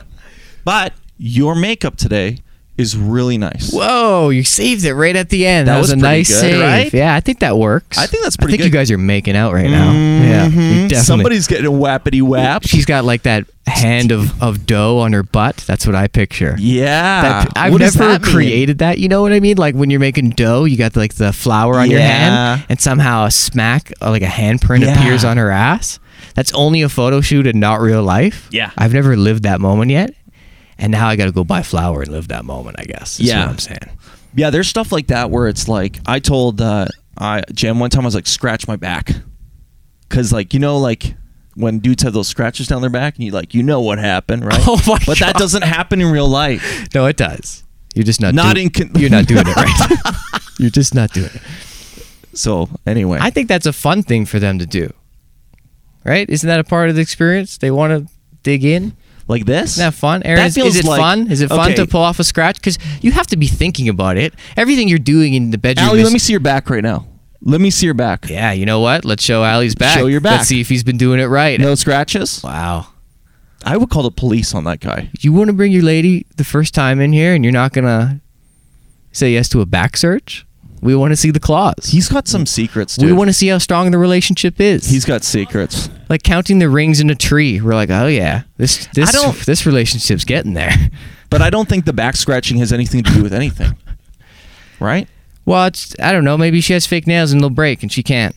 [SPEAKER 2] But your makeup today is really nice.
[SPEAKER 3] Whoa, you saved it right at the end.
[SPEAKER 2] That
[SPEAKER 3] That, was, a
[SPEAKER 2] was pretty
[SPEAKER 3] nice
[SPEAKER 2] good,
[SPEAKER 3] save.
[SPEAKER 2] right?
[SPEAKER 3] Yeah, I think that works.
[SPEAKER 2] I think that's
[SPEAKER 3] I
[SPEAKER 2] pretty
[SPEAKER 3] think you
[SPEAKER 2] good.
[SPEAKER 3] guys are making out right now. Yeah, you definitely.
[SPEAKER 2] Mm-hmm. Somebody's getting wappity wap.
[SPEAKER 3] She's got like that hand of, of dough on her butt. That's what I picture.
[SPEAKER 2] Yeah.
[SPEAKER 3] That- I've
[SPEAKER 2] Ah, What does
[SPEAKER 3] never
[SPEAKER 2] that mean?
[SPEAKER 3] created that. You know what I mean? Like when you're making dough, you got like the flour on your
[SPEAKER 2] Yeah.
[SPEAKER 3] hand, and somehow a smack, uh, like a handprint,
[SPEAKER 2] Yeah.
[SPEAKER 3] appears on her ass. That's only a photo shoot and not real life.
[SPEAKER 2] Yeah.
[SPEAKER 3] I've never lived that moment yet, and now I got to go buy flour and live that moment. I guess. is
[SPEAKER 2] Yeah.
[SPEAKER 3] what I'm saying.
[SPEAKER 2] Yeah, there's stuff like that where it's like I told uh, I Jam one time I was like scratch my back, cause like you know like when dudes have those scratches down their back and you like you know what happened right?
[SPEAKER 3] Oh my
[SPEAKER 2] but that
[SPEAKER 3] God.
[SPEAKER 2] doesn't happen in real life.
[SPEAKER 3] No, it does. You're just not
[SPEAKER 2] Not
[SPEAKER 3] do-
[SPEAKER 2] in con-
[SPEAKER 3] You're not doing it right. you're just not doing it.
[SPEAKER 2] So anyway,
[SPEAKER 3] I think that's a fun thing for them to do. Right? Isn't that a part of the experience? They want to dig in.
[SPEAKER 2] like this.
[SPEAKER 3] Isn't that fun, Aaron?
[SPEAKER 2] That
[SPEAKER 3] is,
[SPEAKER 2] feels
[SPEAKER 3] is it
[SPEAKER 2] like-
[SPEAKER 3] fun? Is it fun
[SPEAKER 2] okay.
[SPEAKER 3] to pull off a scratch? Because you have to be thinking about it. Everything you're doing in the bedroom.
[SPEAKER 2] Allie,
[SPEAKER 3] is-
[SPEAKER 2] let me see your back right now. Let me see your back.
[SPEAKER 3] Yeah, you know what? Let's show Allie's back.
[SPEAKER 2] Show your back.
[SPEAKER 3] Let's see if he's been doing it right.
[SPEAKER 2] No scratches.
[SPEAKER 3] Wow.
[SPEAKER 2] I would call the police on that guy.
[SPEAKER 3] You want to bring your lady the first time in here, and you're not gonna say yes to a back search? We want to see the claws.
[SPEAKER 2] He's got some secrets. Dude.
[SPEAKER 3] we want to see how strong the relationship is.
[SPEAKER 2] He's got secrets.
[SPEAKER 3] like counting the rings in a tree. We're like, oh yeah, this this
[SPEAKER 2] don't-
[SPEAKER 3] this relationship's getting there.
[SPEAKER 2] But I don't think the back scratching has anything to do with anything. right?
[SPEAKER 3] Well, it's, I don't know. Maybe she has fake nails and they'll break, and she can't.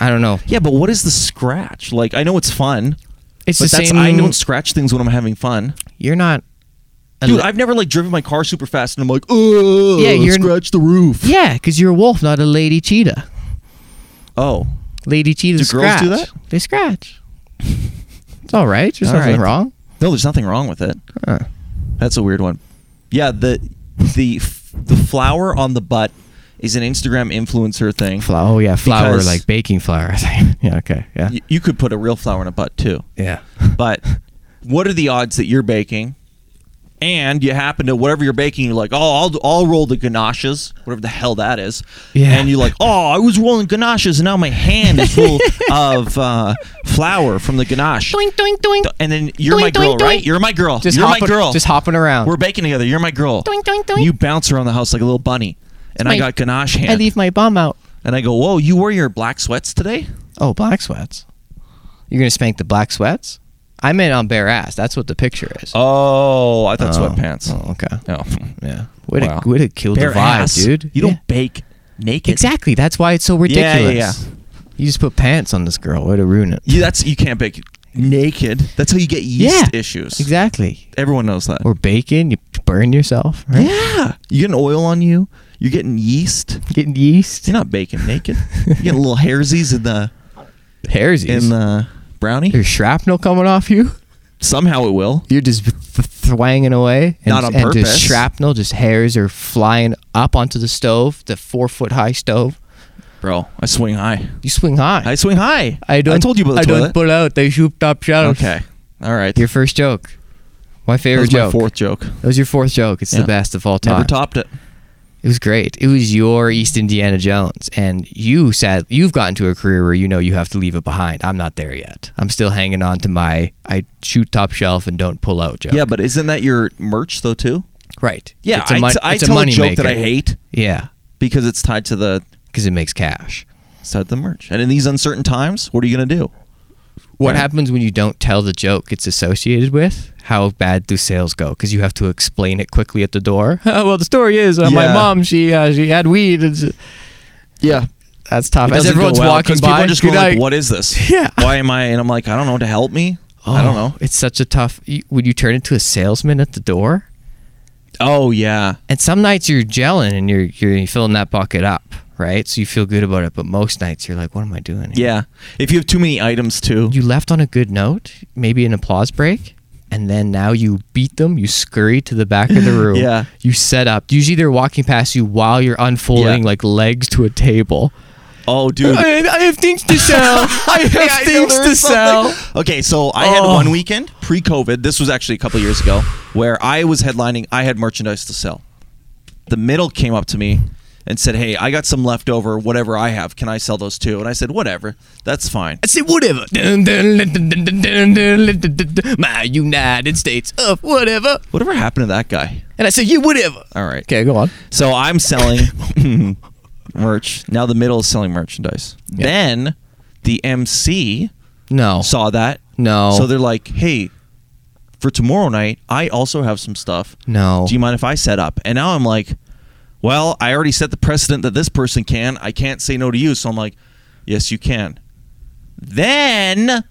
[SPEAKER 3] I don't know.
[SPEAKER 2] Yeah, but what is the scratch? Like I know it's fun.
[SPEAKER 3] It's
[SPEAKER 2] but
[SPEAKER 3] the
[SPEAKER 2] that's
[SPEAKER 3] same.
[SPEAKER 2] I don't scratch things when I'm having fun.
[SPEAKER 3] You're not.
[SPEAKER 2] Dude, I've never like driven my car super fast and I'm like, oh,
[SPEAKER 3] Yeah, you're-
[SPEAKER 2] scratch the roof.
[SPEAKER 3] Yeah, because you're a wolf, not a lady cheetah.
[SPEAKER 2] Oh,
[SPEAKER 3] Lady cheetahs
[SPEAKER 2] Do girls
[SPEAKER 3] scratch.
[SPEAKER 2] do that?
[SPEAKER 3] They scratch. It's all right. There's
[SPEAKER 2] All
[SPEAKER 3] nothing
[SPEAKER 2] right.
[SPEAKER 3] wrong.
[SPEAKER 2] no, there's nothing wrong with it.
[SPEAKER 3] Huh.
[SPEAKER 2] That's a weird one. Yeah, the the f- the flower on the butt is an Instagram influencer thing.
[SPEAKER 3] Flour. Oh yeah, flour
[SPEAKER 2] Because-
[SPEAKER 3] like baking flour. yeah. Okay. Yeah.
[SPEAKER 2] Y- you could put a real flower in a butt too.
[SPEAKER 3] yeah.
[SPEAKER 2] But what are the odds that you're baking? And you happen to whatever you're baking, you're like, oh, I'll, I'll roll the ganaches, whatever the hell that is.
[SPEAKER 3] Yeah.
[SPEAKER 2] And you're like, oh, I was rolling ganaches, and now my hand is full of uh, flour from the ganache.
[SPEAKER 3] Doink doink doink.
[SPEAKER 2] And then you're my
[SPEAKER 3] Doink,
[SPEAKER 2] girl,
[SPEAKER 3] doink, doink.
[SPEAKER 2] right? You're my girl.
[SPEAKER 3] Just
[SPEAKER 2] you're my
[SPEAKER 3] hopping-
[SPEAKER 2] girl.
[SPEAKER 3] Just hopping around.
[SPEAKER 2] We're baking together. You're my girl.
[SPEAKER 3] Doink, doink,
[SPEAKER 2] And
[SPEAKER 3] doink.
[SPEAKER 2] You bounce around the house like a little bunny, and I
[SPEAKER 3] my-
[SPEAKER 2] got ganache hand.
[SPEAKER 3] I leave my bum out.
[SPEAKER 2] And I go, whoa, you wore your black sweats today?
[SPEAKER 3] Oh, black sweats. You're gonna spank the black sweats? I meant on bare ass. That's what the picture is.
[SPEAKER 2] Oh, I thought
[SPEAKER 3] Oh.
[SPEAKER 2] sweatpants.
[SPEAKER 3] Oh, okay.
[SPEAKER 2] Oh.
[SPEAKER 3] Yeah. Way
[SPEAKER 2] Wow.
[SPEAKER 3] to way to kill
[SPEAKER 2] Bare
[SPEAKER 3] the vibe,
[SPEAKER 2] ass.
[SPEAKER 3] dude.
[SPEAKER 2] You
[SPEAKER 3] Yeah.
[SPEAKER 2] don't bake naked.
[SPEAKER 3] exactly. That's why it's so
[SPEAKER 2] Yeah, yeah,
[SPEAKER 3] ridiculous.
[SPEAKER 2] yeah.
[SPEAKER 3] You just put pants on this girl. Way to ruin it.
[SPEAKER 2] You, that's you can't bake naked. That's how you get yeast
[SPEAKER 3] Yeah.
[SPEAKER 2] issues.
[SPEAKER 3] Exactly.
[SPEAKER 2] Everyone knows that.
[SPEAKER 3] Or bacon, you burn yourself. Right?
[SPEAKER 2] yeah, you get an oil on you. You're getting yeast.
[SPEAKER 3] Getting yeast.
[SPEAKER 2] You're not baking naked. you get little hairsies in the
[SPEAKER 3] Hairsies.
[SPEAKER 2] in the brownie.
[SPEAKER 3] There's shrapnel coming off you.
[SPEAKER 2] Somehow it will.
[SPEAKER 3] You're just th- thwanging away. And,
[SPEAKER 2] Not on
[SPEAKER 3] and
[SPEAKER 2] purpose.
[SPEAKER 3] just shrapnel, just hairs are flying up onto the stove, the four foot high stove.
[SPEAKER 2] Bro, I swing high.
[SPEAKER 3] You swing high.
[SPEAKER 2] I swing high. I told you about the
[SPEAKER 3] I
[SPEAKER 2] toilet.
[SPEAKER 3] don't pull out. They shoot top shelves.
[SPEAKER 2] okay. All right.
[SPEAKER 3] Your first joke. My
[SPEAKER 2] that
[SPEAKER 3] favorite
[SPEAKER 2] was my
[SPEAKER 3] joke.
[SPEAKER 2] fourth joke.
[SPEAKER 3] That was your fourth joke. It's
[SPEAKER 2] Yeah.
[SPEAKER 3] the best of all time.
[SPEAKER 2] Never topped it.
[SPEAKER 3] It was great. It was your East Indiana Jones, and you said you've gotten to a career where you know you have to leave it behind. I'm not there yet. I'm still hanging on to my I shoot top shelf and don't pull out joke.
[SPEAKER 2] Yeah, but isn't that your merch though too?
[SPEAKER 3] right.
[SPEAKER 2] Yeah,
[SPEAKER 3] it's a
[SPEAKER 2] I
[SPEAKER 3] mon-
[SPEAKER 2] t- I
[SPEAKER 3] it's
[SPEAKER 2] tell a
[SPEAKER 3] money
[SPEAKER 2] joke that I
[SPEAKER 3] maker.
[SPEAKER 2] hate
[SPEAKER 3] Yeah,
[SPEAKER 2] because it's tied to the
[SPEAKER 3] because it makes cash.
[SPEAKER 2] it's tied to the merch. And in these uncertain times, what are you gonna do?
[SPEAKER 3] What
[SPEAKER 2] Right.
[SPEAKER 3] happens when you don't tell the joke it's associated with? How bad do sales go? Because you have to explain it quickly at the door. well, the story is uh, my
[SPEAKER 2] Yeah.
[SPEAKER 3] mom. She uh, she had weed. And she-
[SPEAKER 2] Yeah,
[SPEAKER 3] that's tough.
[SPEAKER 2] It
[SPEAKER 3] As
[SPEAKER 2] doesn't
[SPEAKER 3] everyone's
[SPEAKER 2] go well,
[SPEAKER 3] walking
[SPEAKER 2] 'cause
[SPEAKER 3] by,
[SPEAKER 2] people are just
[SPEAKER 3] good
[SPEAKER 2] going like,
[SPEAKER 3] night.
[SPEAKER 2] "What is this?
[SPEAKER 3] Yeah. Oh.
[SPEAKER 2] why am I?" And I'm like, "I don't know to help me. I don't know."
[SPEAKER 3] It's such a tough. you- Would you turn into a salesman at the door?
[SPEAKER 2] Oh yeah,
[SPEAKER 3] And some nights you're gelling and you're you're filling that bucket up, right? So you feel good about it. But most nights you're like, what am I doing? here?"
[SPEAKER 2] yeah. If you have too many items too,
[SPEAKER 3] You left on a good note, maybe an applause break, and then now you beat them. You scurry to the back of the room.
[SPEAKER 2] Yeah.
[SPEAKER 3] You set up. Usually they're walking past you while you're unfolding
[SPEAKER 2] Yeah.
[SPEAKER 3] like legs to a table.
[SPEAKER 2] oh dude.
[SPEAKER 3] I have things to sell. I have
[SPEAKER 2] I know
[SPEAKER 3] things
[SPEAKER 2] there
[SPEAKER 3] to
[SPEAKER 2] is something.
[SPEAKER 3] sell.
[SPEAKER 2] Okay, so I had
[SPEAKER 3] Oh.
[SPEAKER 2] one weekend pre-COVID. This was actually a couple years ago, where I was headlining. I had merchandise to sell. The middle came up to me and said, "Hey, I got some leftover whatever I have. Can I sell those too?" And I said, "Whatever. That's fine."
[SPEAKER 3] I said, whatever. Dun, dun, dun, dun, dun, dun, dun, dun, dun, dun, My United States of whatever.
[SPEAKER 2] Whatever happened to that guy?
[SPEAKER 3] And I said, you whatever.
[SPEAKER 2] All right.
[SPEAKER 3] Okay, go on.
[SPEAKER 2] So I'm selling merch. Now the middle is selling merchandise. Then the MC
[SPEAKER 3] No.
[SPEAKER 2] saw that.
[SPEAKER 3] No.
[SPEAKER 2] So they're like, hey, for tomorrow night, I also have some stuff.
[SPEAKER 3] No.
[SPEAKER 2] Do you mind if I set up? And now I'm like, well, I already set the precedent that this person can. I can't say no to you. So I'm like, yes, you can. Then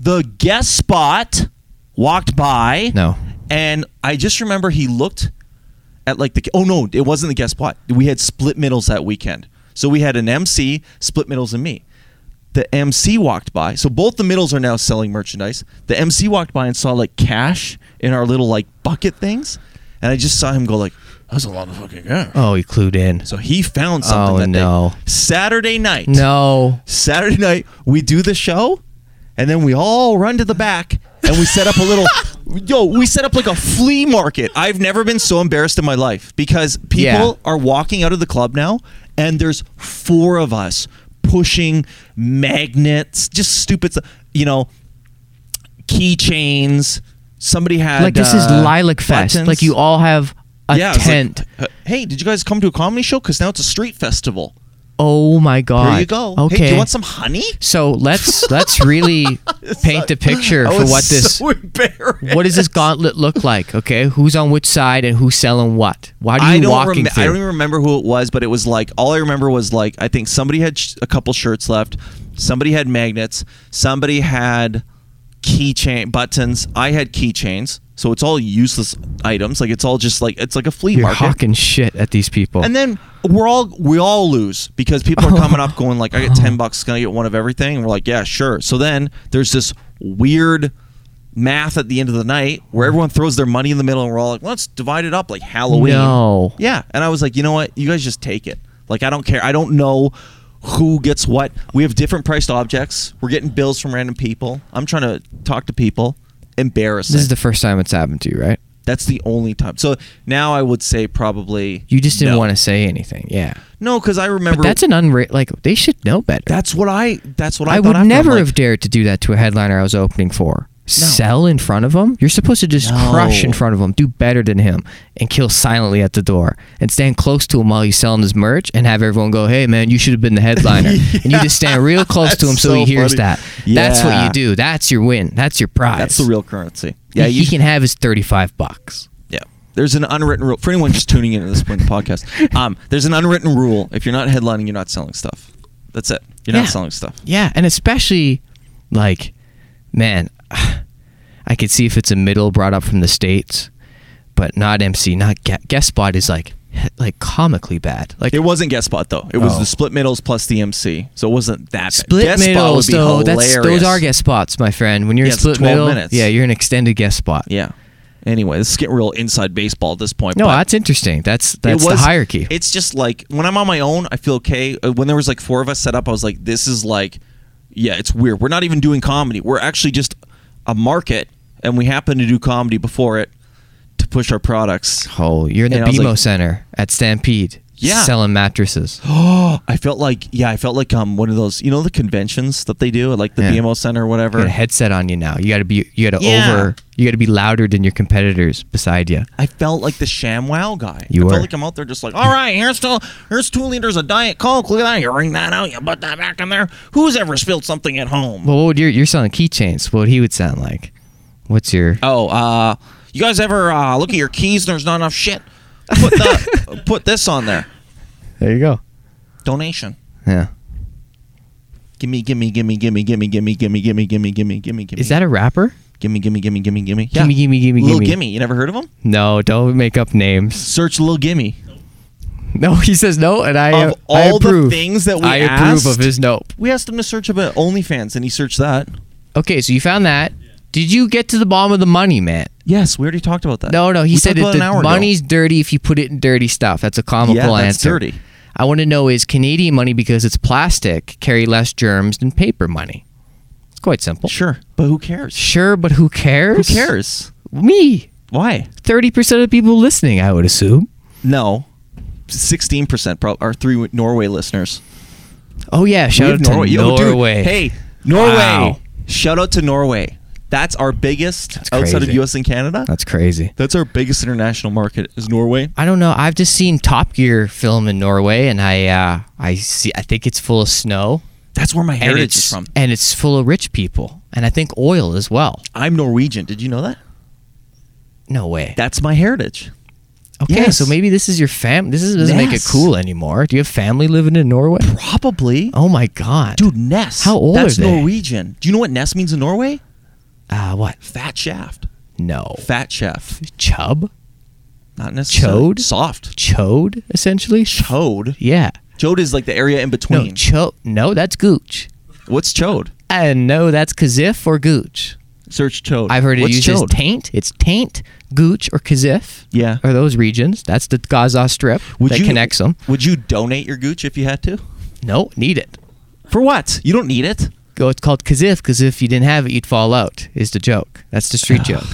[SPEAKER 2] the guest spot walked by.
[SPEAKER 3] No.
[SPEAKER 2] And I just remember he looked at like the. Oh, no, it wasn't the guest spot. We had split middles that weekend. So we had an MC, split middles, and me. The MC walked by. So both the middles are now selling merchandise. The MC walked by and saw like cash in our little like bucket things. And I just saw him go like, that was a lot of fucking cash.
[SPEAKER 3] Oh, he clued in.
[SPEAKER 2] So he found something
[SPEAKER 3] Oh,
[SPEAKER 2] that
[SPEAKER 3] no.
[SPEAKER 2] day. Saturday night.
[SPEAKER 3] No.
[SPEAKER 2] Saturday night, we do the show, and then we all run to the back and we set up a little. yo, we set up like a flea market. I've never been so embarrassed in my life because people
[SPEAKER 3] Yeah.
[SPEAKER 2] are walking out of the club now, and there's four of us pushing magnets, just stupid stuff. You know, keychains. Somebody had
[SPEAKER 3] Like, this is
[SPEAKER 2] uh,
[SPEAKER 3] Lilac Fest.
[SPEAKER 2] buttons.
[SPEAKER 3] Like, you all have a
[SPEAKER 2] Yeah, I was like,
[SPEAKER 3] tent.
[SPEAKER 2] "Uh, hey, did you guys come to a comedy show? Because now it's a street festival.
[SPEAKER 3] oh, my God.
[SPEAKER 2] There you go.
[SPEAKER 3] Okay.
[SPEAKER 2] Hey, do you want some honey?
[SPEAKER 3] so let's let's really paint the picture
[SPEAKER 2] I
[SPEAKER 3] for
[SPEAKER 2] was
[SPEAKER 3] what this
[SPEAKER 2] Oh, so embarrassed.
[SPEAKER 3] what does this gauntlet look like? Okay, who's on which side and who's selling what? Why are
[SPEAKER 2] I
[SPEAKER 3] you
[SPEAKER 2] don't,
[SPEAKER 3] walking
[SPEAKER 2] rem-
[SPEAKER 3] through?
[SPEAKER 2] I don't even remember who it was, but it was like all I remember was like I think somebody had sh- a couple shirts left, somebody had magnets, somebody had keychain buttons. I had keychains, so it's all useless items. Like it's all just like it's like a flea
[SPEAKER 3] You're
[SPEAKER 2] market.
[SPEAKER 3] hawking shit at these people.
[SPEAKER 2] And then we're all we all lose because people are coming up going like, I get ten bucks, can I get one of everything? And we're like, yeah, sure. So then there's this weird math at the end of the night where everyone throws their money in the middle and we're all like, let's divide it up like Halloween.
[SPEAKER 3] No.
[SPEAKER 2] Yeah. And I was like, you know what? You guys just take it. Like I don't care. I don't know who gets what. We have different priced objects. We're getting bills from random people. I'm trying to talk to people. Embarrassing.
[SPEAKER 3] this is the first time it's happened to you, right?
[SPEAKER 2] That's the only time. So now I would say probably
[SPEAKER 3] You just didn't
[SPEAKER 2] no.
[SPEAKER 3] want to say anything. Yeah,
[SPEAKER 2] No, because I remember
[SPEAKER 3] but that's an unra like they should know better.
[SPEAKER 2] That's what I. That's what I.
[SPEAKER 3] I
[SPEAKER 2] thought
[SPEAKER 3] would
[SPEAKER 2] after.
[SPEAKER 3] never
[SPEAKER 2] I'm like,
[SPEAKER 3] have dared to do that to a headliner I was opening for. Sell in front of him? You're supposed to just
[SPEAKER 2] No.
[SPEAKER 3] crush in front of him, do better than him, and kill silently at the door, and stand close to him while he's selling his merch, and have everyone go, "Hey, man, you should have been the headliner." And you just stand real close to him
[SPEAKER 2] That's
[SPEAKER 3] so, he
[SPEAKER 2] so
[SPEAKER 3] hears
[SPEAKER 2] funny.
[SPEAKER 3] that. That's what
[SPEAKER 2] Yeah.
[SPEAKER 3] you do. That's your win. That's your prize.
[SPEAKER 2] That's the real currency.
[SPEAKER 3] Yeah,
[SPEAKER 2] Yeah,
[SPEAKER 3] he,
[SPEAKER 2] you.
[SPEAKER 3] he can have his thirty-five bucks.
[SPEAKER 2] yeah. There's an unwritten rule for anyone just tuning in at this point in the podcast. Um, there's an unwritten rule: if you're not headlining, you're not selling stuff. That's it. You're
[SPEAKER 3] Yeah.
[SPEAKER 2] not selling stuff.
[SPEAKER 3] Yeah, and especially like, man, I could see if it's a middle brought up from the states, but not MC, not gu- guest spot is like like comically bad. Like
[SPEAKER 2] It wasn't guest spot though. It was
[SPEAKER 3] Oh.
[SPEAKER 2] the split middles plus the MC, so it wasn't that bad.
[SPEAKER 3] split
[SPEAKER 2] guest Spot
[SPEAKER 3] middles
[SPEAKER 2] would be
[SPEAKER 3] though. That's
[SPEAKER 2] hilarious.
[SPEAKER 3] those are guest spots, my friend. When you're
[SPEAKER 2] Yeah,
[SPEAKER 3] in
[SPEAKER 2] it's
[SPEAKER 3] split
[SPEAKER 2] 12
[SPEAKER 3] middle,
[SPEAKER 2] minutes.
[SPEAKER 3] yeah, you're an extended guest spot.
[SPEAKER 2] Yeah. Anyway, this is getting real inside baseball at this point.
[SPEAKER 3] No,
[SPEAKER 2] but-
[SPEAKER 3] that's interesting. That's that's
[SPEAKER 2] it was,
[SPEAKER 3] the hierarchy.
[SPEAKER 2] It's just like when I'm on my own, I feel okay. Uh, When there was like four of us set up, I was like, this is like, yeah, it's weird. We're not even doing comedy. We're actually just a market, and we happen to do comedy before it to push our products.
[SPEAKER 3] oh, you're in the
[SPEAKER 2] And I was
[SPEAKER 3] BMO
[SPEAKER 2] like-
[SPEAKER 3] Center at Stampede.
[SPEAKER 2] Yeah.
[SPEAKER 3] selling mattresses.
[SPEAKER 2] I felt like, yeah, I felt like um one of those, you know, the conventions that they do at like the
[SPEAKER 3] Yeah.
[SPEAKER 2] BMO Center or whatever.
[SPEAKER 3] You got a headset on you now. You got to be. You got to
[SPEAKER 2] Yeah.
[SPEAKER 3] over. You got to be louder than your competitors beside you.
[SPEAKER 2] I felt like the ShamWow guy.
[SPEAKER 3] You
[SPEAKER 2] I
[SPEAKER 3] were.
[SPEAKER 2] felt like I'm out there just like, all right, here's two, here's two liters of Diet Coke. Look at that. You wring that out. You put that back in there. Who's ever spilled something at home?
[SPEAKER 3] Well, what would your you're selling keychains? What would he would sound like? What's your?
[SPEAKER 2] Oh, uh, you guys ever uh, look at your keys and there's not enough shit? Put, the, put this on there.
[SPEAKER 3] There you go.
[SPEAKER 2] Donation.
[SPEAKER 3] Yeah.
[SPEAKER 2] Gimme, gimme, gimme, gimme, gimme, gimme, gimme, gimme, gimme, gimme, gimme, gimme.
[SPEAKER 3] Is that a rapper?
[SPEAKER 2] gimme, gimme, gimme, gimme, gimme?
[SPEAKER 3] Gimme, gimme, gimme,
[SPEAKER 2] Lil
[SPEAKER 3] gimme.
[SPEAKER 2] Gimme. You never heard of him?
[SPEAKER 3] No, don't make up names.
[SPEAKER 2] Search Lil Gimme.
[SPEAKER 3] No, he says no, and I
[SPEAKER 2] Of
[SPEAKER 3] I
[SPEAKER 2] all the
[SPEAKER 3] approve.
[SPEAKER 2] things that we
[SPEAKER 3] I approve
[SPEAKER 2] asked-
[SPEAKER 3] of his nope.
[SPEAKER 2] We asked him to search about OnlyFans, and he searched that.
[SPEAKER 3] Okay, so you found that. Did you get to the bottom of the money, man?
[SPEAKER 2] Yes, we already talked about that.
[SPEAKER 3] No, no. He
[SPEAKER 2] We
[SPEAKER 3] said
[SPEAKER 2] talked
[SPEAKER 3] that
[SPEAKER 2] about an hour
[SPEAKER 3] the
[SPEAKER 2] ago.
[SPEAKER 3] money's dirty if you put it in dirty stuff. That's a comical
[SPEAKER 2] Yeah, that's
[SPEAKER 3] answer.
[SPEAKER 2] dirty.
[SPEAKER 3] I want to know is Canadian money because it's plastic carry less germs than paper money? It's quite simple.
[SPEAKER 2] Sure, but who cares?
[SPEAKER 3] Sure, but who
[SPEAKER 2] Who
[SPEAKER 3] cares?
[SPEAKER 2] cares?
[SPEAKER 3] Me.
[SPEAKER 2] Why?
[SPEAKER 3] Thirty percent of the people listening, I would assume.
[SPEAKER 2] No. sixteen percent pro- are three Norway listeners.
[SPEAKER 3] Oh yeah, shout
[SPEAKER 2] We
[SPEAKER 3] out
[SPEAKER 2] have
[SPEAKER 3] to
[SPEAKER 2] Norway. Yo, dude,
[SPEAKER 3] Norway.
[SPEAKER 2] hey, Norway!
[SPEAKER 3] Wow.
[SPEAKER 2] Shout out to Norway. That's our biggest outside of
[SPEAKER 3] crazy.
[SPEAKER 2] U.S. and Canada.
[SPEAKER 3] That's crazy.
[SPEAKER 2] That's our biggest international market is Norway.
[SPEAKER 3] I don't know. I've just seen Top Gear film in Norway, and I uh, I see. I think it's full of snow.
[SPEAKER 2] That's where my
[SPEAKER 3] and
[SPEAKER 2] heritage
[SPEAKER 3] it's-
[SPEAKER 2] is from.
[SPEAKER 3] and it's full of rich people, and I think oil as well.
[SPEAKER 2] I'm Norwegian. Did you know that?
[SPEAKER 3] No way.
[SPEAKER 2] That's my heritage.
[SPEAKER 3] Okay,
[SPEAKER 2] Yes.
[SPEAKER 3] so maybe this is your fam. This is, doesn't make it
[SPEAKER 2] Yes.
[SPEAKER 3] cool anymore. Do you have family living in Norway?
[SPEAKER 2] Probably.
[SPEAKER 3] Oh my god,
[SPEAKER 2] Dude, Ness.
[SPEAKER 3] How old
[SPEAKER 2] That's
[SPEAKER 3] are they?
[SPEAKER 2] Norwegian. Do you know what Ness means in Norway?
[SPEAKER 3] Uh, what?
[SPEAKER 2] Fat shaft.
[SPEAKER 3] No,
[SPEAKER 2] Fat shaft.
[SPEAKER 3] chub,
[SPEAKER 2] Not necessarily.
[SPEAKER 3] Chode?
[SPEAKER 2] Soft.
[SPEAKER 3] chode, essentially.
[SPEAKER 2] Chode.
[SPEAKER 3] Yeah.
[SPEAKER 2] Chode is like the area in
[SPEAKER 3] No,
[SPEAKER 2] between.
[SPEAKER 3] chode. No, that's gooch.
[SPEAKER 2] What's chode?
[SPEAKER 3] And no, that's kazif or gooch.
[SPEAKER 2] Search chode.
[SPEAKER 3] I've heard it
[SPEAKER 2] What's
[SPEAKER 3] used as taint. It's taint, gooch, or kazif.
[SPEAKER 2] Yeah.
[SPEAKER 3] Or those regions. That's the Gaza Strip that connects them.
[SPEAKER 2] Would you donate your gooch if you had to?
[SPEAKER 3] No, need it.
[SPEAKER 2] For what? You don't need it.
[SPEAKER 3] Go. It's called kazif because if you didn't have it, you'd fall out. Is the joke. That's the street joke.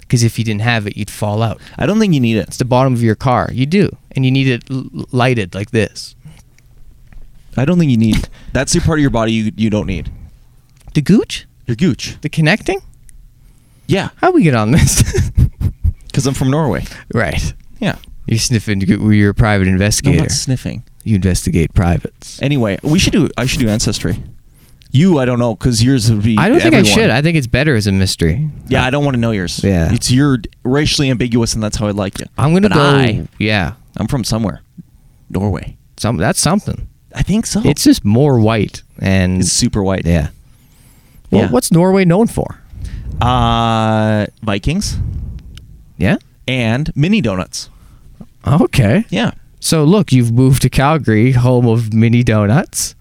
[SPEAKER 3] Because if you didn't have it, you'd fall out.
[SPEAKER 2] I don't think you need it.
[SPEAKER 3] It's the bottom of your car. You do, and you need it l- lighted like this.
[SPEAKER 2] I don't think you need. That's the part of your body you, you don't need.
[SPEAKER 3] The gooch,
[SPEAKER 2] Your gooch.
[SPEAKER 3] the connecting.
[SPEAKER 2] Yeah,
[SPEAKER 3] How we get on this?
[SPEAKER 2] because I'm from Norway.
[SPEAKER 3] right.
[SPEAKER 2] Yeah.
[SPEAKER 3] You're sniffing. You're a private
[SPEAKER 2] I'm
[SPEAKER 3] investigator.
[SPEAKER 2] not sniffing.
[SPEAKER 3] you investigate privates.
[SPEAKER 2] Anyway, we should do. I should do ancestry. You, I don't know, because yours would be.
[SPEAKER 3] I don't think I
[SPEAKER 2] everyone.
[SPEAKER 3] should. I think it's better as a mystery.
[SPEAKER 2] yeah, I don't want to know yours.
[SPEAKER 3] Yeah.
[SPEAKER 2] it's you're racially ambiguous, and that's how I like you.
[SPEAKER 3] I'm gonna
[SPEAKER 2] But
[SPEAKER 3] go.
[SPEAKER 2] I,
[SPEAKER 3] Yeah,
[SPEAKER 2] I'm from somewhere, Norway.
[SPEAKER 3] some that's something.
[SPEAKER 2] I think so.
[SPEAKER 3] It's just more white and
[SPEAKER 2] It's super white.
[SPEAKER 3] yeah. Well,
[SPEAKER 2] Yeah.
[SPEAKER 3] what's Norway known for?
[SPEAKER 2] Uh, Vikings
[SPEAKER 3] Yeah.
[SPEAKER 2] and mini donuts.
[SPEAKER 3] Okay.
[SPEAKER 2] Yeah.
[SPEAKER 3] So look, you've moved to Calgary, home of mini donuts,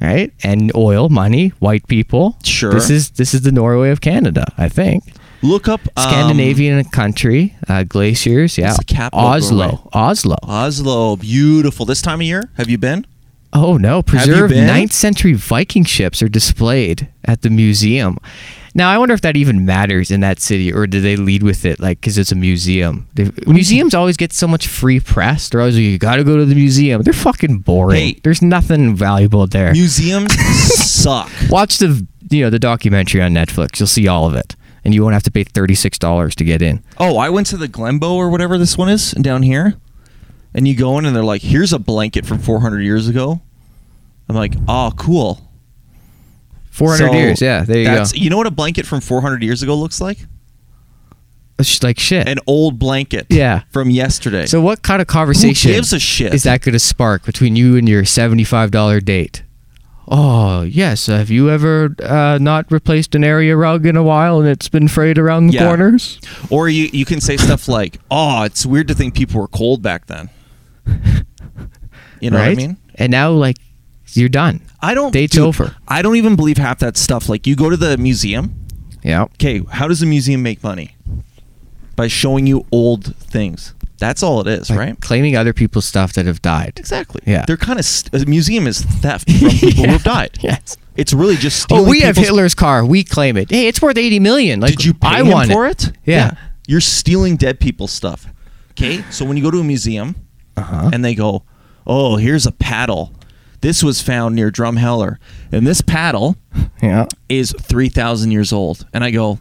[SPEAKER 3] right? And oil, money, white people.
[SPEAKER 2] Sure.
[SPEAKER 3] This is this is the Norway of Canada, I think.
[SPEAKER 2] Look up um,
[SPEAKER 3] Scandinavian country, uh, glaciers. Yeah.
[SPEAKER 2] the capital of Norway?
[SPEAKER 3] Oslo. Oslo.
[SPEAKER 2] Oslo, beautiful. This time of year, have you been?
[SPEAKER 3] Oh no! Preserved
[SPEAKER 2] been?
[SPEAKER 3] 9th century Viking ships are displayed at the museum. Now I wonder if that even matters in that city, or do they lead with it, like because it's a museum? They, museums always get so much free press. They're always like, "You got to go to the museum." They're fucking boring.
[SPEAKER 2] Hey.
[SPEAKER 3] There's nothing valuable there.
[SPEAKER 2] Museums suck.
[SPEAKER 3] Watch the you know the documentary on Netflix. You'll see all of it, and you won't have to pay thirty six dollars to get in.
[SPEAKER 2] Oh, I went to the Glenbow or whatever this one is down here, and you go in and they're like, "Here's a blanket from 400 years ago." I'm like, "Oh, cool."
[SPEAKER 3] Four hundred
[SPEAKER 2] So
[SPEAKER 3] years. Yeah, there you go.
[SPEAKER 2] that's- You know what a blanket from 400 years ago looks like?
[SPEAKER 3] It's just like shit.
[SPEAKER 2] An old blanket.
[SPEAKER 3] Yeah.
[SPEAKER 2] From yesterday.
[SPEAKER 3] So what kind of conversation
[SPEAKER 2] Who gives a shit?
[SPEAKER 3] is that going to spark between you and your seventy-five dollar date? Oh yes, have you ever uh, not replaced an area rug in a while and it's been frayed around the
[SPEAKER 2] Yeah.
[SPEAKER 3] corners?
[SPEAKER 2] Or you you can say stuff like, "Oh, it's weird to think people were cold back then." You know
[SPEAKER 3] right?
[SPEAKER 2] what I mean?
[SPEAKER 3] And now like you're done.
[SPEAKER 2] I don't.
[SPEAKER 3] Date's
[SPEAKER 2] dude,
[SPEAKER 3] over.
[SPEAKER 2] I don't even believe half that stuff. Like you go to the museum.
[SPEAKER 3] Yeah.
[SPEAKER 2] Okay, how does the museum make money? By showing you old things. That's all it is,
[SPEAKER 3] Like,
[SPEAKER 2] right?
[SPEAKER 3] Claiming other people's stuff that have died.
[SPEAKER 2] Exactly.
[SPEAKER 3] Yeah.
[SPEAKER 2] They're kind of st- a museum is theft from people who have died.
[SPEAKER 3] Yes.
[SPEAKER 2] It's really just
[SPEAKER 3] Oh,
[SPEAKER 2] stealing
[SPEAKER 3] we have
[SPEAKER 2] people's-
[SPEAKER 3] Hitler's car. We claim it. Hey, it's worth eighty million. Like
[SPEAKER 2] Did you pay
[SPEAKER 3] I
[SPEAKER 2] him
[SPEAKER 3] want
[SPEAKER 2] for it?
[SPEAKER 3] Yeah.
[SPEAKER 2] You're stealing dead people's stuff. Okay? So when you go to a museum
[SPEAKER 3] Uh-huh.
[SPEAKER 2] and they go, "Oh, here's a paddle. This was found near Drumheller." And this paddle
[SPEAKER 3] Yeah.
[SPEAKER 2] is 3,000 years old. And I go,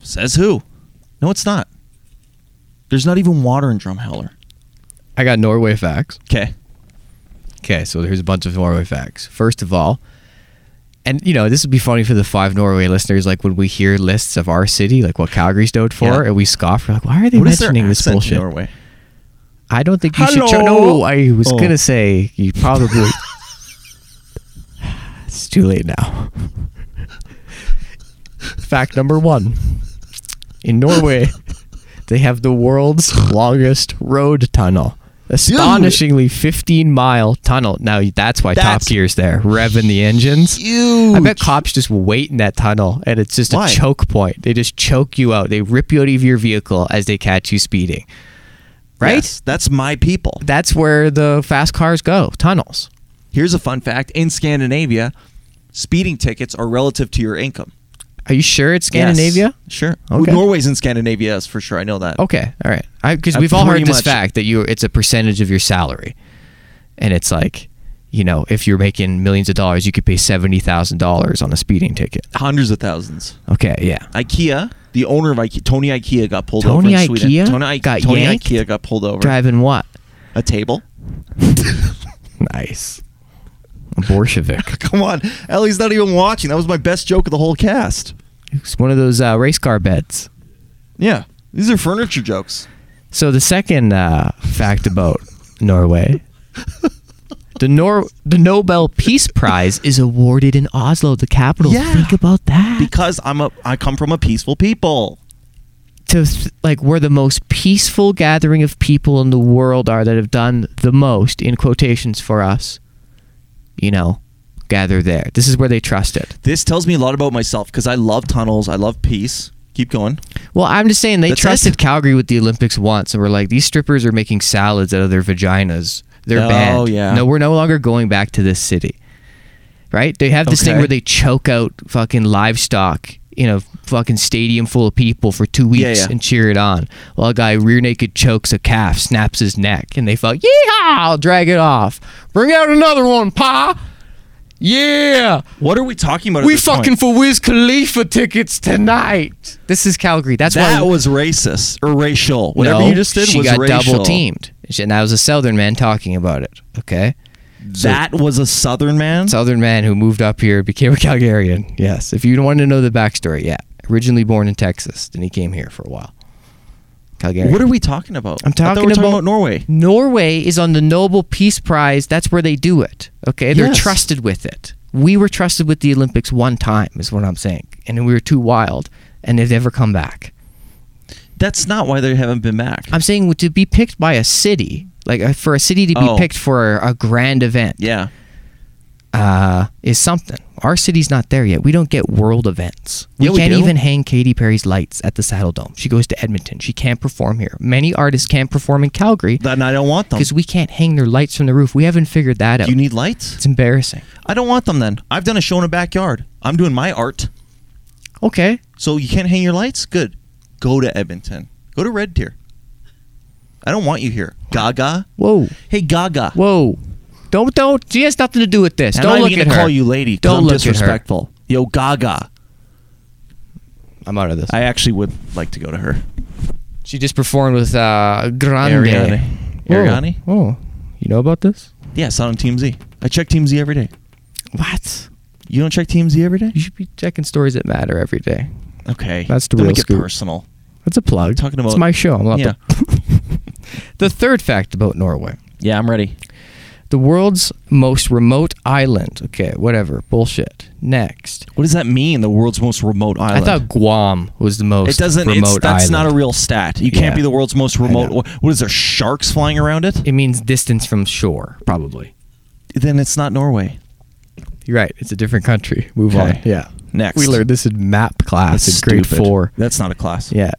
[SPEAKER 2] says who? No, it's not. There's not even water in Drumheller.
[SPEAKER 3] I got Norway facts.
[SPEAKER 2] Okay.
[SPEAKER 3] Okay, so here's a bunch of Norway facts. First of all, and you know, this would be funny for the five Norway listeners, like when we hear lists of our city, like what Calgary's known for,
[SPEAKER 2] Yeah.
[SPEAKER 3] and we scoff, we're like, why are they
[SPEAKER 2] What is their
[SPEAKER 3] mentioning this
[SPEAKER 2] accent in
[SPEAKER 3] bullshit?
[SPEAKER 2] Norway?
[SPEAKER 3] I don't think you should. Try-
[SPEAKER 2] Hello?
[SPEAKER 3] no, I was
[SPEAKER 2] Oh.
[SPEAKER 3] gonna say you probably. it's too late now. Fact number one: In Norway, they have the world's longest road tunnel. Astonishingly, 15 mile tunnel. Now, that's why
[SPEAKER 2] That's
[SPEAKER 3] Top Gear's there, revving the engines.
[SPEAKER 2] Huge.
[SPEAKER 3] I bet cops just wait in that tunnel and it's just
[SPEAKER 2] Why?
[SPEAKER 3] a choke point. They just choke you out. They rip you out of your vehicle as they catch you speeding. Right?
[SPEAKER 2] Yes, that's my people.
[SPEAKER 3] That's where the fast cars go, tunnels.
[SPEAKER 2] Here's a fun fact in Scandinavia, speeding tickets are relative to your income.
[SPEAKER 3] Are you sure it's Scandinavia?
[SPEAKER 2] Yes, sure.
[SPEAKER 3] Okay.
[SPEAKER 2] Norway's in Scandinavia, yes, for sure. I know that.
[SPEAKER 3] Okay, all right. Because
[SPEAKER 2] Uh,
[SPEAKER 3] we've all
[SPEAKER 2] pretty
[SPEAKER 3] heard this
[SPEAKER 2] much.
[SPEAKER 3] fact that you it's a percentage of your salary, and it's like, you know, if you're making millions of dollars, you could pay seventy thousand dollars on a speeding ticket.
[SPEAKER 2] Hundreds of thousands.
[SPEAKER 3] Okay, yeah.
[SPEAKER 2] IKEA, the owner of IKEA, Tony IKEA, got pulled
[SPEAKER 3] Tony
[SPEAKER 2] over in Sweden.
[SPEAKER 3] Ikea
[SPEAKER 2] Tony, I-
[SPEAKER 3] got
[SPEAKER 2] Tony
[SPEAKER 3] yanked?
[SPEAKER 2] IKEA got pulled over.
[SPEAKER 3] Driving what?
[SPEAKER 2] A table.
[SPEAKER 3] Nice. A Bolshevik.
[SPEAKER 2] Come on, Ellie's not even watching. That was my best joke of the whole cast.
[SPEAKER 3] it's one of those uh, race car beds.
[SPEAKER 2] Yeah, these are furniture jokes.
[SPEAKER 3] So the second uh, fact about Norway, the Nor the Nobel Peace Prize is awarded in Oslo, the capital.
[SPEAKER 2] Yeah.
[SPEAKER 3] Think about that.
[SPEAKER 2] Because I'm a, I come from a peaceful people.
[SPEAKER 3] to th- like we're the most peaceful gathering of people in the world are that have done the most in quotations for us. You know, gather there. This is where they trust it.
[SPEAKER 2] This tells me a lot about myself because I love tunnels. I love peace. Keep going.
[SPEAKER 3] Well, I'm just saying they
[SPEAKER 2] That's
[SPEAKER 3] trusted
[SPEAKER 2] it.
[SPEAKER 3] Calgary with the Olympics once, and we're like, these strippers are making salads out of their vaginas. They're
[SPEAKER 2] Oh,
[SPEAKER 3] banned.
[SPEAKER 2] yeah.
[SPEAKER 3] No, we're no longer going back to this city. Right? They have this thing
[SPEAKER 2] Okay.
[SPEAKER 3] where they choke out fucking livestock in a fucking stadium full of people for two weeks
[SPEAKER 2] yeah.
[SPEAKER 3] and cheer it on. While a guy rear naked chokes a calf, snaps his neck, and they fuck, yeehaw, drag it off. Bring out another one, pa. Yeah.
[SPEAKER 2] What are we talking about? at
[SPEAKER 3] We
[SPEAKER 2] this point?
[SPEAKER 3] fucking for Wiz Khalifa tickets tonight. This is Calgary. That's
[SPEAKER 2] That
[SPEAKER 3] why
[SPEAKER 2] was racist or racial. Whatever
[SPEAKER 3] no,
[SPEAKER 2] you just did
[SPEAKER 3] she
[SPEAKER 2] was
[SPEAKER 3] got
[SPEAKER 2] racial.
[SPEAKER 3] double teamed, She- and that was a Southern man talking about it. Okay,
[SPEAKER 2] That was a Southern man.
[SPEAKER 3] Southern man who moved up here became a Calgarian. Yes, if you want to know the backstory, yeah, originally born in Texas, then he came here for a while. Calgarian.
[SPEAKER 2] What are we talking about?
[SPEAKER 3] I'm
[SPEAKER 2] I thought
[SPEAKER 3] talking,
[SPEAKER 2] we were
[SPEAKER 3] about,
[SPEAKER 2] talking about Norway.
[SPEAKER 3] Norway is on the Nobel Peace Prize. That's where they do it. Okay, they're
[SPEAKER 2] Yes.
[SPEAKER 3] trusted with it. We were trusted with the Olympics one time, is what I'm saying, and we were too wild, and they've never come back.
[SPEAKER 2] That's not why they haven't been back.
[SPEAKER 3] I'm saying to be picked by a city, like uh, for a city to be
[SPEAKER 2] Oh.
[SPEAKER 3] picked for a grand event,
[SPEAKER 2] yeah.
[SPEAKER 3] uh, is something. Our city's not there yet. We don't get world events. We
[SPEAKER 2] Yeah, we
[SPEAKER 3] can't
[SPEAKER 2] do.
[SPEAKER 3] even hang Katy Perry's lights at the Saddle Dome. She goes to Edmonton. She can't perform here. Many artists can't perform in Calgary
[SPEAKER 2] Then I don't want them.
[SPEAKER 3] because we can't hang their lights from the roof. We haven't figured that out.
[SPEAKER 2] Do you need lights?
[SPEAKER 3] it's embarrassing.
[SPEAKER 2] I don't want them then. I've done a show in a backyard. I'm doing my art.
[SPEAKER 3] Okay.
[SPEAKER 2] So you can't hang your lights? Good. Go to Edmonton. Go to Red Deer. I don't want you here. Gaga.
[SPEAKER 3] Whoa.
[SPEAKER 2] Hey, Gaga.
[SPEAKER 3] Whoa. Don't don't. She has nothing to do with this.
[SPEAKER 2] I'm
[SPEAKER 3] don't
[SPEAKER 2] not
[SPEAKER 3] look
[SPEAKER 2] even
[SPEAKER 3] at
[SPEAKER 2] gonna
[SPEAKER 3] her.
[SPEAKER 2] call you lady. 'cause
[SPEAKER 3] Don't
[SPEAKER 2] I'm
[SPEAKER 3] look at her.
[SPEAKER 2] disrespectful. Yo, Gaga.
[SPEAKER 3] I'm out of this.
[SPEAKER 2] I actually would like to go to her.
[SPEAKER 3] she just performed with uh, Grande.
[SPEAKER 2] Ariana. Ariani?
[SPEAKER 3] Oh, you know about this?
[SPEAKER 2] Yeah, it's on Team Z. I check Team Z every day.
[SPEAKER 3] What?
[SPEAKER 2] You don't check Team Z every day?
[SPEAKER 3] You should be checking stories that matter every day.
[SPEAKER 2] Okay.
[SPEAKER 3] That's the
[SPEAKER 2] Don't
[SPEAKER 3] real
[SPEAKER 2] make it
[SPEAKER 3] scoop.
[SPEAKER 2] personal.
[SPEAKER 3] That's a plug.
[SPEAKER 2] Talking about-
[SPEAKER 3] it's my show. I'm allowed
[SPEAKER 2] Yeah.
[SPEAKER 3] to- the third fact about Norway:
[SPEAKER 2] Yeah, I'm ready.
[SPEAKER 3] the world's most remote island. Okay, whatever. Bullshit. Next,
[SPEAKER 2] What does that mean? The world's most remote
[SPEAKER 3] I
[SPEAKER 2] island.
[SPEAKER 3] thought Guam was the most
[SPEAKER 2] it doesn't.
[SPEAKER 3] remote
[SPEAKER 2] It's, that's
[SPEAKER 3] island.
[SPEAKER 2] not a real stat. You can't
[SPEAKER 3] Yeah.
[SPEAKER 2] be the world's most remote.
[SPEAKER 3] know.
[SPEAKER 2] What is there? Sharks flying around it?
[SPEAKER 3] It means distance from shore, probably.
[SPEAKER 2] Then it's not Norway.
[SPEAKER 3] You're right. It's a different country. Move
[SPEAKER 2] Okay.
[SPEAKER 3] on. Yeah.
[SPEAKER 2] Next.
[SPEAKER 3] We learned this in map class
[SPEAKER 2] That's
[SPEAKER 3] in grade
[SPEAKER 2] stupid.
[SPEAKER 3] four.
[SPEAKER 2] That's not a class.
[SPEAKER 3] Yeah.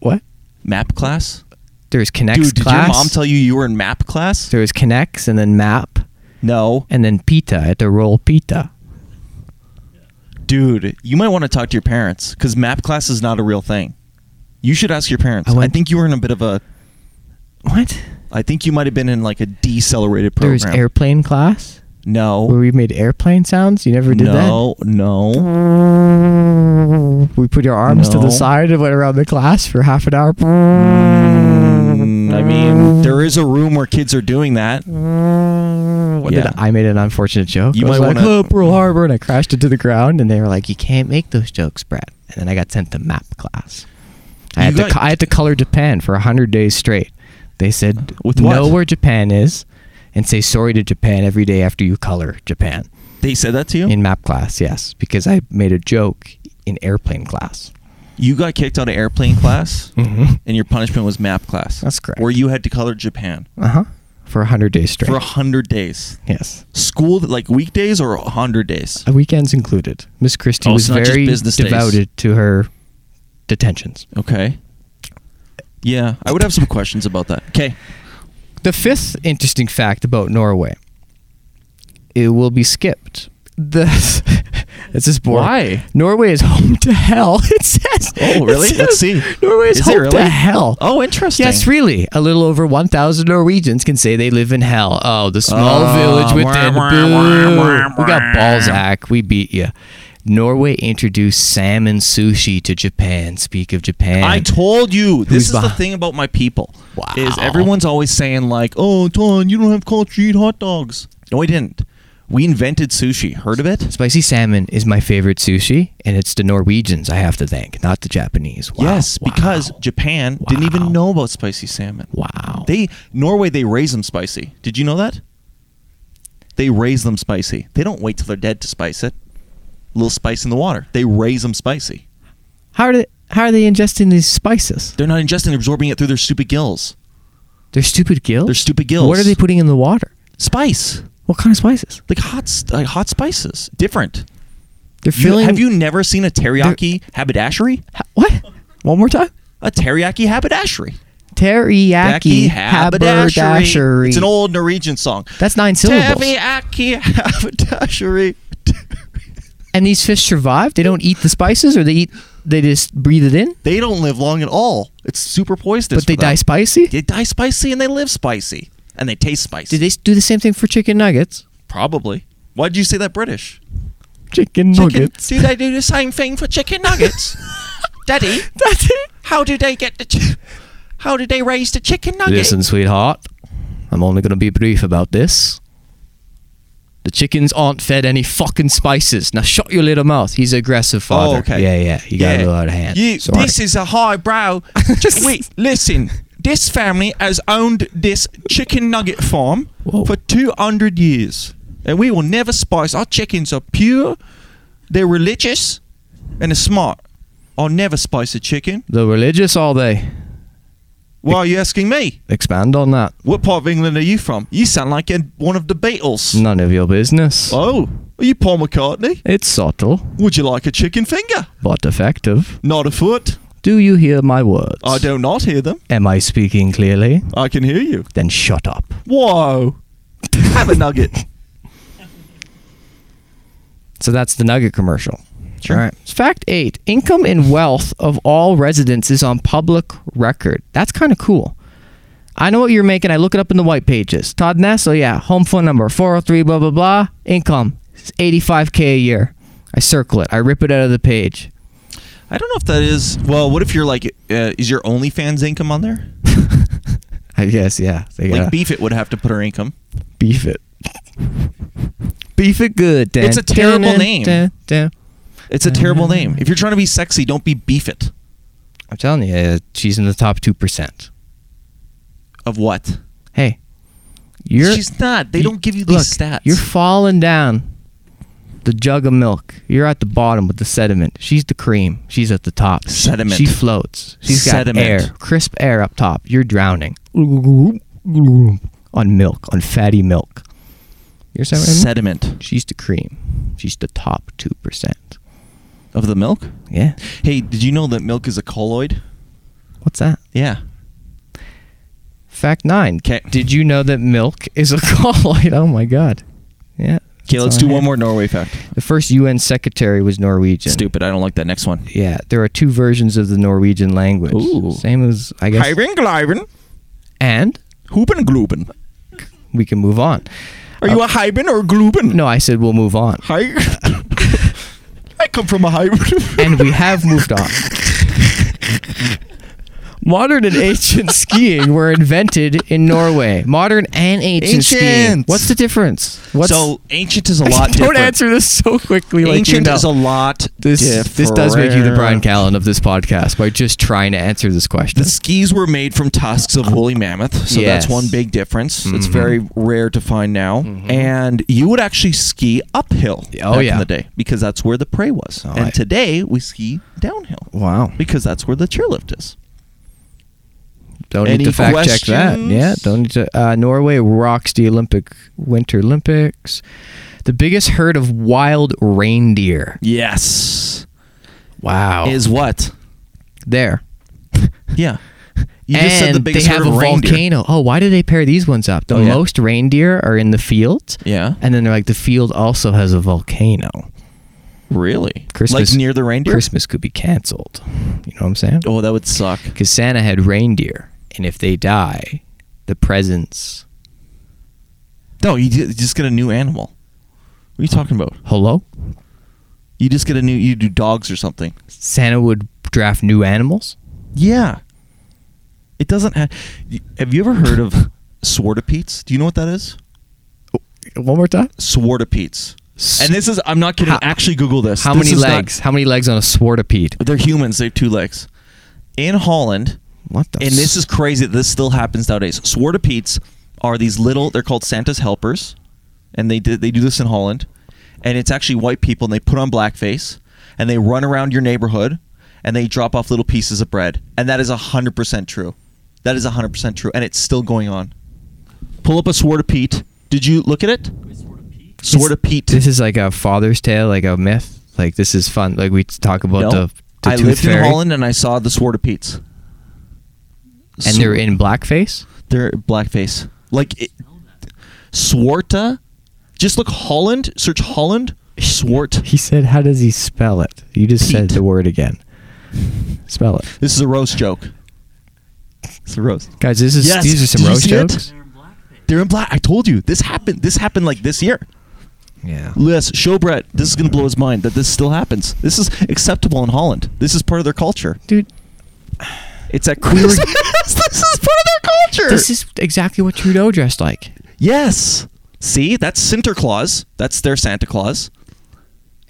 [SPEAKER 3] What?
[SPEAKER 2] Map class.
[SPEAKER 3] There's connects
[SPEAKER 2] Dude, did
[SPEAKER 3] class.
[SPEAKER 2] your mom tell you you were in map class?
[SPEAKER 3] There was connects and then map
[SPEAKER 2] No,
[SPEAKER 3] and then pita. I had to roll pita.
[SPEAKER 2] dude. You might want to talk to your parents because map class is not a real thing. You should ask your parents.
[SPEAKER 3] I
[SPEAKER 2] I,
[SPEAKER 3] went-
[SPEAKER 2] think you were in a bit of a.
[SPEAKER 3] What?
[SPEAKER 2] I think you might have been in like a decelerated
[SPEAKER 3] There
[SPEAKER 2] program. Oh.
[SPEAKER 3] was airplane class where
[SPEAKER 2] no,
[SPEAKER 3] we made airplane sounds. You never did
[SPEAKER 2] no, no.
[SPEAKER 3] that. We put your arms to
[SPEAKER 2] No.
[SPEAKER 3] the side and went around the class for half an hour.
[SPEAKER 2] Mm, I mean, there is a room where kids are doing that.
[SPEAKER 3] What
[SPEAKER 2] Yeah.
[SPEAKER 3] did I, I made an unfortunate joke.
[SPEAKER 2] You
[SPEAKER 3] I was
[SPEAKER 2] might
[SPEAKER 3] like,
[SPEAKER 2] wanna-
[SPEAKER 3] "Oh, Pearl Harbor, and I crashed into the ground, and they were like, "You can't make those jokes, Brad." And then I got sent to map class. I
[SPEAKER 2] You
[SPEAKER 3] had,
[SPEAKER 2] got-
[SPEAKER 3] to, co- I had to color Japan for hundred days straight. They said,
[SPEAKER 2] With
[SPEAKER 3] "Know
[SPEAKER 2] what?
[SPEAKER 3] where Japan is, and say sorry to Japan every day after you color Japan."
[SPEAKER 2] They said that to you.
[SPEAKER 3] In map class, yes, because I made a joke in airplane class.
[SPEAKER 2] you got kicked out of airplane class,
[SPEAKER 3] Mhm.
[SPEAKER 2] and your punishment was map class.
[SPEAKER 3] That's correct.
[SPEAKER 2] Where you had to color Japan
[SPEAKER 3] Uh huh. For hundred days straight.
[SPEAKER 2] for a hundred days.
[SPEAKER 3] yes. Uh,
[SPEAKER 2] School like weekdays or a hundred days.
[SPEAKER 3] Weekends included. Miss Christie
[SPEAKER 2] Oh,
[SPEAKER 3] was
[SPEAKER 2] it's not just
[SPEAKER 3] very
[SPEAKER 2] business days.
[SPEAKER 3] devoted to her detentions.
[SPEAKER 2] Okay. Yeah, I would have some questions about that. Okay.
[SPEAKER 3] The fifth interesting fact about Norway it will be skipped. the it's just boring.
[SPEAKER 2] Why?
[SPEAKER 3] Norway is home to hell. It says.
[SPEAKER 2] Oh, really?
[SPEAKER 3] it says
[SPEAKER 2] Let's see.
[SPEAKER 3] Norway is,
[SPEAKER 2] Is it
[SPEAKER 3] home to
[SPEAKER 2] really?
[SPEAKER 3] hell.
[SPEAKER 2] Oh, interesting.
[SPEAKER 3] Yes, really. A little over 1,000 Norwegians can say they live in hell. Oh, the small
[SPEAKER 11] Oh,
[SPEAKER 3] village within.
[SPEAKER 11] wah, wah,
[SPEAKER 3] Boo.
[SPEAKER 11] wah,
[SPEAKER 3] We got Balzac. We beat you. Norway introduced salmon sushi to Japan. Speak of Japan.
[SPEAKER 2] I told you.
[SPEAKER 3] Who's
[SPEAKER 2] This is the
[SPEAKER 3] behind-
[SPEAKER 2] thing about my people. Is everyone's always saying like, "Oh, Don, you don't have culture. You eat hot dogs." No, I didn't. We invented sushi. Heard of it?
[SPEAKER 3] Spicy salmon is my favorite sushi, and it's the Norwegians I have to thank, not the Japanese. Wow.
[SPEAKER 2] Yes, because Japan didn't even know about spicy salmon.
[SPEAKER 3] Wow.
[SPEAKER 2] They Norway they raise them spicy. Did you know that? They raise them spicy. They don't wait till they're dead to spice it. little spice in the water. They raise them spicy.
[SPEAKER 3] How are they, how are they ingesting these spices?
[SPEAKER 2] They're not ingesting, they're absorbing it through their stupid gills.
[SPEAKER 3] They're stupid gills.
[SPEAKER 2] They're stupid gills.
[SPEAKER 3] What are they putting in the water?
[SPEAKER 2] Spice.
[SPEAKER 3] What kind of spices?
[SPEAKER 2] Like hot s- like hot spices. Different.
[SPEAKER 3] They're
[SPEAKER 2] You-
[SPEAKER 3] filling.
[SPEAKER 2] have you never seen a teriyaki haberdashery?
[SPEAKER 3] what? One more time.
[SPEAKER 2] A teriyaki haberdashery.
[SPEAKER 3] Teriyaki
[SPEAKER 2] Teriyaki haberdashery.
[SPEAKER 3] haberdashery.
[SPEAKER 2] It's an old Norwegian song.
[SPEAKER 3] That's nine syllables.
[SPEAKER 2] Teriyaki haberdashery.
[SPEAKER 3] and these fish survive. They don't eat the spices, or they eat. They just breathe it in.
[SPEAKER 2] They don't live long at all. It's super poisonous.
[SPEAKER 3] But they
[SPEAKER 2] for them.
[SPEAKER 3] die spicy?
[SPEAKER 2] They die spicy and they live spicy and they taste spicy.
[SPEAKER 3] Do they do the same thing for chicken nuggets?
[SPEAKER 2] Probably. Why did you say that British?
[SPEAKER 3] Chicken nuggets.
[SPEAKER 2] Do they do the same thing for chicken nuggets? Daddy,
[SPEAKER 3] That's it.
[SPEAKER 2] how do they get the? Chi- how do they raise the chicken nuggets?
[SPEAKER 3] Listen, sweetheart, I'm only going to be brief about this. The chickens aren't fed any fucking spices. Now shut your little mouth. He's aggressive father.
[SPEAKER 2] Oh, okay.
[SPEAKER 3] Yeah, yeah. He got a little out of hand.
[SPEAKER 2] You,
[SPEAKER 3] Sorry.
[SPEAKER 2] this is a highbrow. Wait, listen. This family has owned this chicken nugget farm for 200 years. And we will never spice. Our chickens are pure, they're religious, and they're smart. I'll never spice a chicken.
[SPEAKER 3] the religious, are they?
[SPEAKER 2] Why are you asking me?
[SPEAKER 3] Expand on that.
[SPEAKER 2] What part of England are you from? You sound like a, one of the Beatles.
[SPEAKER 3] None of your business.
[SPEAKER 2] Oh, are you Paul McCartney?
[SPEAKER 3] It's subtle,
[SPEAKER 2] Would you like a chicken finger?
[SPEAKER 3] but effective.
[SPEAKER 2] Not a foot.
[SPEAKER 3] Do you hear my words?
[SPEAKER 2] Oh, I do not hear them.
[SPEAKER 3] Am I speaking clearly?
[SPEAKER 2] I can hear you.
[SPEAKER 3] Then shut up.
[SPEAKER 2] Whoa. Have a nugget.
[SPEAKER 3] So that's the Nugget commercial. Sure. All right. Fact eight income and wealth of all residents is on public record. That's kind of cool. I know what you're making. I look it up in the white pages. Todd Ness, oh yeah, home phone number 403, blah, blah, blah. Income is 85K a year. I circle it, I rip it out of the page.
[SPEAKER 2] I don't know if that is. Well, what if you're like, uh, is your OnlyFans income on there?
[SPEAKER 3] I guess, yeah. They
[SPEAKER 2] Like
[SPEAKER 3] gotta
[SPEAKER 2] Beef It would have to put her income.
[SPEAKER 3] beef it. beef it good.
[SPEAKER 2] It's a terrible
[SPEAKER 3] Dun,
[SPEAKER 2] name.
[SPEAKER 3] dun, dun.
[SPEAKER 2] It's
[SPEAKER 3] Mm-hmm.
[SPEAKER 2] a terrible name. If you're trying to be sexy, don't be Beef It.
[SPEAKER 3] I'm telling you, uh, she's in the top 2%.
[SPEAKER 2] Of what?
[SPEAKER 3] Hey, you're.
[SPEAKER 2] She's not. They
[SPEAKER 3] you-
[SPEAKER 2] don't give you these
[SPEAKER 3] look,
[SPEAKER 2] stats.
[SPEAKER 3] You're falling down the jug of milk. You're at the bottom with the sediment. She's the cream. She's at the top. She-
[SPEAKER 2] Sediment.
[SPEAKER 3] She floats. She's got
[SPEAKER 2] Sediment.
[SPEAKER 3] air, crisp air up top. You're drowning on milk, on fatty milk. You're sediment.
[SPEAKER 2] sediment
[SPEAKER 3] She's the cream. She's the top two percent.
[SPEAKER 2] of the milk.
[SPEAKER 3] Yeah.
[SPEAKER 2] Hey, did you know that milk is a colloid?
[SPEAKER 3] What's that?
[SPEAKER 2] Yeah.
[SPEAKER 3] Fact nine.
[SPEAKER 2] 'Kay.
[SPEAKER 3] Did you know that milk is a colloid? Oh my god. Yeah.
[SPEAKER 2] Okay,
[SPEAKER 3] It's
[SPEAKER 2] let's
[SPEAKER 3] on
[SPEAKER 2] do
[SPEAKER 3] hand.
[SPEAKER 2] one more Norway fact.
[SPEAKER 3] The first UN secretary was Norwegian.
[SPEAKER 2] Stupid. I don't like that next one.
[SPEAKER 3] Yeah, there are two versions of the Norwegian language.
[SPEAKER 2] Ooh.
[SPEAKER 3] Same as I guess.
[SPEAKER 2] Heiven, gleiben,
[SPEAKER 3] And
[SPEAKER 2] huben, gluben.
[SPEAKER 3] we can move on.
[SPEAKER 2] Are you a Heiben or a gluben?
[SPEAKER 3] Uh, No, I said we'll move on.
[SPEAKER 2] Hei- I come from a Heiben.
[SPEAKER 3] And we have moved on. Modern and ancient skiing were invented in Norway. Modern and ancient, skiing.
[SPEAKER 2] Ancient.
[SPEAKER 3] What's the difference? What's
[SPEAKER 2] so ancient is a lot
[SPEAKER 3] Don't
[SPEAKER 2] different.
[SPEAKER 3] answer this so quickly. Like
[SPEAKER 2] Ancient
[SPEAKER 3] you know.
[SPEAKER 2] is a lot
[SPEAKER 3] This
[SPEAKER 2] different.
[SPEAKER 3] this does make you the Brian Callen of this podcast by just trying to answer this question.
[SPEAKER 2] The skis were made from tusks of woolly mammoth, so
[SPEAKER 3] Yes. Mm-hmm.
[SPEAKER 2] that's one big difference. It's very rare to find now. And you would actually ski
[SPEAKER 3] Oh,
[SPEAKER 2] uphill back
[SPEAKER 3] yeah. Oh,
[SPEAKER 2] in the day because that's where the prey was. and
[SPEAKER 3] I-
[SPEAKER 2] today we ski downhill
[SPEAKER 3] wow.
[SPEAKER 2] because that's where the chairlift is.
[SPEAKER 3] Don't
[SPEAKER 2] Any
[SPEAKER 3] need to fact check that.
[SPEAKER 2] questions?
[SPEAKER 3] Yeah, don't need to. Uh, Norway rocks the Olympic Winter Olympics. The biggest herd of wild reindeer.
[SPEAKER 2] Yes.
[SPEAKER 3] Wow.
[SPEAKER 2] Is what?
[SPEAKER 3] there.
[SPEAKER 2] Oh. Yeah.
[SPEAKER 12] You just said the
[SPEAKER 3] And
[SPEAKER 12] biggest
[SPEAKER 3] they have
[SPEAKER 12] herd
[SPEAKER 3] a
[SPEAKER 12] of reindeer.
[SPEAKER 3] volcano. Oh, why do they pair these ones up? The
[SPEAKER 12] Oh, yeah.
[SPEAKER 3] most reindeer are in the field.
[SPEAKER 2] Yeah.
[SPEAKER 3] And then they're like, the field also has a volcano.
[SPEAKER 2] Really?
[SPEAKER 3] Christmas
[SPEAKER 2] Like near the reindeer?
[SPEAKER 3] Christmas could be canceled. You know what I'm saying?
[SPEAKER 2] Oh, that would suck.
[SPEAKER 3] Because Santa had reindeer, and if they die, the presents.
[SPEAKER 2] No, you ju- just get a new animal. What are you talking about?
[SPEAKER 3] Hello?
[SPEAKER 2] You just get a new. You do dogs or something.
[SPEAKER 3] Santa would draft new animals.
[SPEAKER 2] Yeah. It doesn't have. Have you ever heard of Swartopetes? Do you know what that is?
[SPEAKER 3] Oh, One more time.
[SPEAKER 2] Swartopetes. And this is. I'm not kidding. Actually, Google this.
[SPEAKER 3] How
[SPEAKER 2] This
[SPEAKER 3] many
[SPEAKER 2] is not-
[SPEAKER 3] legs? how many legs on a swartipede?
[SPEAKER 2] They're humans. They have two legs. In Holland.
[SPEAKER 3] What the?
[SPEAKER 2] And this is crazy. that This still happens nowadays. Swartopetes are these little. They're called Santa's helpers, and they did, they do this in Holland, and it's actually white people, and they put on blackface, and they run around your neighborhood, and they drop off little pieces of bread, and that is hundred percent true. That is hundred percent true, and it's still going on. Pull up a Swartopete. Did you look at it? Swartopete.
[SPEAKER 3] This is like a father's tale, like a myth. Like this is fun. Like we talk about
[SPEAKER 2] No.
[SPEAKER 3] the, the
[SPEAKER 2] I
[SPEAKER 3] tooth
[SPEAKER 2] lived
[SPEAKER 3] fairy,
[SPEAKER 2] in Holland, and I saw the Swartopetes.
[SPEAKER 3] and they're in blackface.
[SPEAKER 2] They're blackface. Like it, Swarta. Just look Holland. Search Holland. Swart.
[SPEAKER 3] He said, "How does he spell it?" You just said the word again. Spell it,
[SPEAKER 2] This is a roast joke. It's a roast.
[SPEAKER 3] guys. This is
[SPEAKER 2] Yes,
[SPEAKER 3] these are some
[SPEAKER 2] did you
[SPEAKER 3] roast
[SPEAKER 2] see it?
[SPEAKER 3] jokes.
[SPEAKER 2] They're in black. I told you this happened. This happened like this year.
[SPEAKER 3] Yeah.
[SPEAKER 2] Yes, Showbread. This is gonna blow his mind that this still happens. This is acceptable in Holland. This is part of their culture,
[SPEAKER 3] dude.
[SPEAKER 2] It's at Christmas. this is part of their culture.
[SPEAKER 3] This is exactly what Trudeau dressed like.
[SPEAKER 2] yes. See, that's Sinterklaas. That's their Santa Claus.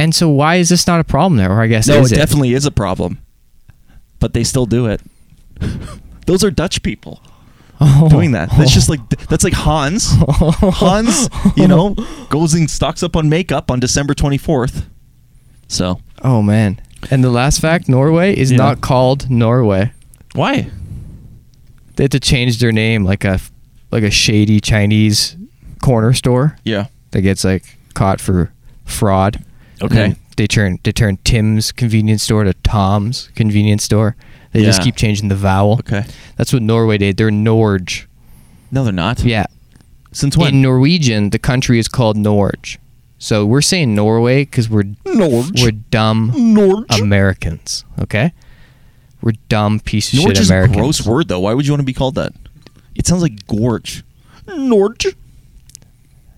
[SPEAKER 3] And so, why is this not a problem there? Or I guess
[SPEAKER 2] No,
[SPEAKER 3] is
[SPEAKER 2] it definitely is a problem. But they still do it. Those are Dutch people
[SPEAKER 3] Oh.
[SPEAKER 2] doing that. That's just like that's like Hans. Hans, you know, goes and stocks up on makeup on December 24th. So,
[SPEAKER 3] Oh man. And the last fact: Norway is
[SPEAKER 2] Yeah.
[SPEAKER 3] not called Norway.
[SPEAKER 2] why?
[SPEAKER 3] They had to change their name, like a like a shady Chinese corner store
[SPEAKER 2] Yeah.
[SPEAKER 3] that gets like caught for fraud. And
[SPEAKER 2] Okay.
[SPEAKER 3] then They turn they turn Tim's convenience store to Tom's convenience store. They just
[SPEAKER 2] Yeah.
[SPEAKER 3] keep changing the vowel.
[SPEAKER 2] Okay.
[SPEAKER 3] That's what Norway did. They're Norge.
[SPEAKER 2] No, they're not.
[SPEAKER 3] Yeah.
[SPEAKER 2] Since when?
[SPEAKER 3] In Norwegian, the country is called Norge. So we're saying Norway because we're
[SPEAKER 2] Norge.
[SPEAKER 3] we're dumb
[SPEAKER 2] Norge.
[SPEAKER 3] Americans. Okay. We're dumb piece of
[SPEAKER 2] Norge
[SPEAKER 3] shit
[SPEAKER 2] is a
[SPEAKER 3] Americans.
[SPEAKER 2] gross word though. Why would you want to be called that? It sounds like gorge. Norge.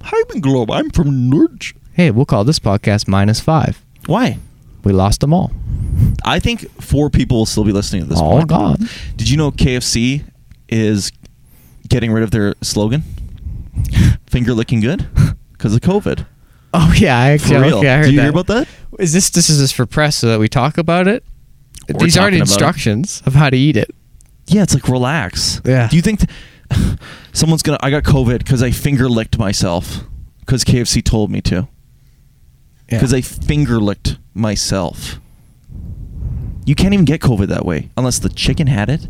[SPEAKER 2] I'm Globe. I'm from Norge.
[SPEAKER 3] Hey, we'll call this podcast minus five.
[SPEAKER 2] Why?
[SPEAKER 3] We lost them all.
[SPEAKER 2] I think four people will still be listening to this.
[SPEAKER 3] Oh,
[SPEAKER 2] podcast.
[SPEAKER 3] God.
[SPEAKER 2] Did you know KFC is getting rid of their slogan? Finger licking good because of COVID.
[SPEAKER 3] Oh yeah, I
[SPEAKER 2] For
[SPEAKER 3] actually
[SPEAKER 2] real.
[SPEAKER 3] okay, I heard
[SPEAKER 2] Did you
[SPEAKER 3] that.
[SPEAKER 2] hear about that?
[SPEAKER 3] Is this this is this for press so that we talk about it?
[SPEAKER 2] We're
[SPEAKER 3] These aren't
[SPEAKER 2] talking about it.
[SPEAKER 3] instructions of how to eat it.
[SPEAKER 2] Yeah, it's like relax.
[SPEAKER 3] Yeah.
[SPEAKER 2] Do you think th- someone's gonna? I got COVID because I finger licked myself because KFC told me to.
[SPEAKER 3] Yeah.
[SPEAKER 2] Because I finger licked myself. You can't even get COVID that way unless the chicken had it,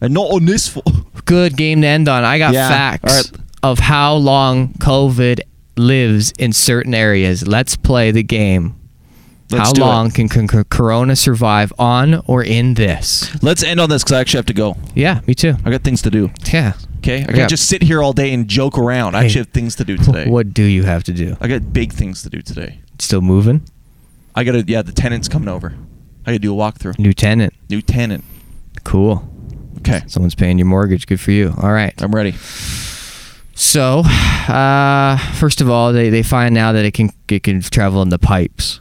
[SPEAKER 2] and not on this. Fo-
[SPEAKER 3] Good game to end on. I got
[SPEAKER 2] Yeah, all
[SPEAKER 3] facts
[SPEAKER 2] right.
[SPEAKER 3] of how long COVID lives in certain areas. Let's play the game.
[SPEAKER 2] Let's
[SPEAKER 3] how
[SPEAKER 2] do it.
[SPEAKER 3] long can, can can Corona survive on or in this?
[SPEAKER 2] Let's end on this because I actually have to go.
[SPEAKER 3] Yeah, me too.
[SPEAKER 2] I got things to do.
[SPEAKER 3] Yeah.
[SPEAKER 2] Okay, I
[SPEAKER 3] Yeah.
[SPEAKER 2] can't just sit here all day and joke around. I
[SPEAKER 3] Hey.
[SPEAKER 2] actually have things to do today.
[SPEAKER 3] What do you have to do?
[SPEAKER 2] I got big things to do today.
[SPEAKER 3] Still moving?
[SPEAKER 2] I got to yeah, the tenant's coming over. I got to do a walkthrough.
[SPEAKER 3] New tenant.
[SPEAKER 2] New tenant.
[SPEAKER 3] Cool.
[SPEAKER 2] Okay,
[SPEAKER 3] Someone's paying your mortgage. Good for you. All right.
[SPEAKER 2] I'm ready.
[SPEAKER 3] So, uh, first of all, they, they find now that it can it can travel in the pipes,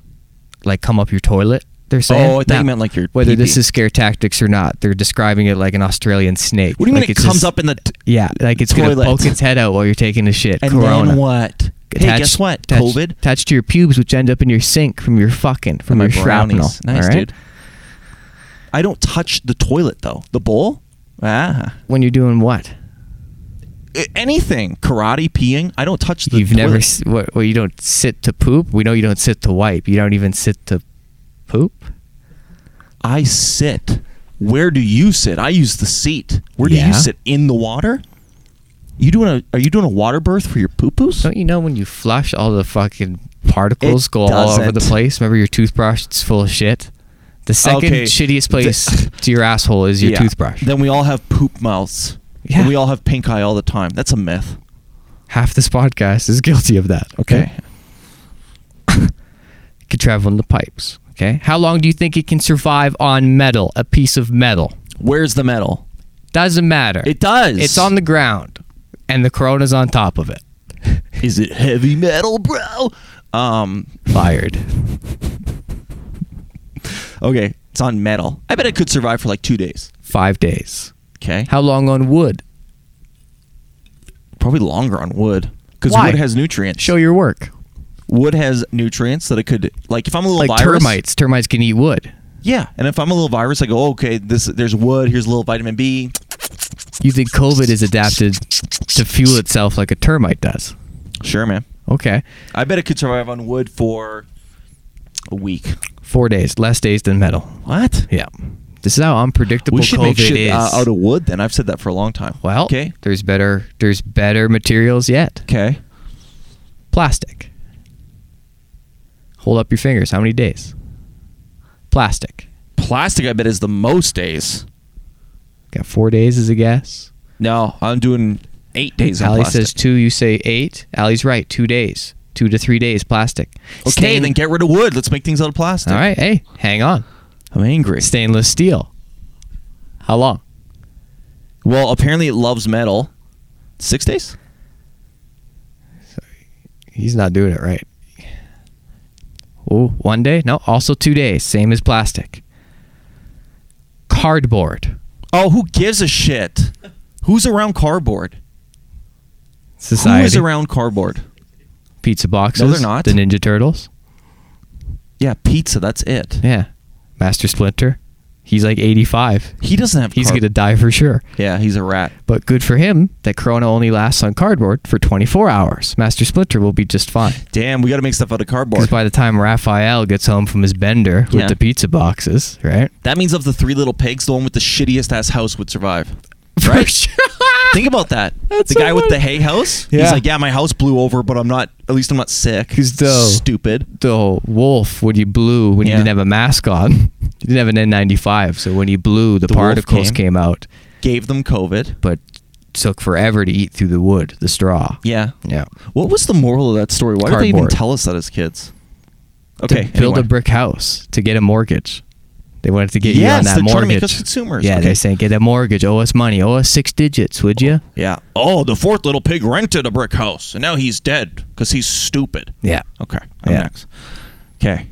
[SPEAKER 3] like come up your toilet. They're saying.
[SPEAKER 2] Oh, I thought you
[SPEAKER 3] Now,
[SPEAKER 2] meant like your
[SPEAKER 3] whether this
[SPEAKER 2] pee-pee.
[SPEAKER 3] is scare tactics or not. They're describing it like an Australian snake.
[SPEAKER 2] What do you
[SPEAKER 3] like
[SPEAKER 2] mean it
[SPEAKER 3] it's
[SPEAKER 2] comes
[SPEAKER 3] just-
[SPEAKER 2] up in the t-
[SPEAKER 3] yeah, like it's
[SPEAKER 2] toilet?
[SPEAKER 3] gonna poke its head out while you're taking a shit.
[SPEAKER 2] and
[SPEAKER 3] Corona.
[SPEAKER 2] then what? hey,
[SPEAKER 3] Attached-
[SPEAKER 2] guess what?
[SPEAKER 3] attached-
[SPEAKER 2] COVID.
[SPEAKER 3] attached to your pubes, which end up in your sink from your fucking from
[SPEAKER 2] My
[SPEAKER 3] your shrapnel.
[SPEAKER 2] brownies. Nice,
[SPEAKER 3] all right?
[SPEAKER 2] dude. I don't touch the toilet though. The bowl. Ah,
[SPEAKER 3] When you're doing what?
[SPEAKER 2] I- anything. Karate, peeing. I don't touch the.
[SPEAKER 3] You've
[SPEAKER 2] toilet.
[SPEAKER 3] never s- what? Well, you don't sit to poop. We know you don't sit to wipe. You don't even sit to poop.
[SPEAKER 2] I sit. Where do you sit? I use the seat. Where do
[SPEAKER 3] Yeah.
[SPEAKER 2] you sit? In the water? You doing a are you doing a water birth for your poo poos?
[SPEAKER 3] Don't you know when you flush all the fucking particles
[SPEAKER 2] It
[SPEAKER 3] go all over the
[SPEAKER 2] doesn't.
[SPEAKER 3] place? Remember your toothbrush is full of shit? The second
[SPEAKER 2] Okay.
[SPEAKER 3] shittiest place to your asshole is your
[SPEAKER 2] Yeah.
[SPEAKER 3] toothbrush.
[SPEAKER 2] Then we all have poop mouths. Yeah. we all have pink eye all the time. That's a myth.
[SPEAKER 3] Half this podcast is guilty of that. Okay. could travel in the pipes. Okay. How long do you think it can survive on metal? A piece of metal.
[SPEAKER 2] Where's the metal?
[SPEAKER 3] Doesn't matter.
[SPEAKER 2] It does.
[SPEAKER 3] It's on the ground, and the corona's on top of it.
[SPEAKER 2] Is it heavy metal, bro? Um,
[SPEAKER 3] fired.
[SPEAKER 2] okay, it's on metal. I bet it could survive for like two days.
[SPEAKER 3] Five days.
[SPEAKER 2] Okay.
[SPEAKER 3] How long on wood?
[SPEAKER 2] Probably longer on wood because
[SPEAKER 3] Why?
[SPEAKER 2] wood has nutrients.
[SPEAKER 3] Show your work.
[SPEAKER 2] Wood has nutrients that it could like. If I'm a little
[SPEAKER 3] Like
[SPEAKER 2] virus,
[SPEAKER 3] termites. Termites can eat wood.
[SPEAKER 2] Yeah, and if I'm a little virus, I go okay. This there's wood. Here's a little vitamin B.
[SPEAKER 3] You think COVID is adapted to fuel itself like a termite does?
[SPEAKER 2] Sure, man.
[SPEAKER 3] Okay.
[SPEAKER 2] I bet it could survive on wood for a week.
[SPEAKER 3] Four days, less days than metal.
[SPEAKER 2] What?
[SPEAKER 3] Yeah. This is how unpredictable
[SPEAKER 2] We should
[SPEAKER 3] COVID
[SPEAKER 2] make shit
[SPEAKER 3] is.
[SPEAKER 2] uh, out of wood. Then I've said that for a long time.
[SPEAKER 3] well,
[SPEAKER 2] okay,
[SPEAKER 3] there's better there's better materials yet.
[SPEAKER 2] okay.
[SPEAKER 3] Plastic. Hold up your fingers. How many days? Plastic.
[SPEAKER 2] Plastic, I bet, is the most days.
[SPEAKER 3] Got four days as a guess.
[SPEAKER 2] No, I'm doing eight days. on
[SPEAKER 3] Ali
[SPEAKER 2] plastic.
[SPEAKER 3] says two. You say eight. Ali's right. Two days. Two to three days. Plastic.
[SPEAKER 2] Okay, then get rid of wood. Let's make things out of plastic.
[SPEAKER 3] All right. Hey, hang on.
[SPEAKER 2] I'm angry.
[SPEAKER 3] Stainless steel. How long?
[SPEAKER 2] Well, apparently it loves metal. Six days?
[SPEAKER 3] He's not doing it right. Oh, one day? No, also two days. Same as plastic. Cardboard.
[SPEAKER 2] Oh, who gives a shit? Who's around cardboard?
[SPEAKER 3] Society.
[SPEAKER 2] Who is around cardboard?
[SPEAKER 3] Pizza boxes.
[SPEAKER 2] No, they're not.
[SPEAKER 3] The Ninja Turtles.
[SPEAKER 2] Yeah, pizza. That's it.
[SPEAKER 3] Yeah. Master Splinter. He's like 85.
[SPEAKER 2] He doesn't have.
[SPEAKER 3] He's
[SPEAKER 2] carb-
[SPEAKER 3] going to die for sure.
[SPEAKER 2] Yeah, he's a rat.
[SPEAKER 3] But good for him that Corona only lasts on cardboard for 24 hours. Master Splinter will be just fine.
[SPEAKER 2] Damn, we got to make stuff out of
[SPEAKER 3] Because
[SPEAKER 2] cardboard.
[SPEAKER 3] by the time Raphael gets home from his bender
[SPEAKER 2] Yeah.
[SPEAKER 3] with the pizza boxes, right?
[SPEAKER 2] That means of the three little pigs, the one with the shittiest ass house would survive. Right? Think about that. the
[SPEAKER 3] so
[SPEAKER 2] guy with
[SPEAKER 3] funny.
[SPEAKER 2] the hay house.
[SPEAKER 3] Yeah.
[SPEAKER 2] He's like, yeah, my house blew over, but I'm not. At least I'm not sick.
[SPEAKER 3] He's dope.
[SPEAKER 2] stupid.
[SPEAKER 3] The wolf, when you blew, when
[SPEAKER 2] Yeah.
[SPEAKER 3] you didn't have a mask on, you didn't have an N95. So when you blew, the,
[SPEAKER 2] The wolf
[SPEAKER 3] particles
[SPEAKER 2] came.
[SPEAKER 3] came. out,
[SPEAKER 2] Gave them COVID.
[SPEAKER 3] but took forever to eat through the wood, the straw.
[SPEAKER 2] Yeah.
[SPEAKER 3] Yeah.
[SPEAKER 2] What was the moral of that story? Why did they even
[SPEAKER 3] Cardboard.
[SPEAKER 2] tell us that as kids?
[SPEAKER 3] To
[SPEAKER 2] Okay.
[SPEAKER 3] build
[SPEAKER 2] anyway.
[SPEAKER 3] a brick house to get a mortgage. They wanted to get you
[SPEAKER 2] Yes,
[SPEAKER 3] on that
[SPEAKER 2] they're trying to
[SPEAKER 3] mortgage.
[SPEAKER 2] make us consumers.
[SPEAKER 3] Yeah,
[SPEAKER 2] Okay.
[SPEAKER 3] they're saying get that mortgage, owe us money, owe us six digits, would you?
[SPEAKER 2] Yeah. Oh, the fourth little pig rented a brick house, and now he's dead because he's stupid.
[SPEAKER 3] Yeah.
[SPEAKER 2] Okay. I'm
[SPEAKER 3] Yeah.
[SPEAKER 2] next. Okay.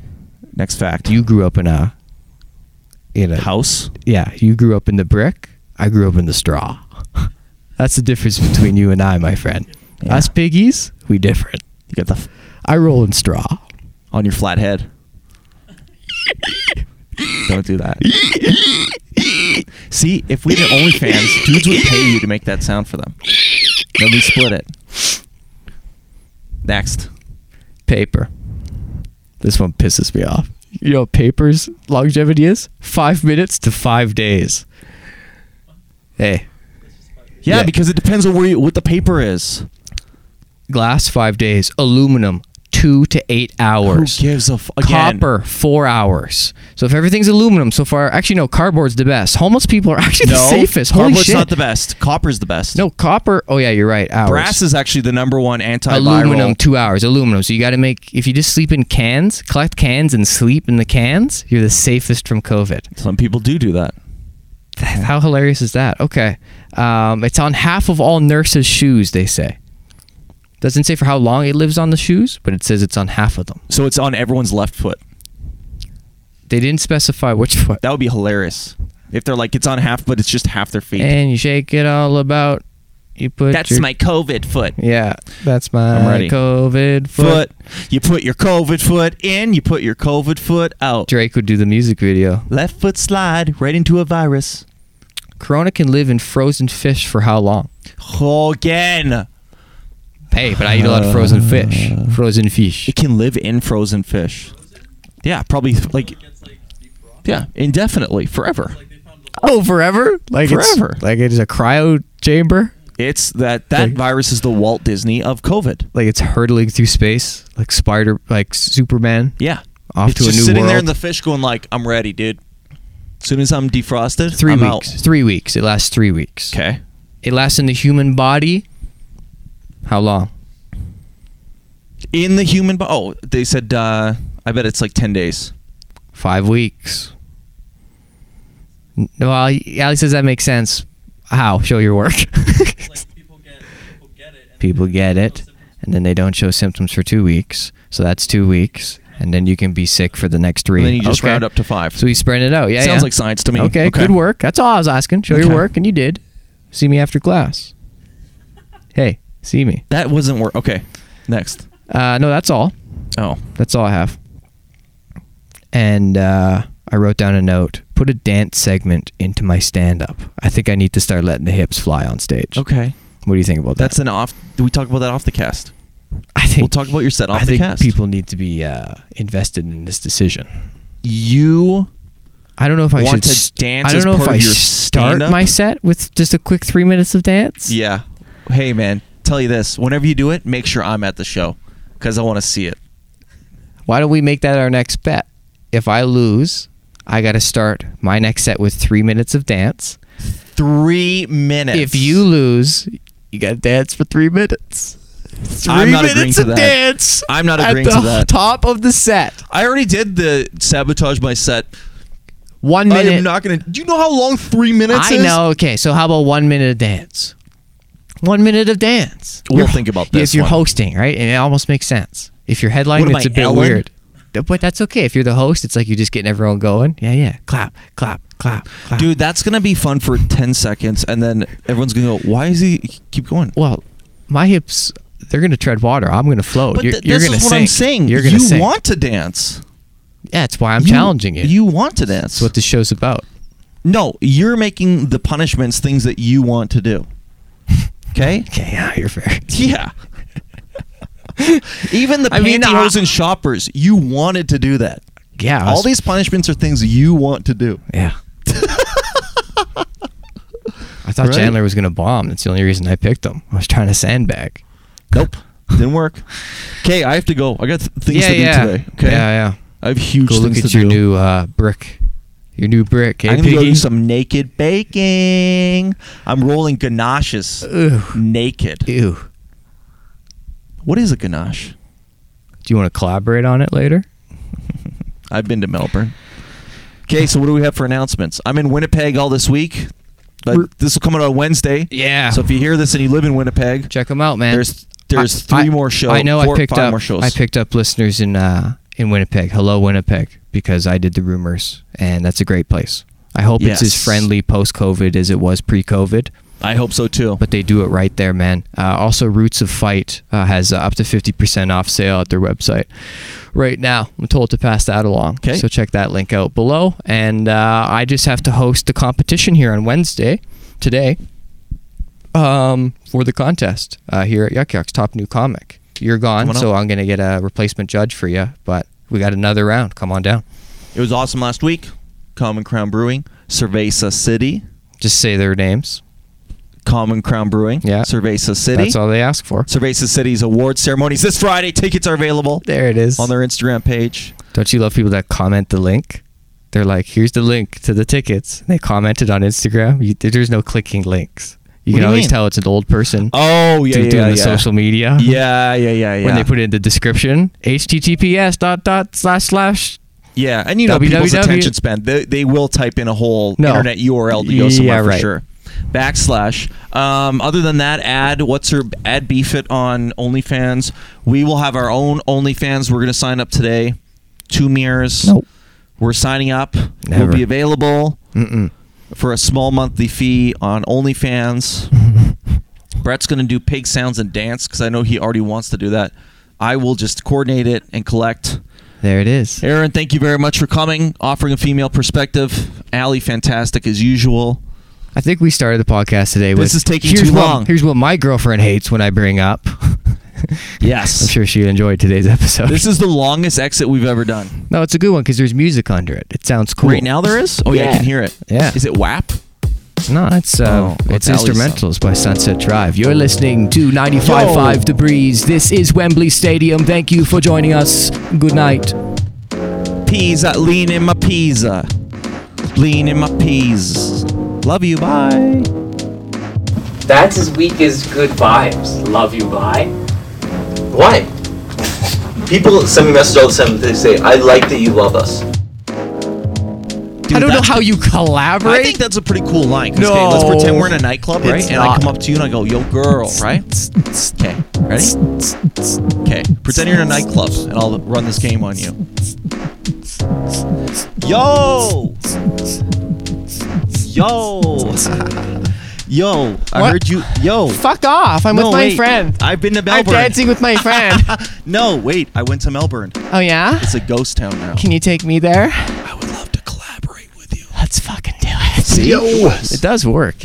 [SPEAKER 2] Next fact.
[SPEAKER 3] You grew up in a in a
[SPEAKER 2] house.
[SPEAKER 3] Yeah, you grew up in the brick. I grew up in the straw. That's the difference between you and I, my friend.
[SPEAKER 2] Yeah.
[SPEAKER 3] Us piggies, we different.
[SPEAKER 2] You got the f-
[SPEAKER 3] I roll in straw.
[SPEAKER 2] on your flat head. Don't do that. See, if we had OnlyFans, dudes would pay you to make that sound for them. Then we split it. Next.
[SPEAKER 3] Paper. This one pisses me off. You know what paper's longevity is? Five minutes to five days. Hey,
[SPEAKER 2] Yeah,
[SPEAKER 3] Yeah.
[SPEAKER 2] because it depends on where you, what the paper is.
[SPEAKER 3] glass five days, aluminum two to eight hours.
[SPEAKER 2] Who gives a f- again?
[SPEAKER 3] Copper four hours. So if everything's aluminum so far, actually no, cardboard's the best. Homeless people are actually the safest. Holy
[SPEAKER 2] cardboard's
[SPEAKER 3] shit!
[SPEAKER 2] not the best. Copper's the best.
[SPEAKER 3] No copper. Oh yeah, you're right. Hours.
[SPEAKER 2] brass is actually the number one antiviral.
[SPEAKER 3] aluminum two hours. Aluminum. So you got to make if you just sleep in cans, collect cans and sleep in the cans. You're the safest from COVID.
[SPEAKER 2] Some people do do that.
[SPEAKER 3] How hilarious is that? Okay. Um, it's on half of all nurses' shoes. They say. Doesn't say for how long it lives on the shoes, but it says it's on half of them.
[SPEAKER 2] So it's on everyone's left foot.
[SPEAKER 3] They didn't specify which foot.
[SPEAKER 2] That would be hilarious. If they're like, it's on half, but it's just half their feet.
[SPEAKER 3] And you shake it all about. You put
[SPEAKER 2] That's
[SPEAKER 3] your-
[SPEAKER 2] my COVID foot.
[SPEAKER 3] yeah. That's my
[SPEAKER 2] I'm ready.
[SPEAKER 3] COVID
[SPEAKER 2] Foot. You put your COVID foot in, you put your COVID foot out.
[SPEAKER 3] Drake would do the music video.
[SPEAKER 2] Left foot slide right into a virus.
[SPEAKER 3] Corona can live in frozen fish for how long?
[SPEAKER 2] Again.
[SPEAKER 3] Hey, but I eat a lot of frozen fish. Frozen fish.
[SPEAKER 2] It can live in frozen fish. Yeah, probably like. Yeah, indefinitely, forever.
[SPEAKER 3] Oh, forever? Like
[SPEAKER 2] it's-
[SPEAKER 3] like it is a cryo chamber.
[SPEAKER 2] It's that that
[SPEAKER 3] Like-
[SPEAKER 2] virus is the Walt Disney of COVID.
[SPEAKER 3] Like it's hurtling through space, like spider, like Superman.
[SPEAKER 2] Yeah.
[SPEAKER 3] off
[SPEAKER 2] it's
[SPEAKER 3] to a
[SPEAKER 2] just
[SPEAKER 3] new
[SPEAKER 2] sitting
[SPEAKER 3] world.
[SPEAKER 2] there in the fish going like, I'm ready, dude. As soon as I'm defrosted,
[SPEAKER 3] 3
[SPEAKER 2] I'm
[SPEAKER 3] weeks.
[SPEAKER 2] out.
[SPEAKER 3] Three weeks. It lasts three weeks.
[SPEAKER 2] Okay.
[SPEAKER 3] It lasts in the human body. How long?
[SPEAKER 2] In the human body. Oh, they said, uh, I bet it's like 10 days.
[SPEAKER 3] Five weeks. N- Well, Ali says that makes sense. How? Show your work. people get it, and then they don't show symptoms for two weeks. So that's two weeks, and then you can be sick for the next three.
[SPEAKER 2] And then you just
[SPEAKER 3] Okay.
[SPEAKER 2] round up to five.
[SPEAKER 3] So we spread it out. Yeah,
[SPEAKER 2] Sounds
[SPEAKER 3] yeah.
[SPEAKER 2] like science to me.
[SPEAKER 3] Okay,
[SPEAKER 2] Okay.
[SPEAKER 3] good work. That's all I was asking. Show
[SPEAKER 2] Okay.
[SPEAKER 3] your work, and you did. See me after class. Hey, see me.
[SPEAKER 2] That wasn't work. Okay. Next.
[SPEAKER 3] Uh, no, that's all.
[SPEAKER 2] Oh.
[SPEAKER 3] That's all I have. And uh, I wrote down a note. Put a dance segment into my stand up. I think I need to start letting the hips fly on stage.
[SPEAKER 2] Okay.
[SPEAKER 3] What do you think about that?
[SPEAKER 2] That's an off. Do we talk about that off the cast?
[SPEAKER 3] I think
[SPEAKER 2] we'll talk about your set off
[SPEAKER 3] I
[SPEAKER 2] the
[SPEAKER 3] think
[SPEAKER 2] cast.
[SPEAKER 3] people need to be uh, invested in this decision.
[SPEAKER 2] you
[SPEAKER 3] I don't know if I
[SPEAKER 2] want
[SPEAKER 3] should
[SPEAKER 2] to
[SPEAKER 3] s-
[SPEAKER 2] dance
[SPEAKER 3] I don't
[SPEAKER 2] as
[SPEAKER 3] know
[SPEAKER 2] part
[SPEAKER 3] if
[SPEAKER 2] of
[SPEAKER 3] I
[SPEAKER 2] your
[SPEAKER 3] start
[SPEAKER 2] stand-up?
[SPEAKER 3] my set with just a quick three minutes of dance.
[SPEAKER 2] Yeah. Hey, man. Tell you this. Whenever you do it, make sure I'm at the show because I want to see it.
[SPEAKER 3] Why don't we make that our next bet? If I lose, I got to start my next set with three minutes of dance.
[SPEAKER 2] Three minutes.
[SPEAKER 3] If you lose, you got to dance for three minutes. Three
[SPEAKER 2] I'm not agreeing
[SPEAKER 3] minutes
[SPEAKER 2] to
[SPEAKER 3] of
[SPEAKER 2] that.
[SPEAKER 3] dance.
[SPEAKER 2] I'm not
[SPEAKER 3] at
[SPEAKER 2] agreeing
[SPEAKER 3] the
[SPEAKER 2] to that.
[SPEAKER 3] Top of the set.
[SPEAKER 2] I already did the sabotage my set.
[SPEAKER 3] One
[SPEAKER 2] I
[SPEAKER 3] minute.
[SPEAKER 2] am not gonna. Do you know how long three minutes
[SPEAKER 3] I
[SPEAKER 2] is?
[SPEAKER 3] know. Okay, so how about one minute of dance? One minute of dance.
[SPEAKER 2] We'll think about
[SPEAKER 3] Yes,
[SPEAKER 2] this
[SPEAKER 3] you're
[SPEAKER 2] one.
[SPEAKER 3] hosting, right? And it almost makes sense. If you're headlining,
[SPEAKER 2] What am
[SPEAKER 3] it's
[SPEAKER 2] I,
[SPEAKER 3] a bit
[SPEAKER 2] Ellen?
[SPEAKER 3] weird. Th- But that's okay. If you're the host, it's like you're just getting everyone going. Yeah, yeah. Clap, clap, clap, clap.
[SPEAKER 2] Dude, that's gonna be fun for ten seconds, and then everyone's gonna go, "Why is he keep going?"
[SPEAKER 3] Well, my hips, they're going to tread water. I'm going to float.
[SPEAKER 2] But
[SPEAKER 3] you're
[SPEAKER 2] th-
[SPEAKER 3] you're
[SPEAKER 2] this
[SPEAKER 3] going to
[SPEAKER 2] is what
[SPEAKER 3] sink.
[SPEAKER 2] I'm saying.
[SPEAKER 3] You're going to
[SPEAKER 2] you
[SPEAKER 3] sink.
[SPEAKER 2] want to dance.
[SPEAKER 3] yeah, that's why I'm
[SPEAKER 2] You-
[SPEAKER 3] challenging it.
[SPEAKER 2] You want to dance.
[SPEAKER 3] that's what this show's about.
[SPEAKER 2] No, you're making the punishments things that you want to do. Okay?
[SPEAKER 3] Okay, yeah, you're fair.
[SPEAKER 2] yeah. Even the
[SPEAKER 3] I mean,
[SPEAKER 2] pantyhose
[SPEAKER 3] I-
[SPEAKER 2] and shoppers, you wanted to do that.
[SPEAKER 3] Yeah. I
[SPEAKER 2] All
[SPEAKER 3] was-
[SPEAKER 2] these punishments are things you want to do.
[SPEAKER 3] Yeah. I thought
[SPEAKER 2] Right?
[SPEAKER 3] Chandler was going to bomb. That's the only reason I picked him. I was trying to sandbag.
[SPEAKER 2] Nope. Didn't work. Okay, I have to go. I got th- things to do today. Okay.
[SPEAKER 3] Yeah, yeah.
[SPEAKER 2] I have huge
[SPEAKER 3] Go look
[SPEAKER 2] things
[SPEAKER 3] at
[SPEAKER 2] to
[SPEAKER 3] your
[SPEAKER 2] do.
[SPEAKER 3] new uh, brick. Your new brick. Hey,
[SPEAKER 2] I'm gonna go
[SPEAKER 3] Piggy?
[SPEAKER 2] do some naked baking. I'm rolling ganaches
[SPEAKER 3] Ew.
[SPEAKER 2] naked.
[SPEAKER 3] Ew.
[SPEAKER 2] What is a ganache?
[SPEAKER 3] Do you want to collaborate on it later?
[SPEAKER 2] I've been to Melbourne. Okay, so what do we have for announcements? I'm in Winnipeg all this week.
[SPEAKER 3] We're-
[SPEAKER 2] But this will come out on Wednesday.
[SPEAKER 3] Yeah.
[SPEAKER 2] So if you hear this and you live in Winnipeg,
[SPEAKER 3] Check them out, man.
[SPEAKER 2] there's there's
[SPEAKER 3] I- I-
[SPEAKER 2] three more shows.
[SPEAKER 3] I know
[SPEAKER 2] four,
[SPEAKER 3] I picked
[SPEAKER 2] five
[SPEAKER 3] up
[SPEAKER 2] more shows.
[SPEAKER 3] I picked up listeners in uh, in Winnipeg. Hello Winnipeg because I did the rumors and that's a great place. I hope it's
[SPEAKER 2] Yes.
[SPEAKER 3] as friendly post-COVID as it was pre-COVID.
[SPEAKER 2] I hope so too.
[SPEAKER 3] but they do it right there, man. Uh, also, Roots of Fight uh, has uh, up to 50% off sale at their website right now. I'm told to pass that along.
[SPEAKER 2] 'Kay.
[SPEAKER 3] So check that link out below. And uh, I just have to host the competition here on Wednesday, today, um, for the contest uh, here at Yuck Yuck's Top New Comic. You're gone,
[SPEAKER 2] Coming
[SPEAKER 3] so
[SPEAKER 2] up.
[SPEAKER 3] I'm going to get a replacement judge for you, but we got another round. Come on down.
[SPEAKER 2] it was awesome last week. Common Crown Brewing, Cerveza City,
[SPEAKER 3] Just say their names.
[SPEAKER 2] Common Crown Brewing,
[SPEAKER 3] Yeah.
[SPEAKER 2] Cerveza City.
[SPEAKER 3] That's all they ask for.
[SPEAKER 2] Cerveza City's award ceremonies this Friday. Tickets are available
[SPEAKER 3] There it is.
[SPEAKER 2] on their Instagram page.
[SPEAKER 3] Don't you love people that comment the link? They're like, here's the link to the tickets. And they commented on Instagram. You, there's no clicking links. You
[SPEAKER 2] What do
[SPEAKER 3] can
[SPEAKER 2] you
[SPEAKER 3] always
[SPEAKER 2] mean?
[SPEAKER 3] tell it's an old person.
[SPEAKER 2] Oh yeah,
[SPEAKER 3] do-
[SPEAKER 2] yeah,
[SPEAKER 3] doing
[SPEAKER 2] yeah.
[SPEAKER 3] the social media.
[SPEAKER 2] Yeah, yeah, yeah, yeah.
[SPEAKER 3] When they put it in the description, https dot dot slash slash.
[SPEAKER 2] Yeah, and you know people's
[SPEAKER 3] www.
[SPEAKER 2] attention span. They, they will type in a whole
[SPEAKER 3] No.
[SPEAKER 2] internet URL to go somewhere
[SPEAKER 3] Yeah,
[SPEAKER 2] for
[SPEAKER 3] right.
[SPEAKER 2] sure. Backslash. Um, other than that, add what's her add BFIT on OnlyFans. We will have our own OnlyFans. We're going to sign up today. Two mirrors.
[SPEAKER 3] Nope.
[SPEAKER 2] We're signing up.
[SPEAKER 3] Never.
[SPEAKER 2] We'll be available
[SPEAKER 3] Mm-mm.
[SPEAKER 2] for a small monthly fee on OnlyFans. Brett's going to do pig sounds and dance because I know he already wants to do that. I will just coordinate it and collect.
[SPEAKER 3] There it is.
[SPEAKER 2] Aaron, thank you very much for coming, offering a female perspective. Allie, fantastic as usual.
[SPEAKER 3] I think we started the podcast today with.
[SPEAKER 2] This is taking
[SPEAKER 3] here's
[SPEAKER 2] too
[SPEAKER 3] what-
[SPEAKER 2] long.
[SPEAKER 3] here's what my girlfriend hates when I bring up. I'm
[SPEAKER 2] Yes.
[SPEAKER 3] sure she enjoyed today's episode.
[SPEAKER 2] This is the longest exit we've ever done.
[SPEAKER 3] no, it's a good one because there's music under it. It sounds cool.
[SPEAKER 2] Right now there is? Oh, yeah, I can hear it.
[SPEAKER 3] Yeah.
[SPEAKER 2] Is it WAP?
[SPEAKER 3] No, it's uh,
[SPEAKER 2] Oh, well,
[SPEAKER 3] it's
[SPEAKER 2] it's Ali's
[SPEAKER 3] instrumentals by Sunset Drive. You're listening to 95.5 The Breeze. This is Wembley Stadium. Thank you for joining us. Good night.
[SPEAKER 2] pizza, lean in my pizza, lean in my peas. Love you, bye.
[SPEAKER 13] That's as weak as good vibes. Love you, bye. Why?
[SPEAKER 14] People send me messages all the time. They say, "I like that you love us."
[SPEAKER 15] I don't know how you collaborate.
[SPEAKER 2] I think that's a pretty cool line. 'cause,
[SPEAKER 15] No.
[SPEAKER 2] okay, let's pretend we're in a nightclub, right?
[SPEAKER 15] It's
[SPEAKER 2] and I
[SPEAKER 15] not.
[SPEAKER 2] come up to you and I go, "Yo, girl," right? Okay, ready? Okay, pretend you're in a nightclub, and I'll run this game on you. Yo, yo, yo! I
[SPEAKER 15] What?
[SPEAKER 2] heard you. Yo,
[SPEAKER 15] Fuck off. I'm
[SPEAKER 2] No,
[SPEAKER 15] with my
[SPEAKER 2] wait.
[SPEAKER 15] friend.
[SPEAKER 2] I've been to
[SPEAKER 15] I'm
[SPEAKER 2] Melbourne.
[SPEAKER 15] dancing with my friend.
[SPEAKER 2] no, wait. I went to Melbourne.
[SPEAKER 15] oh, yeah?
[SPEAKER 2] It's a ghost town now.
[SPEAKER 15] Can you take me there? I would love to collaborate with you. Let's fucking do it.
[SPEAKER 2] Yo.
[SPEAKER 15] It does work.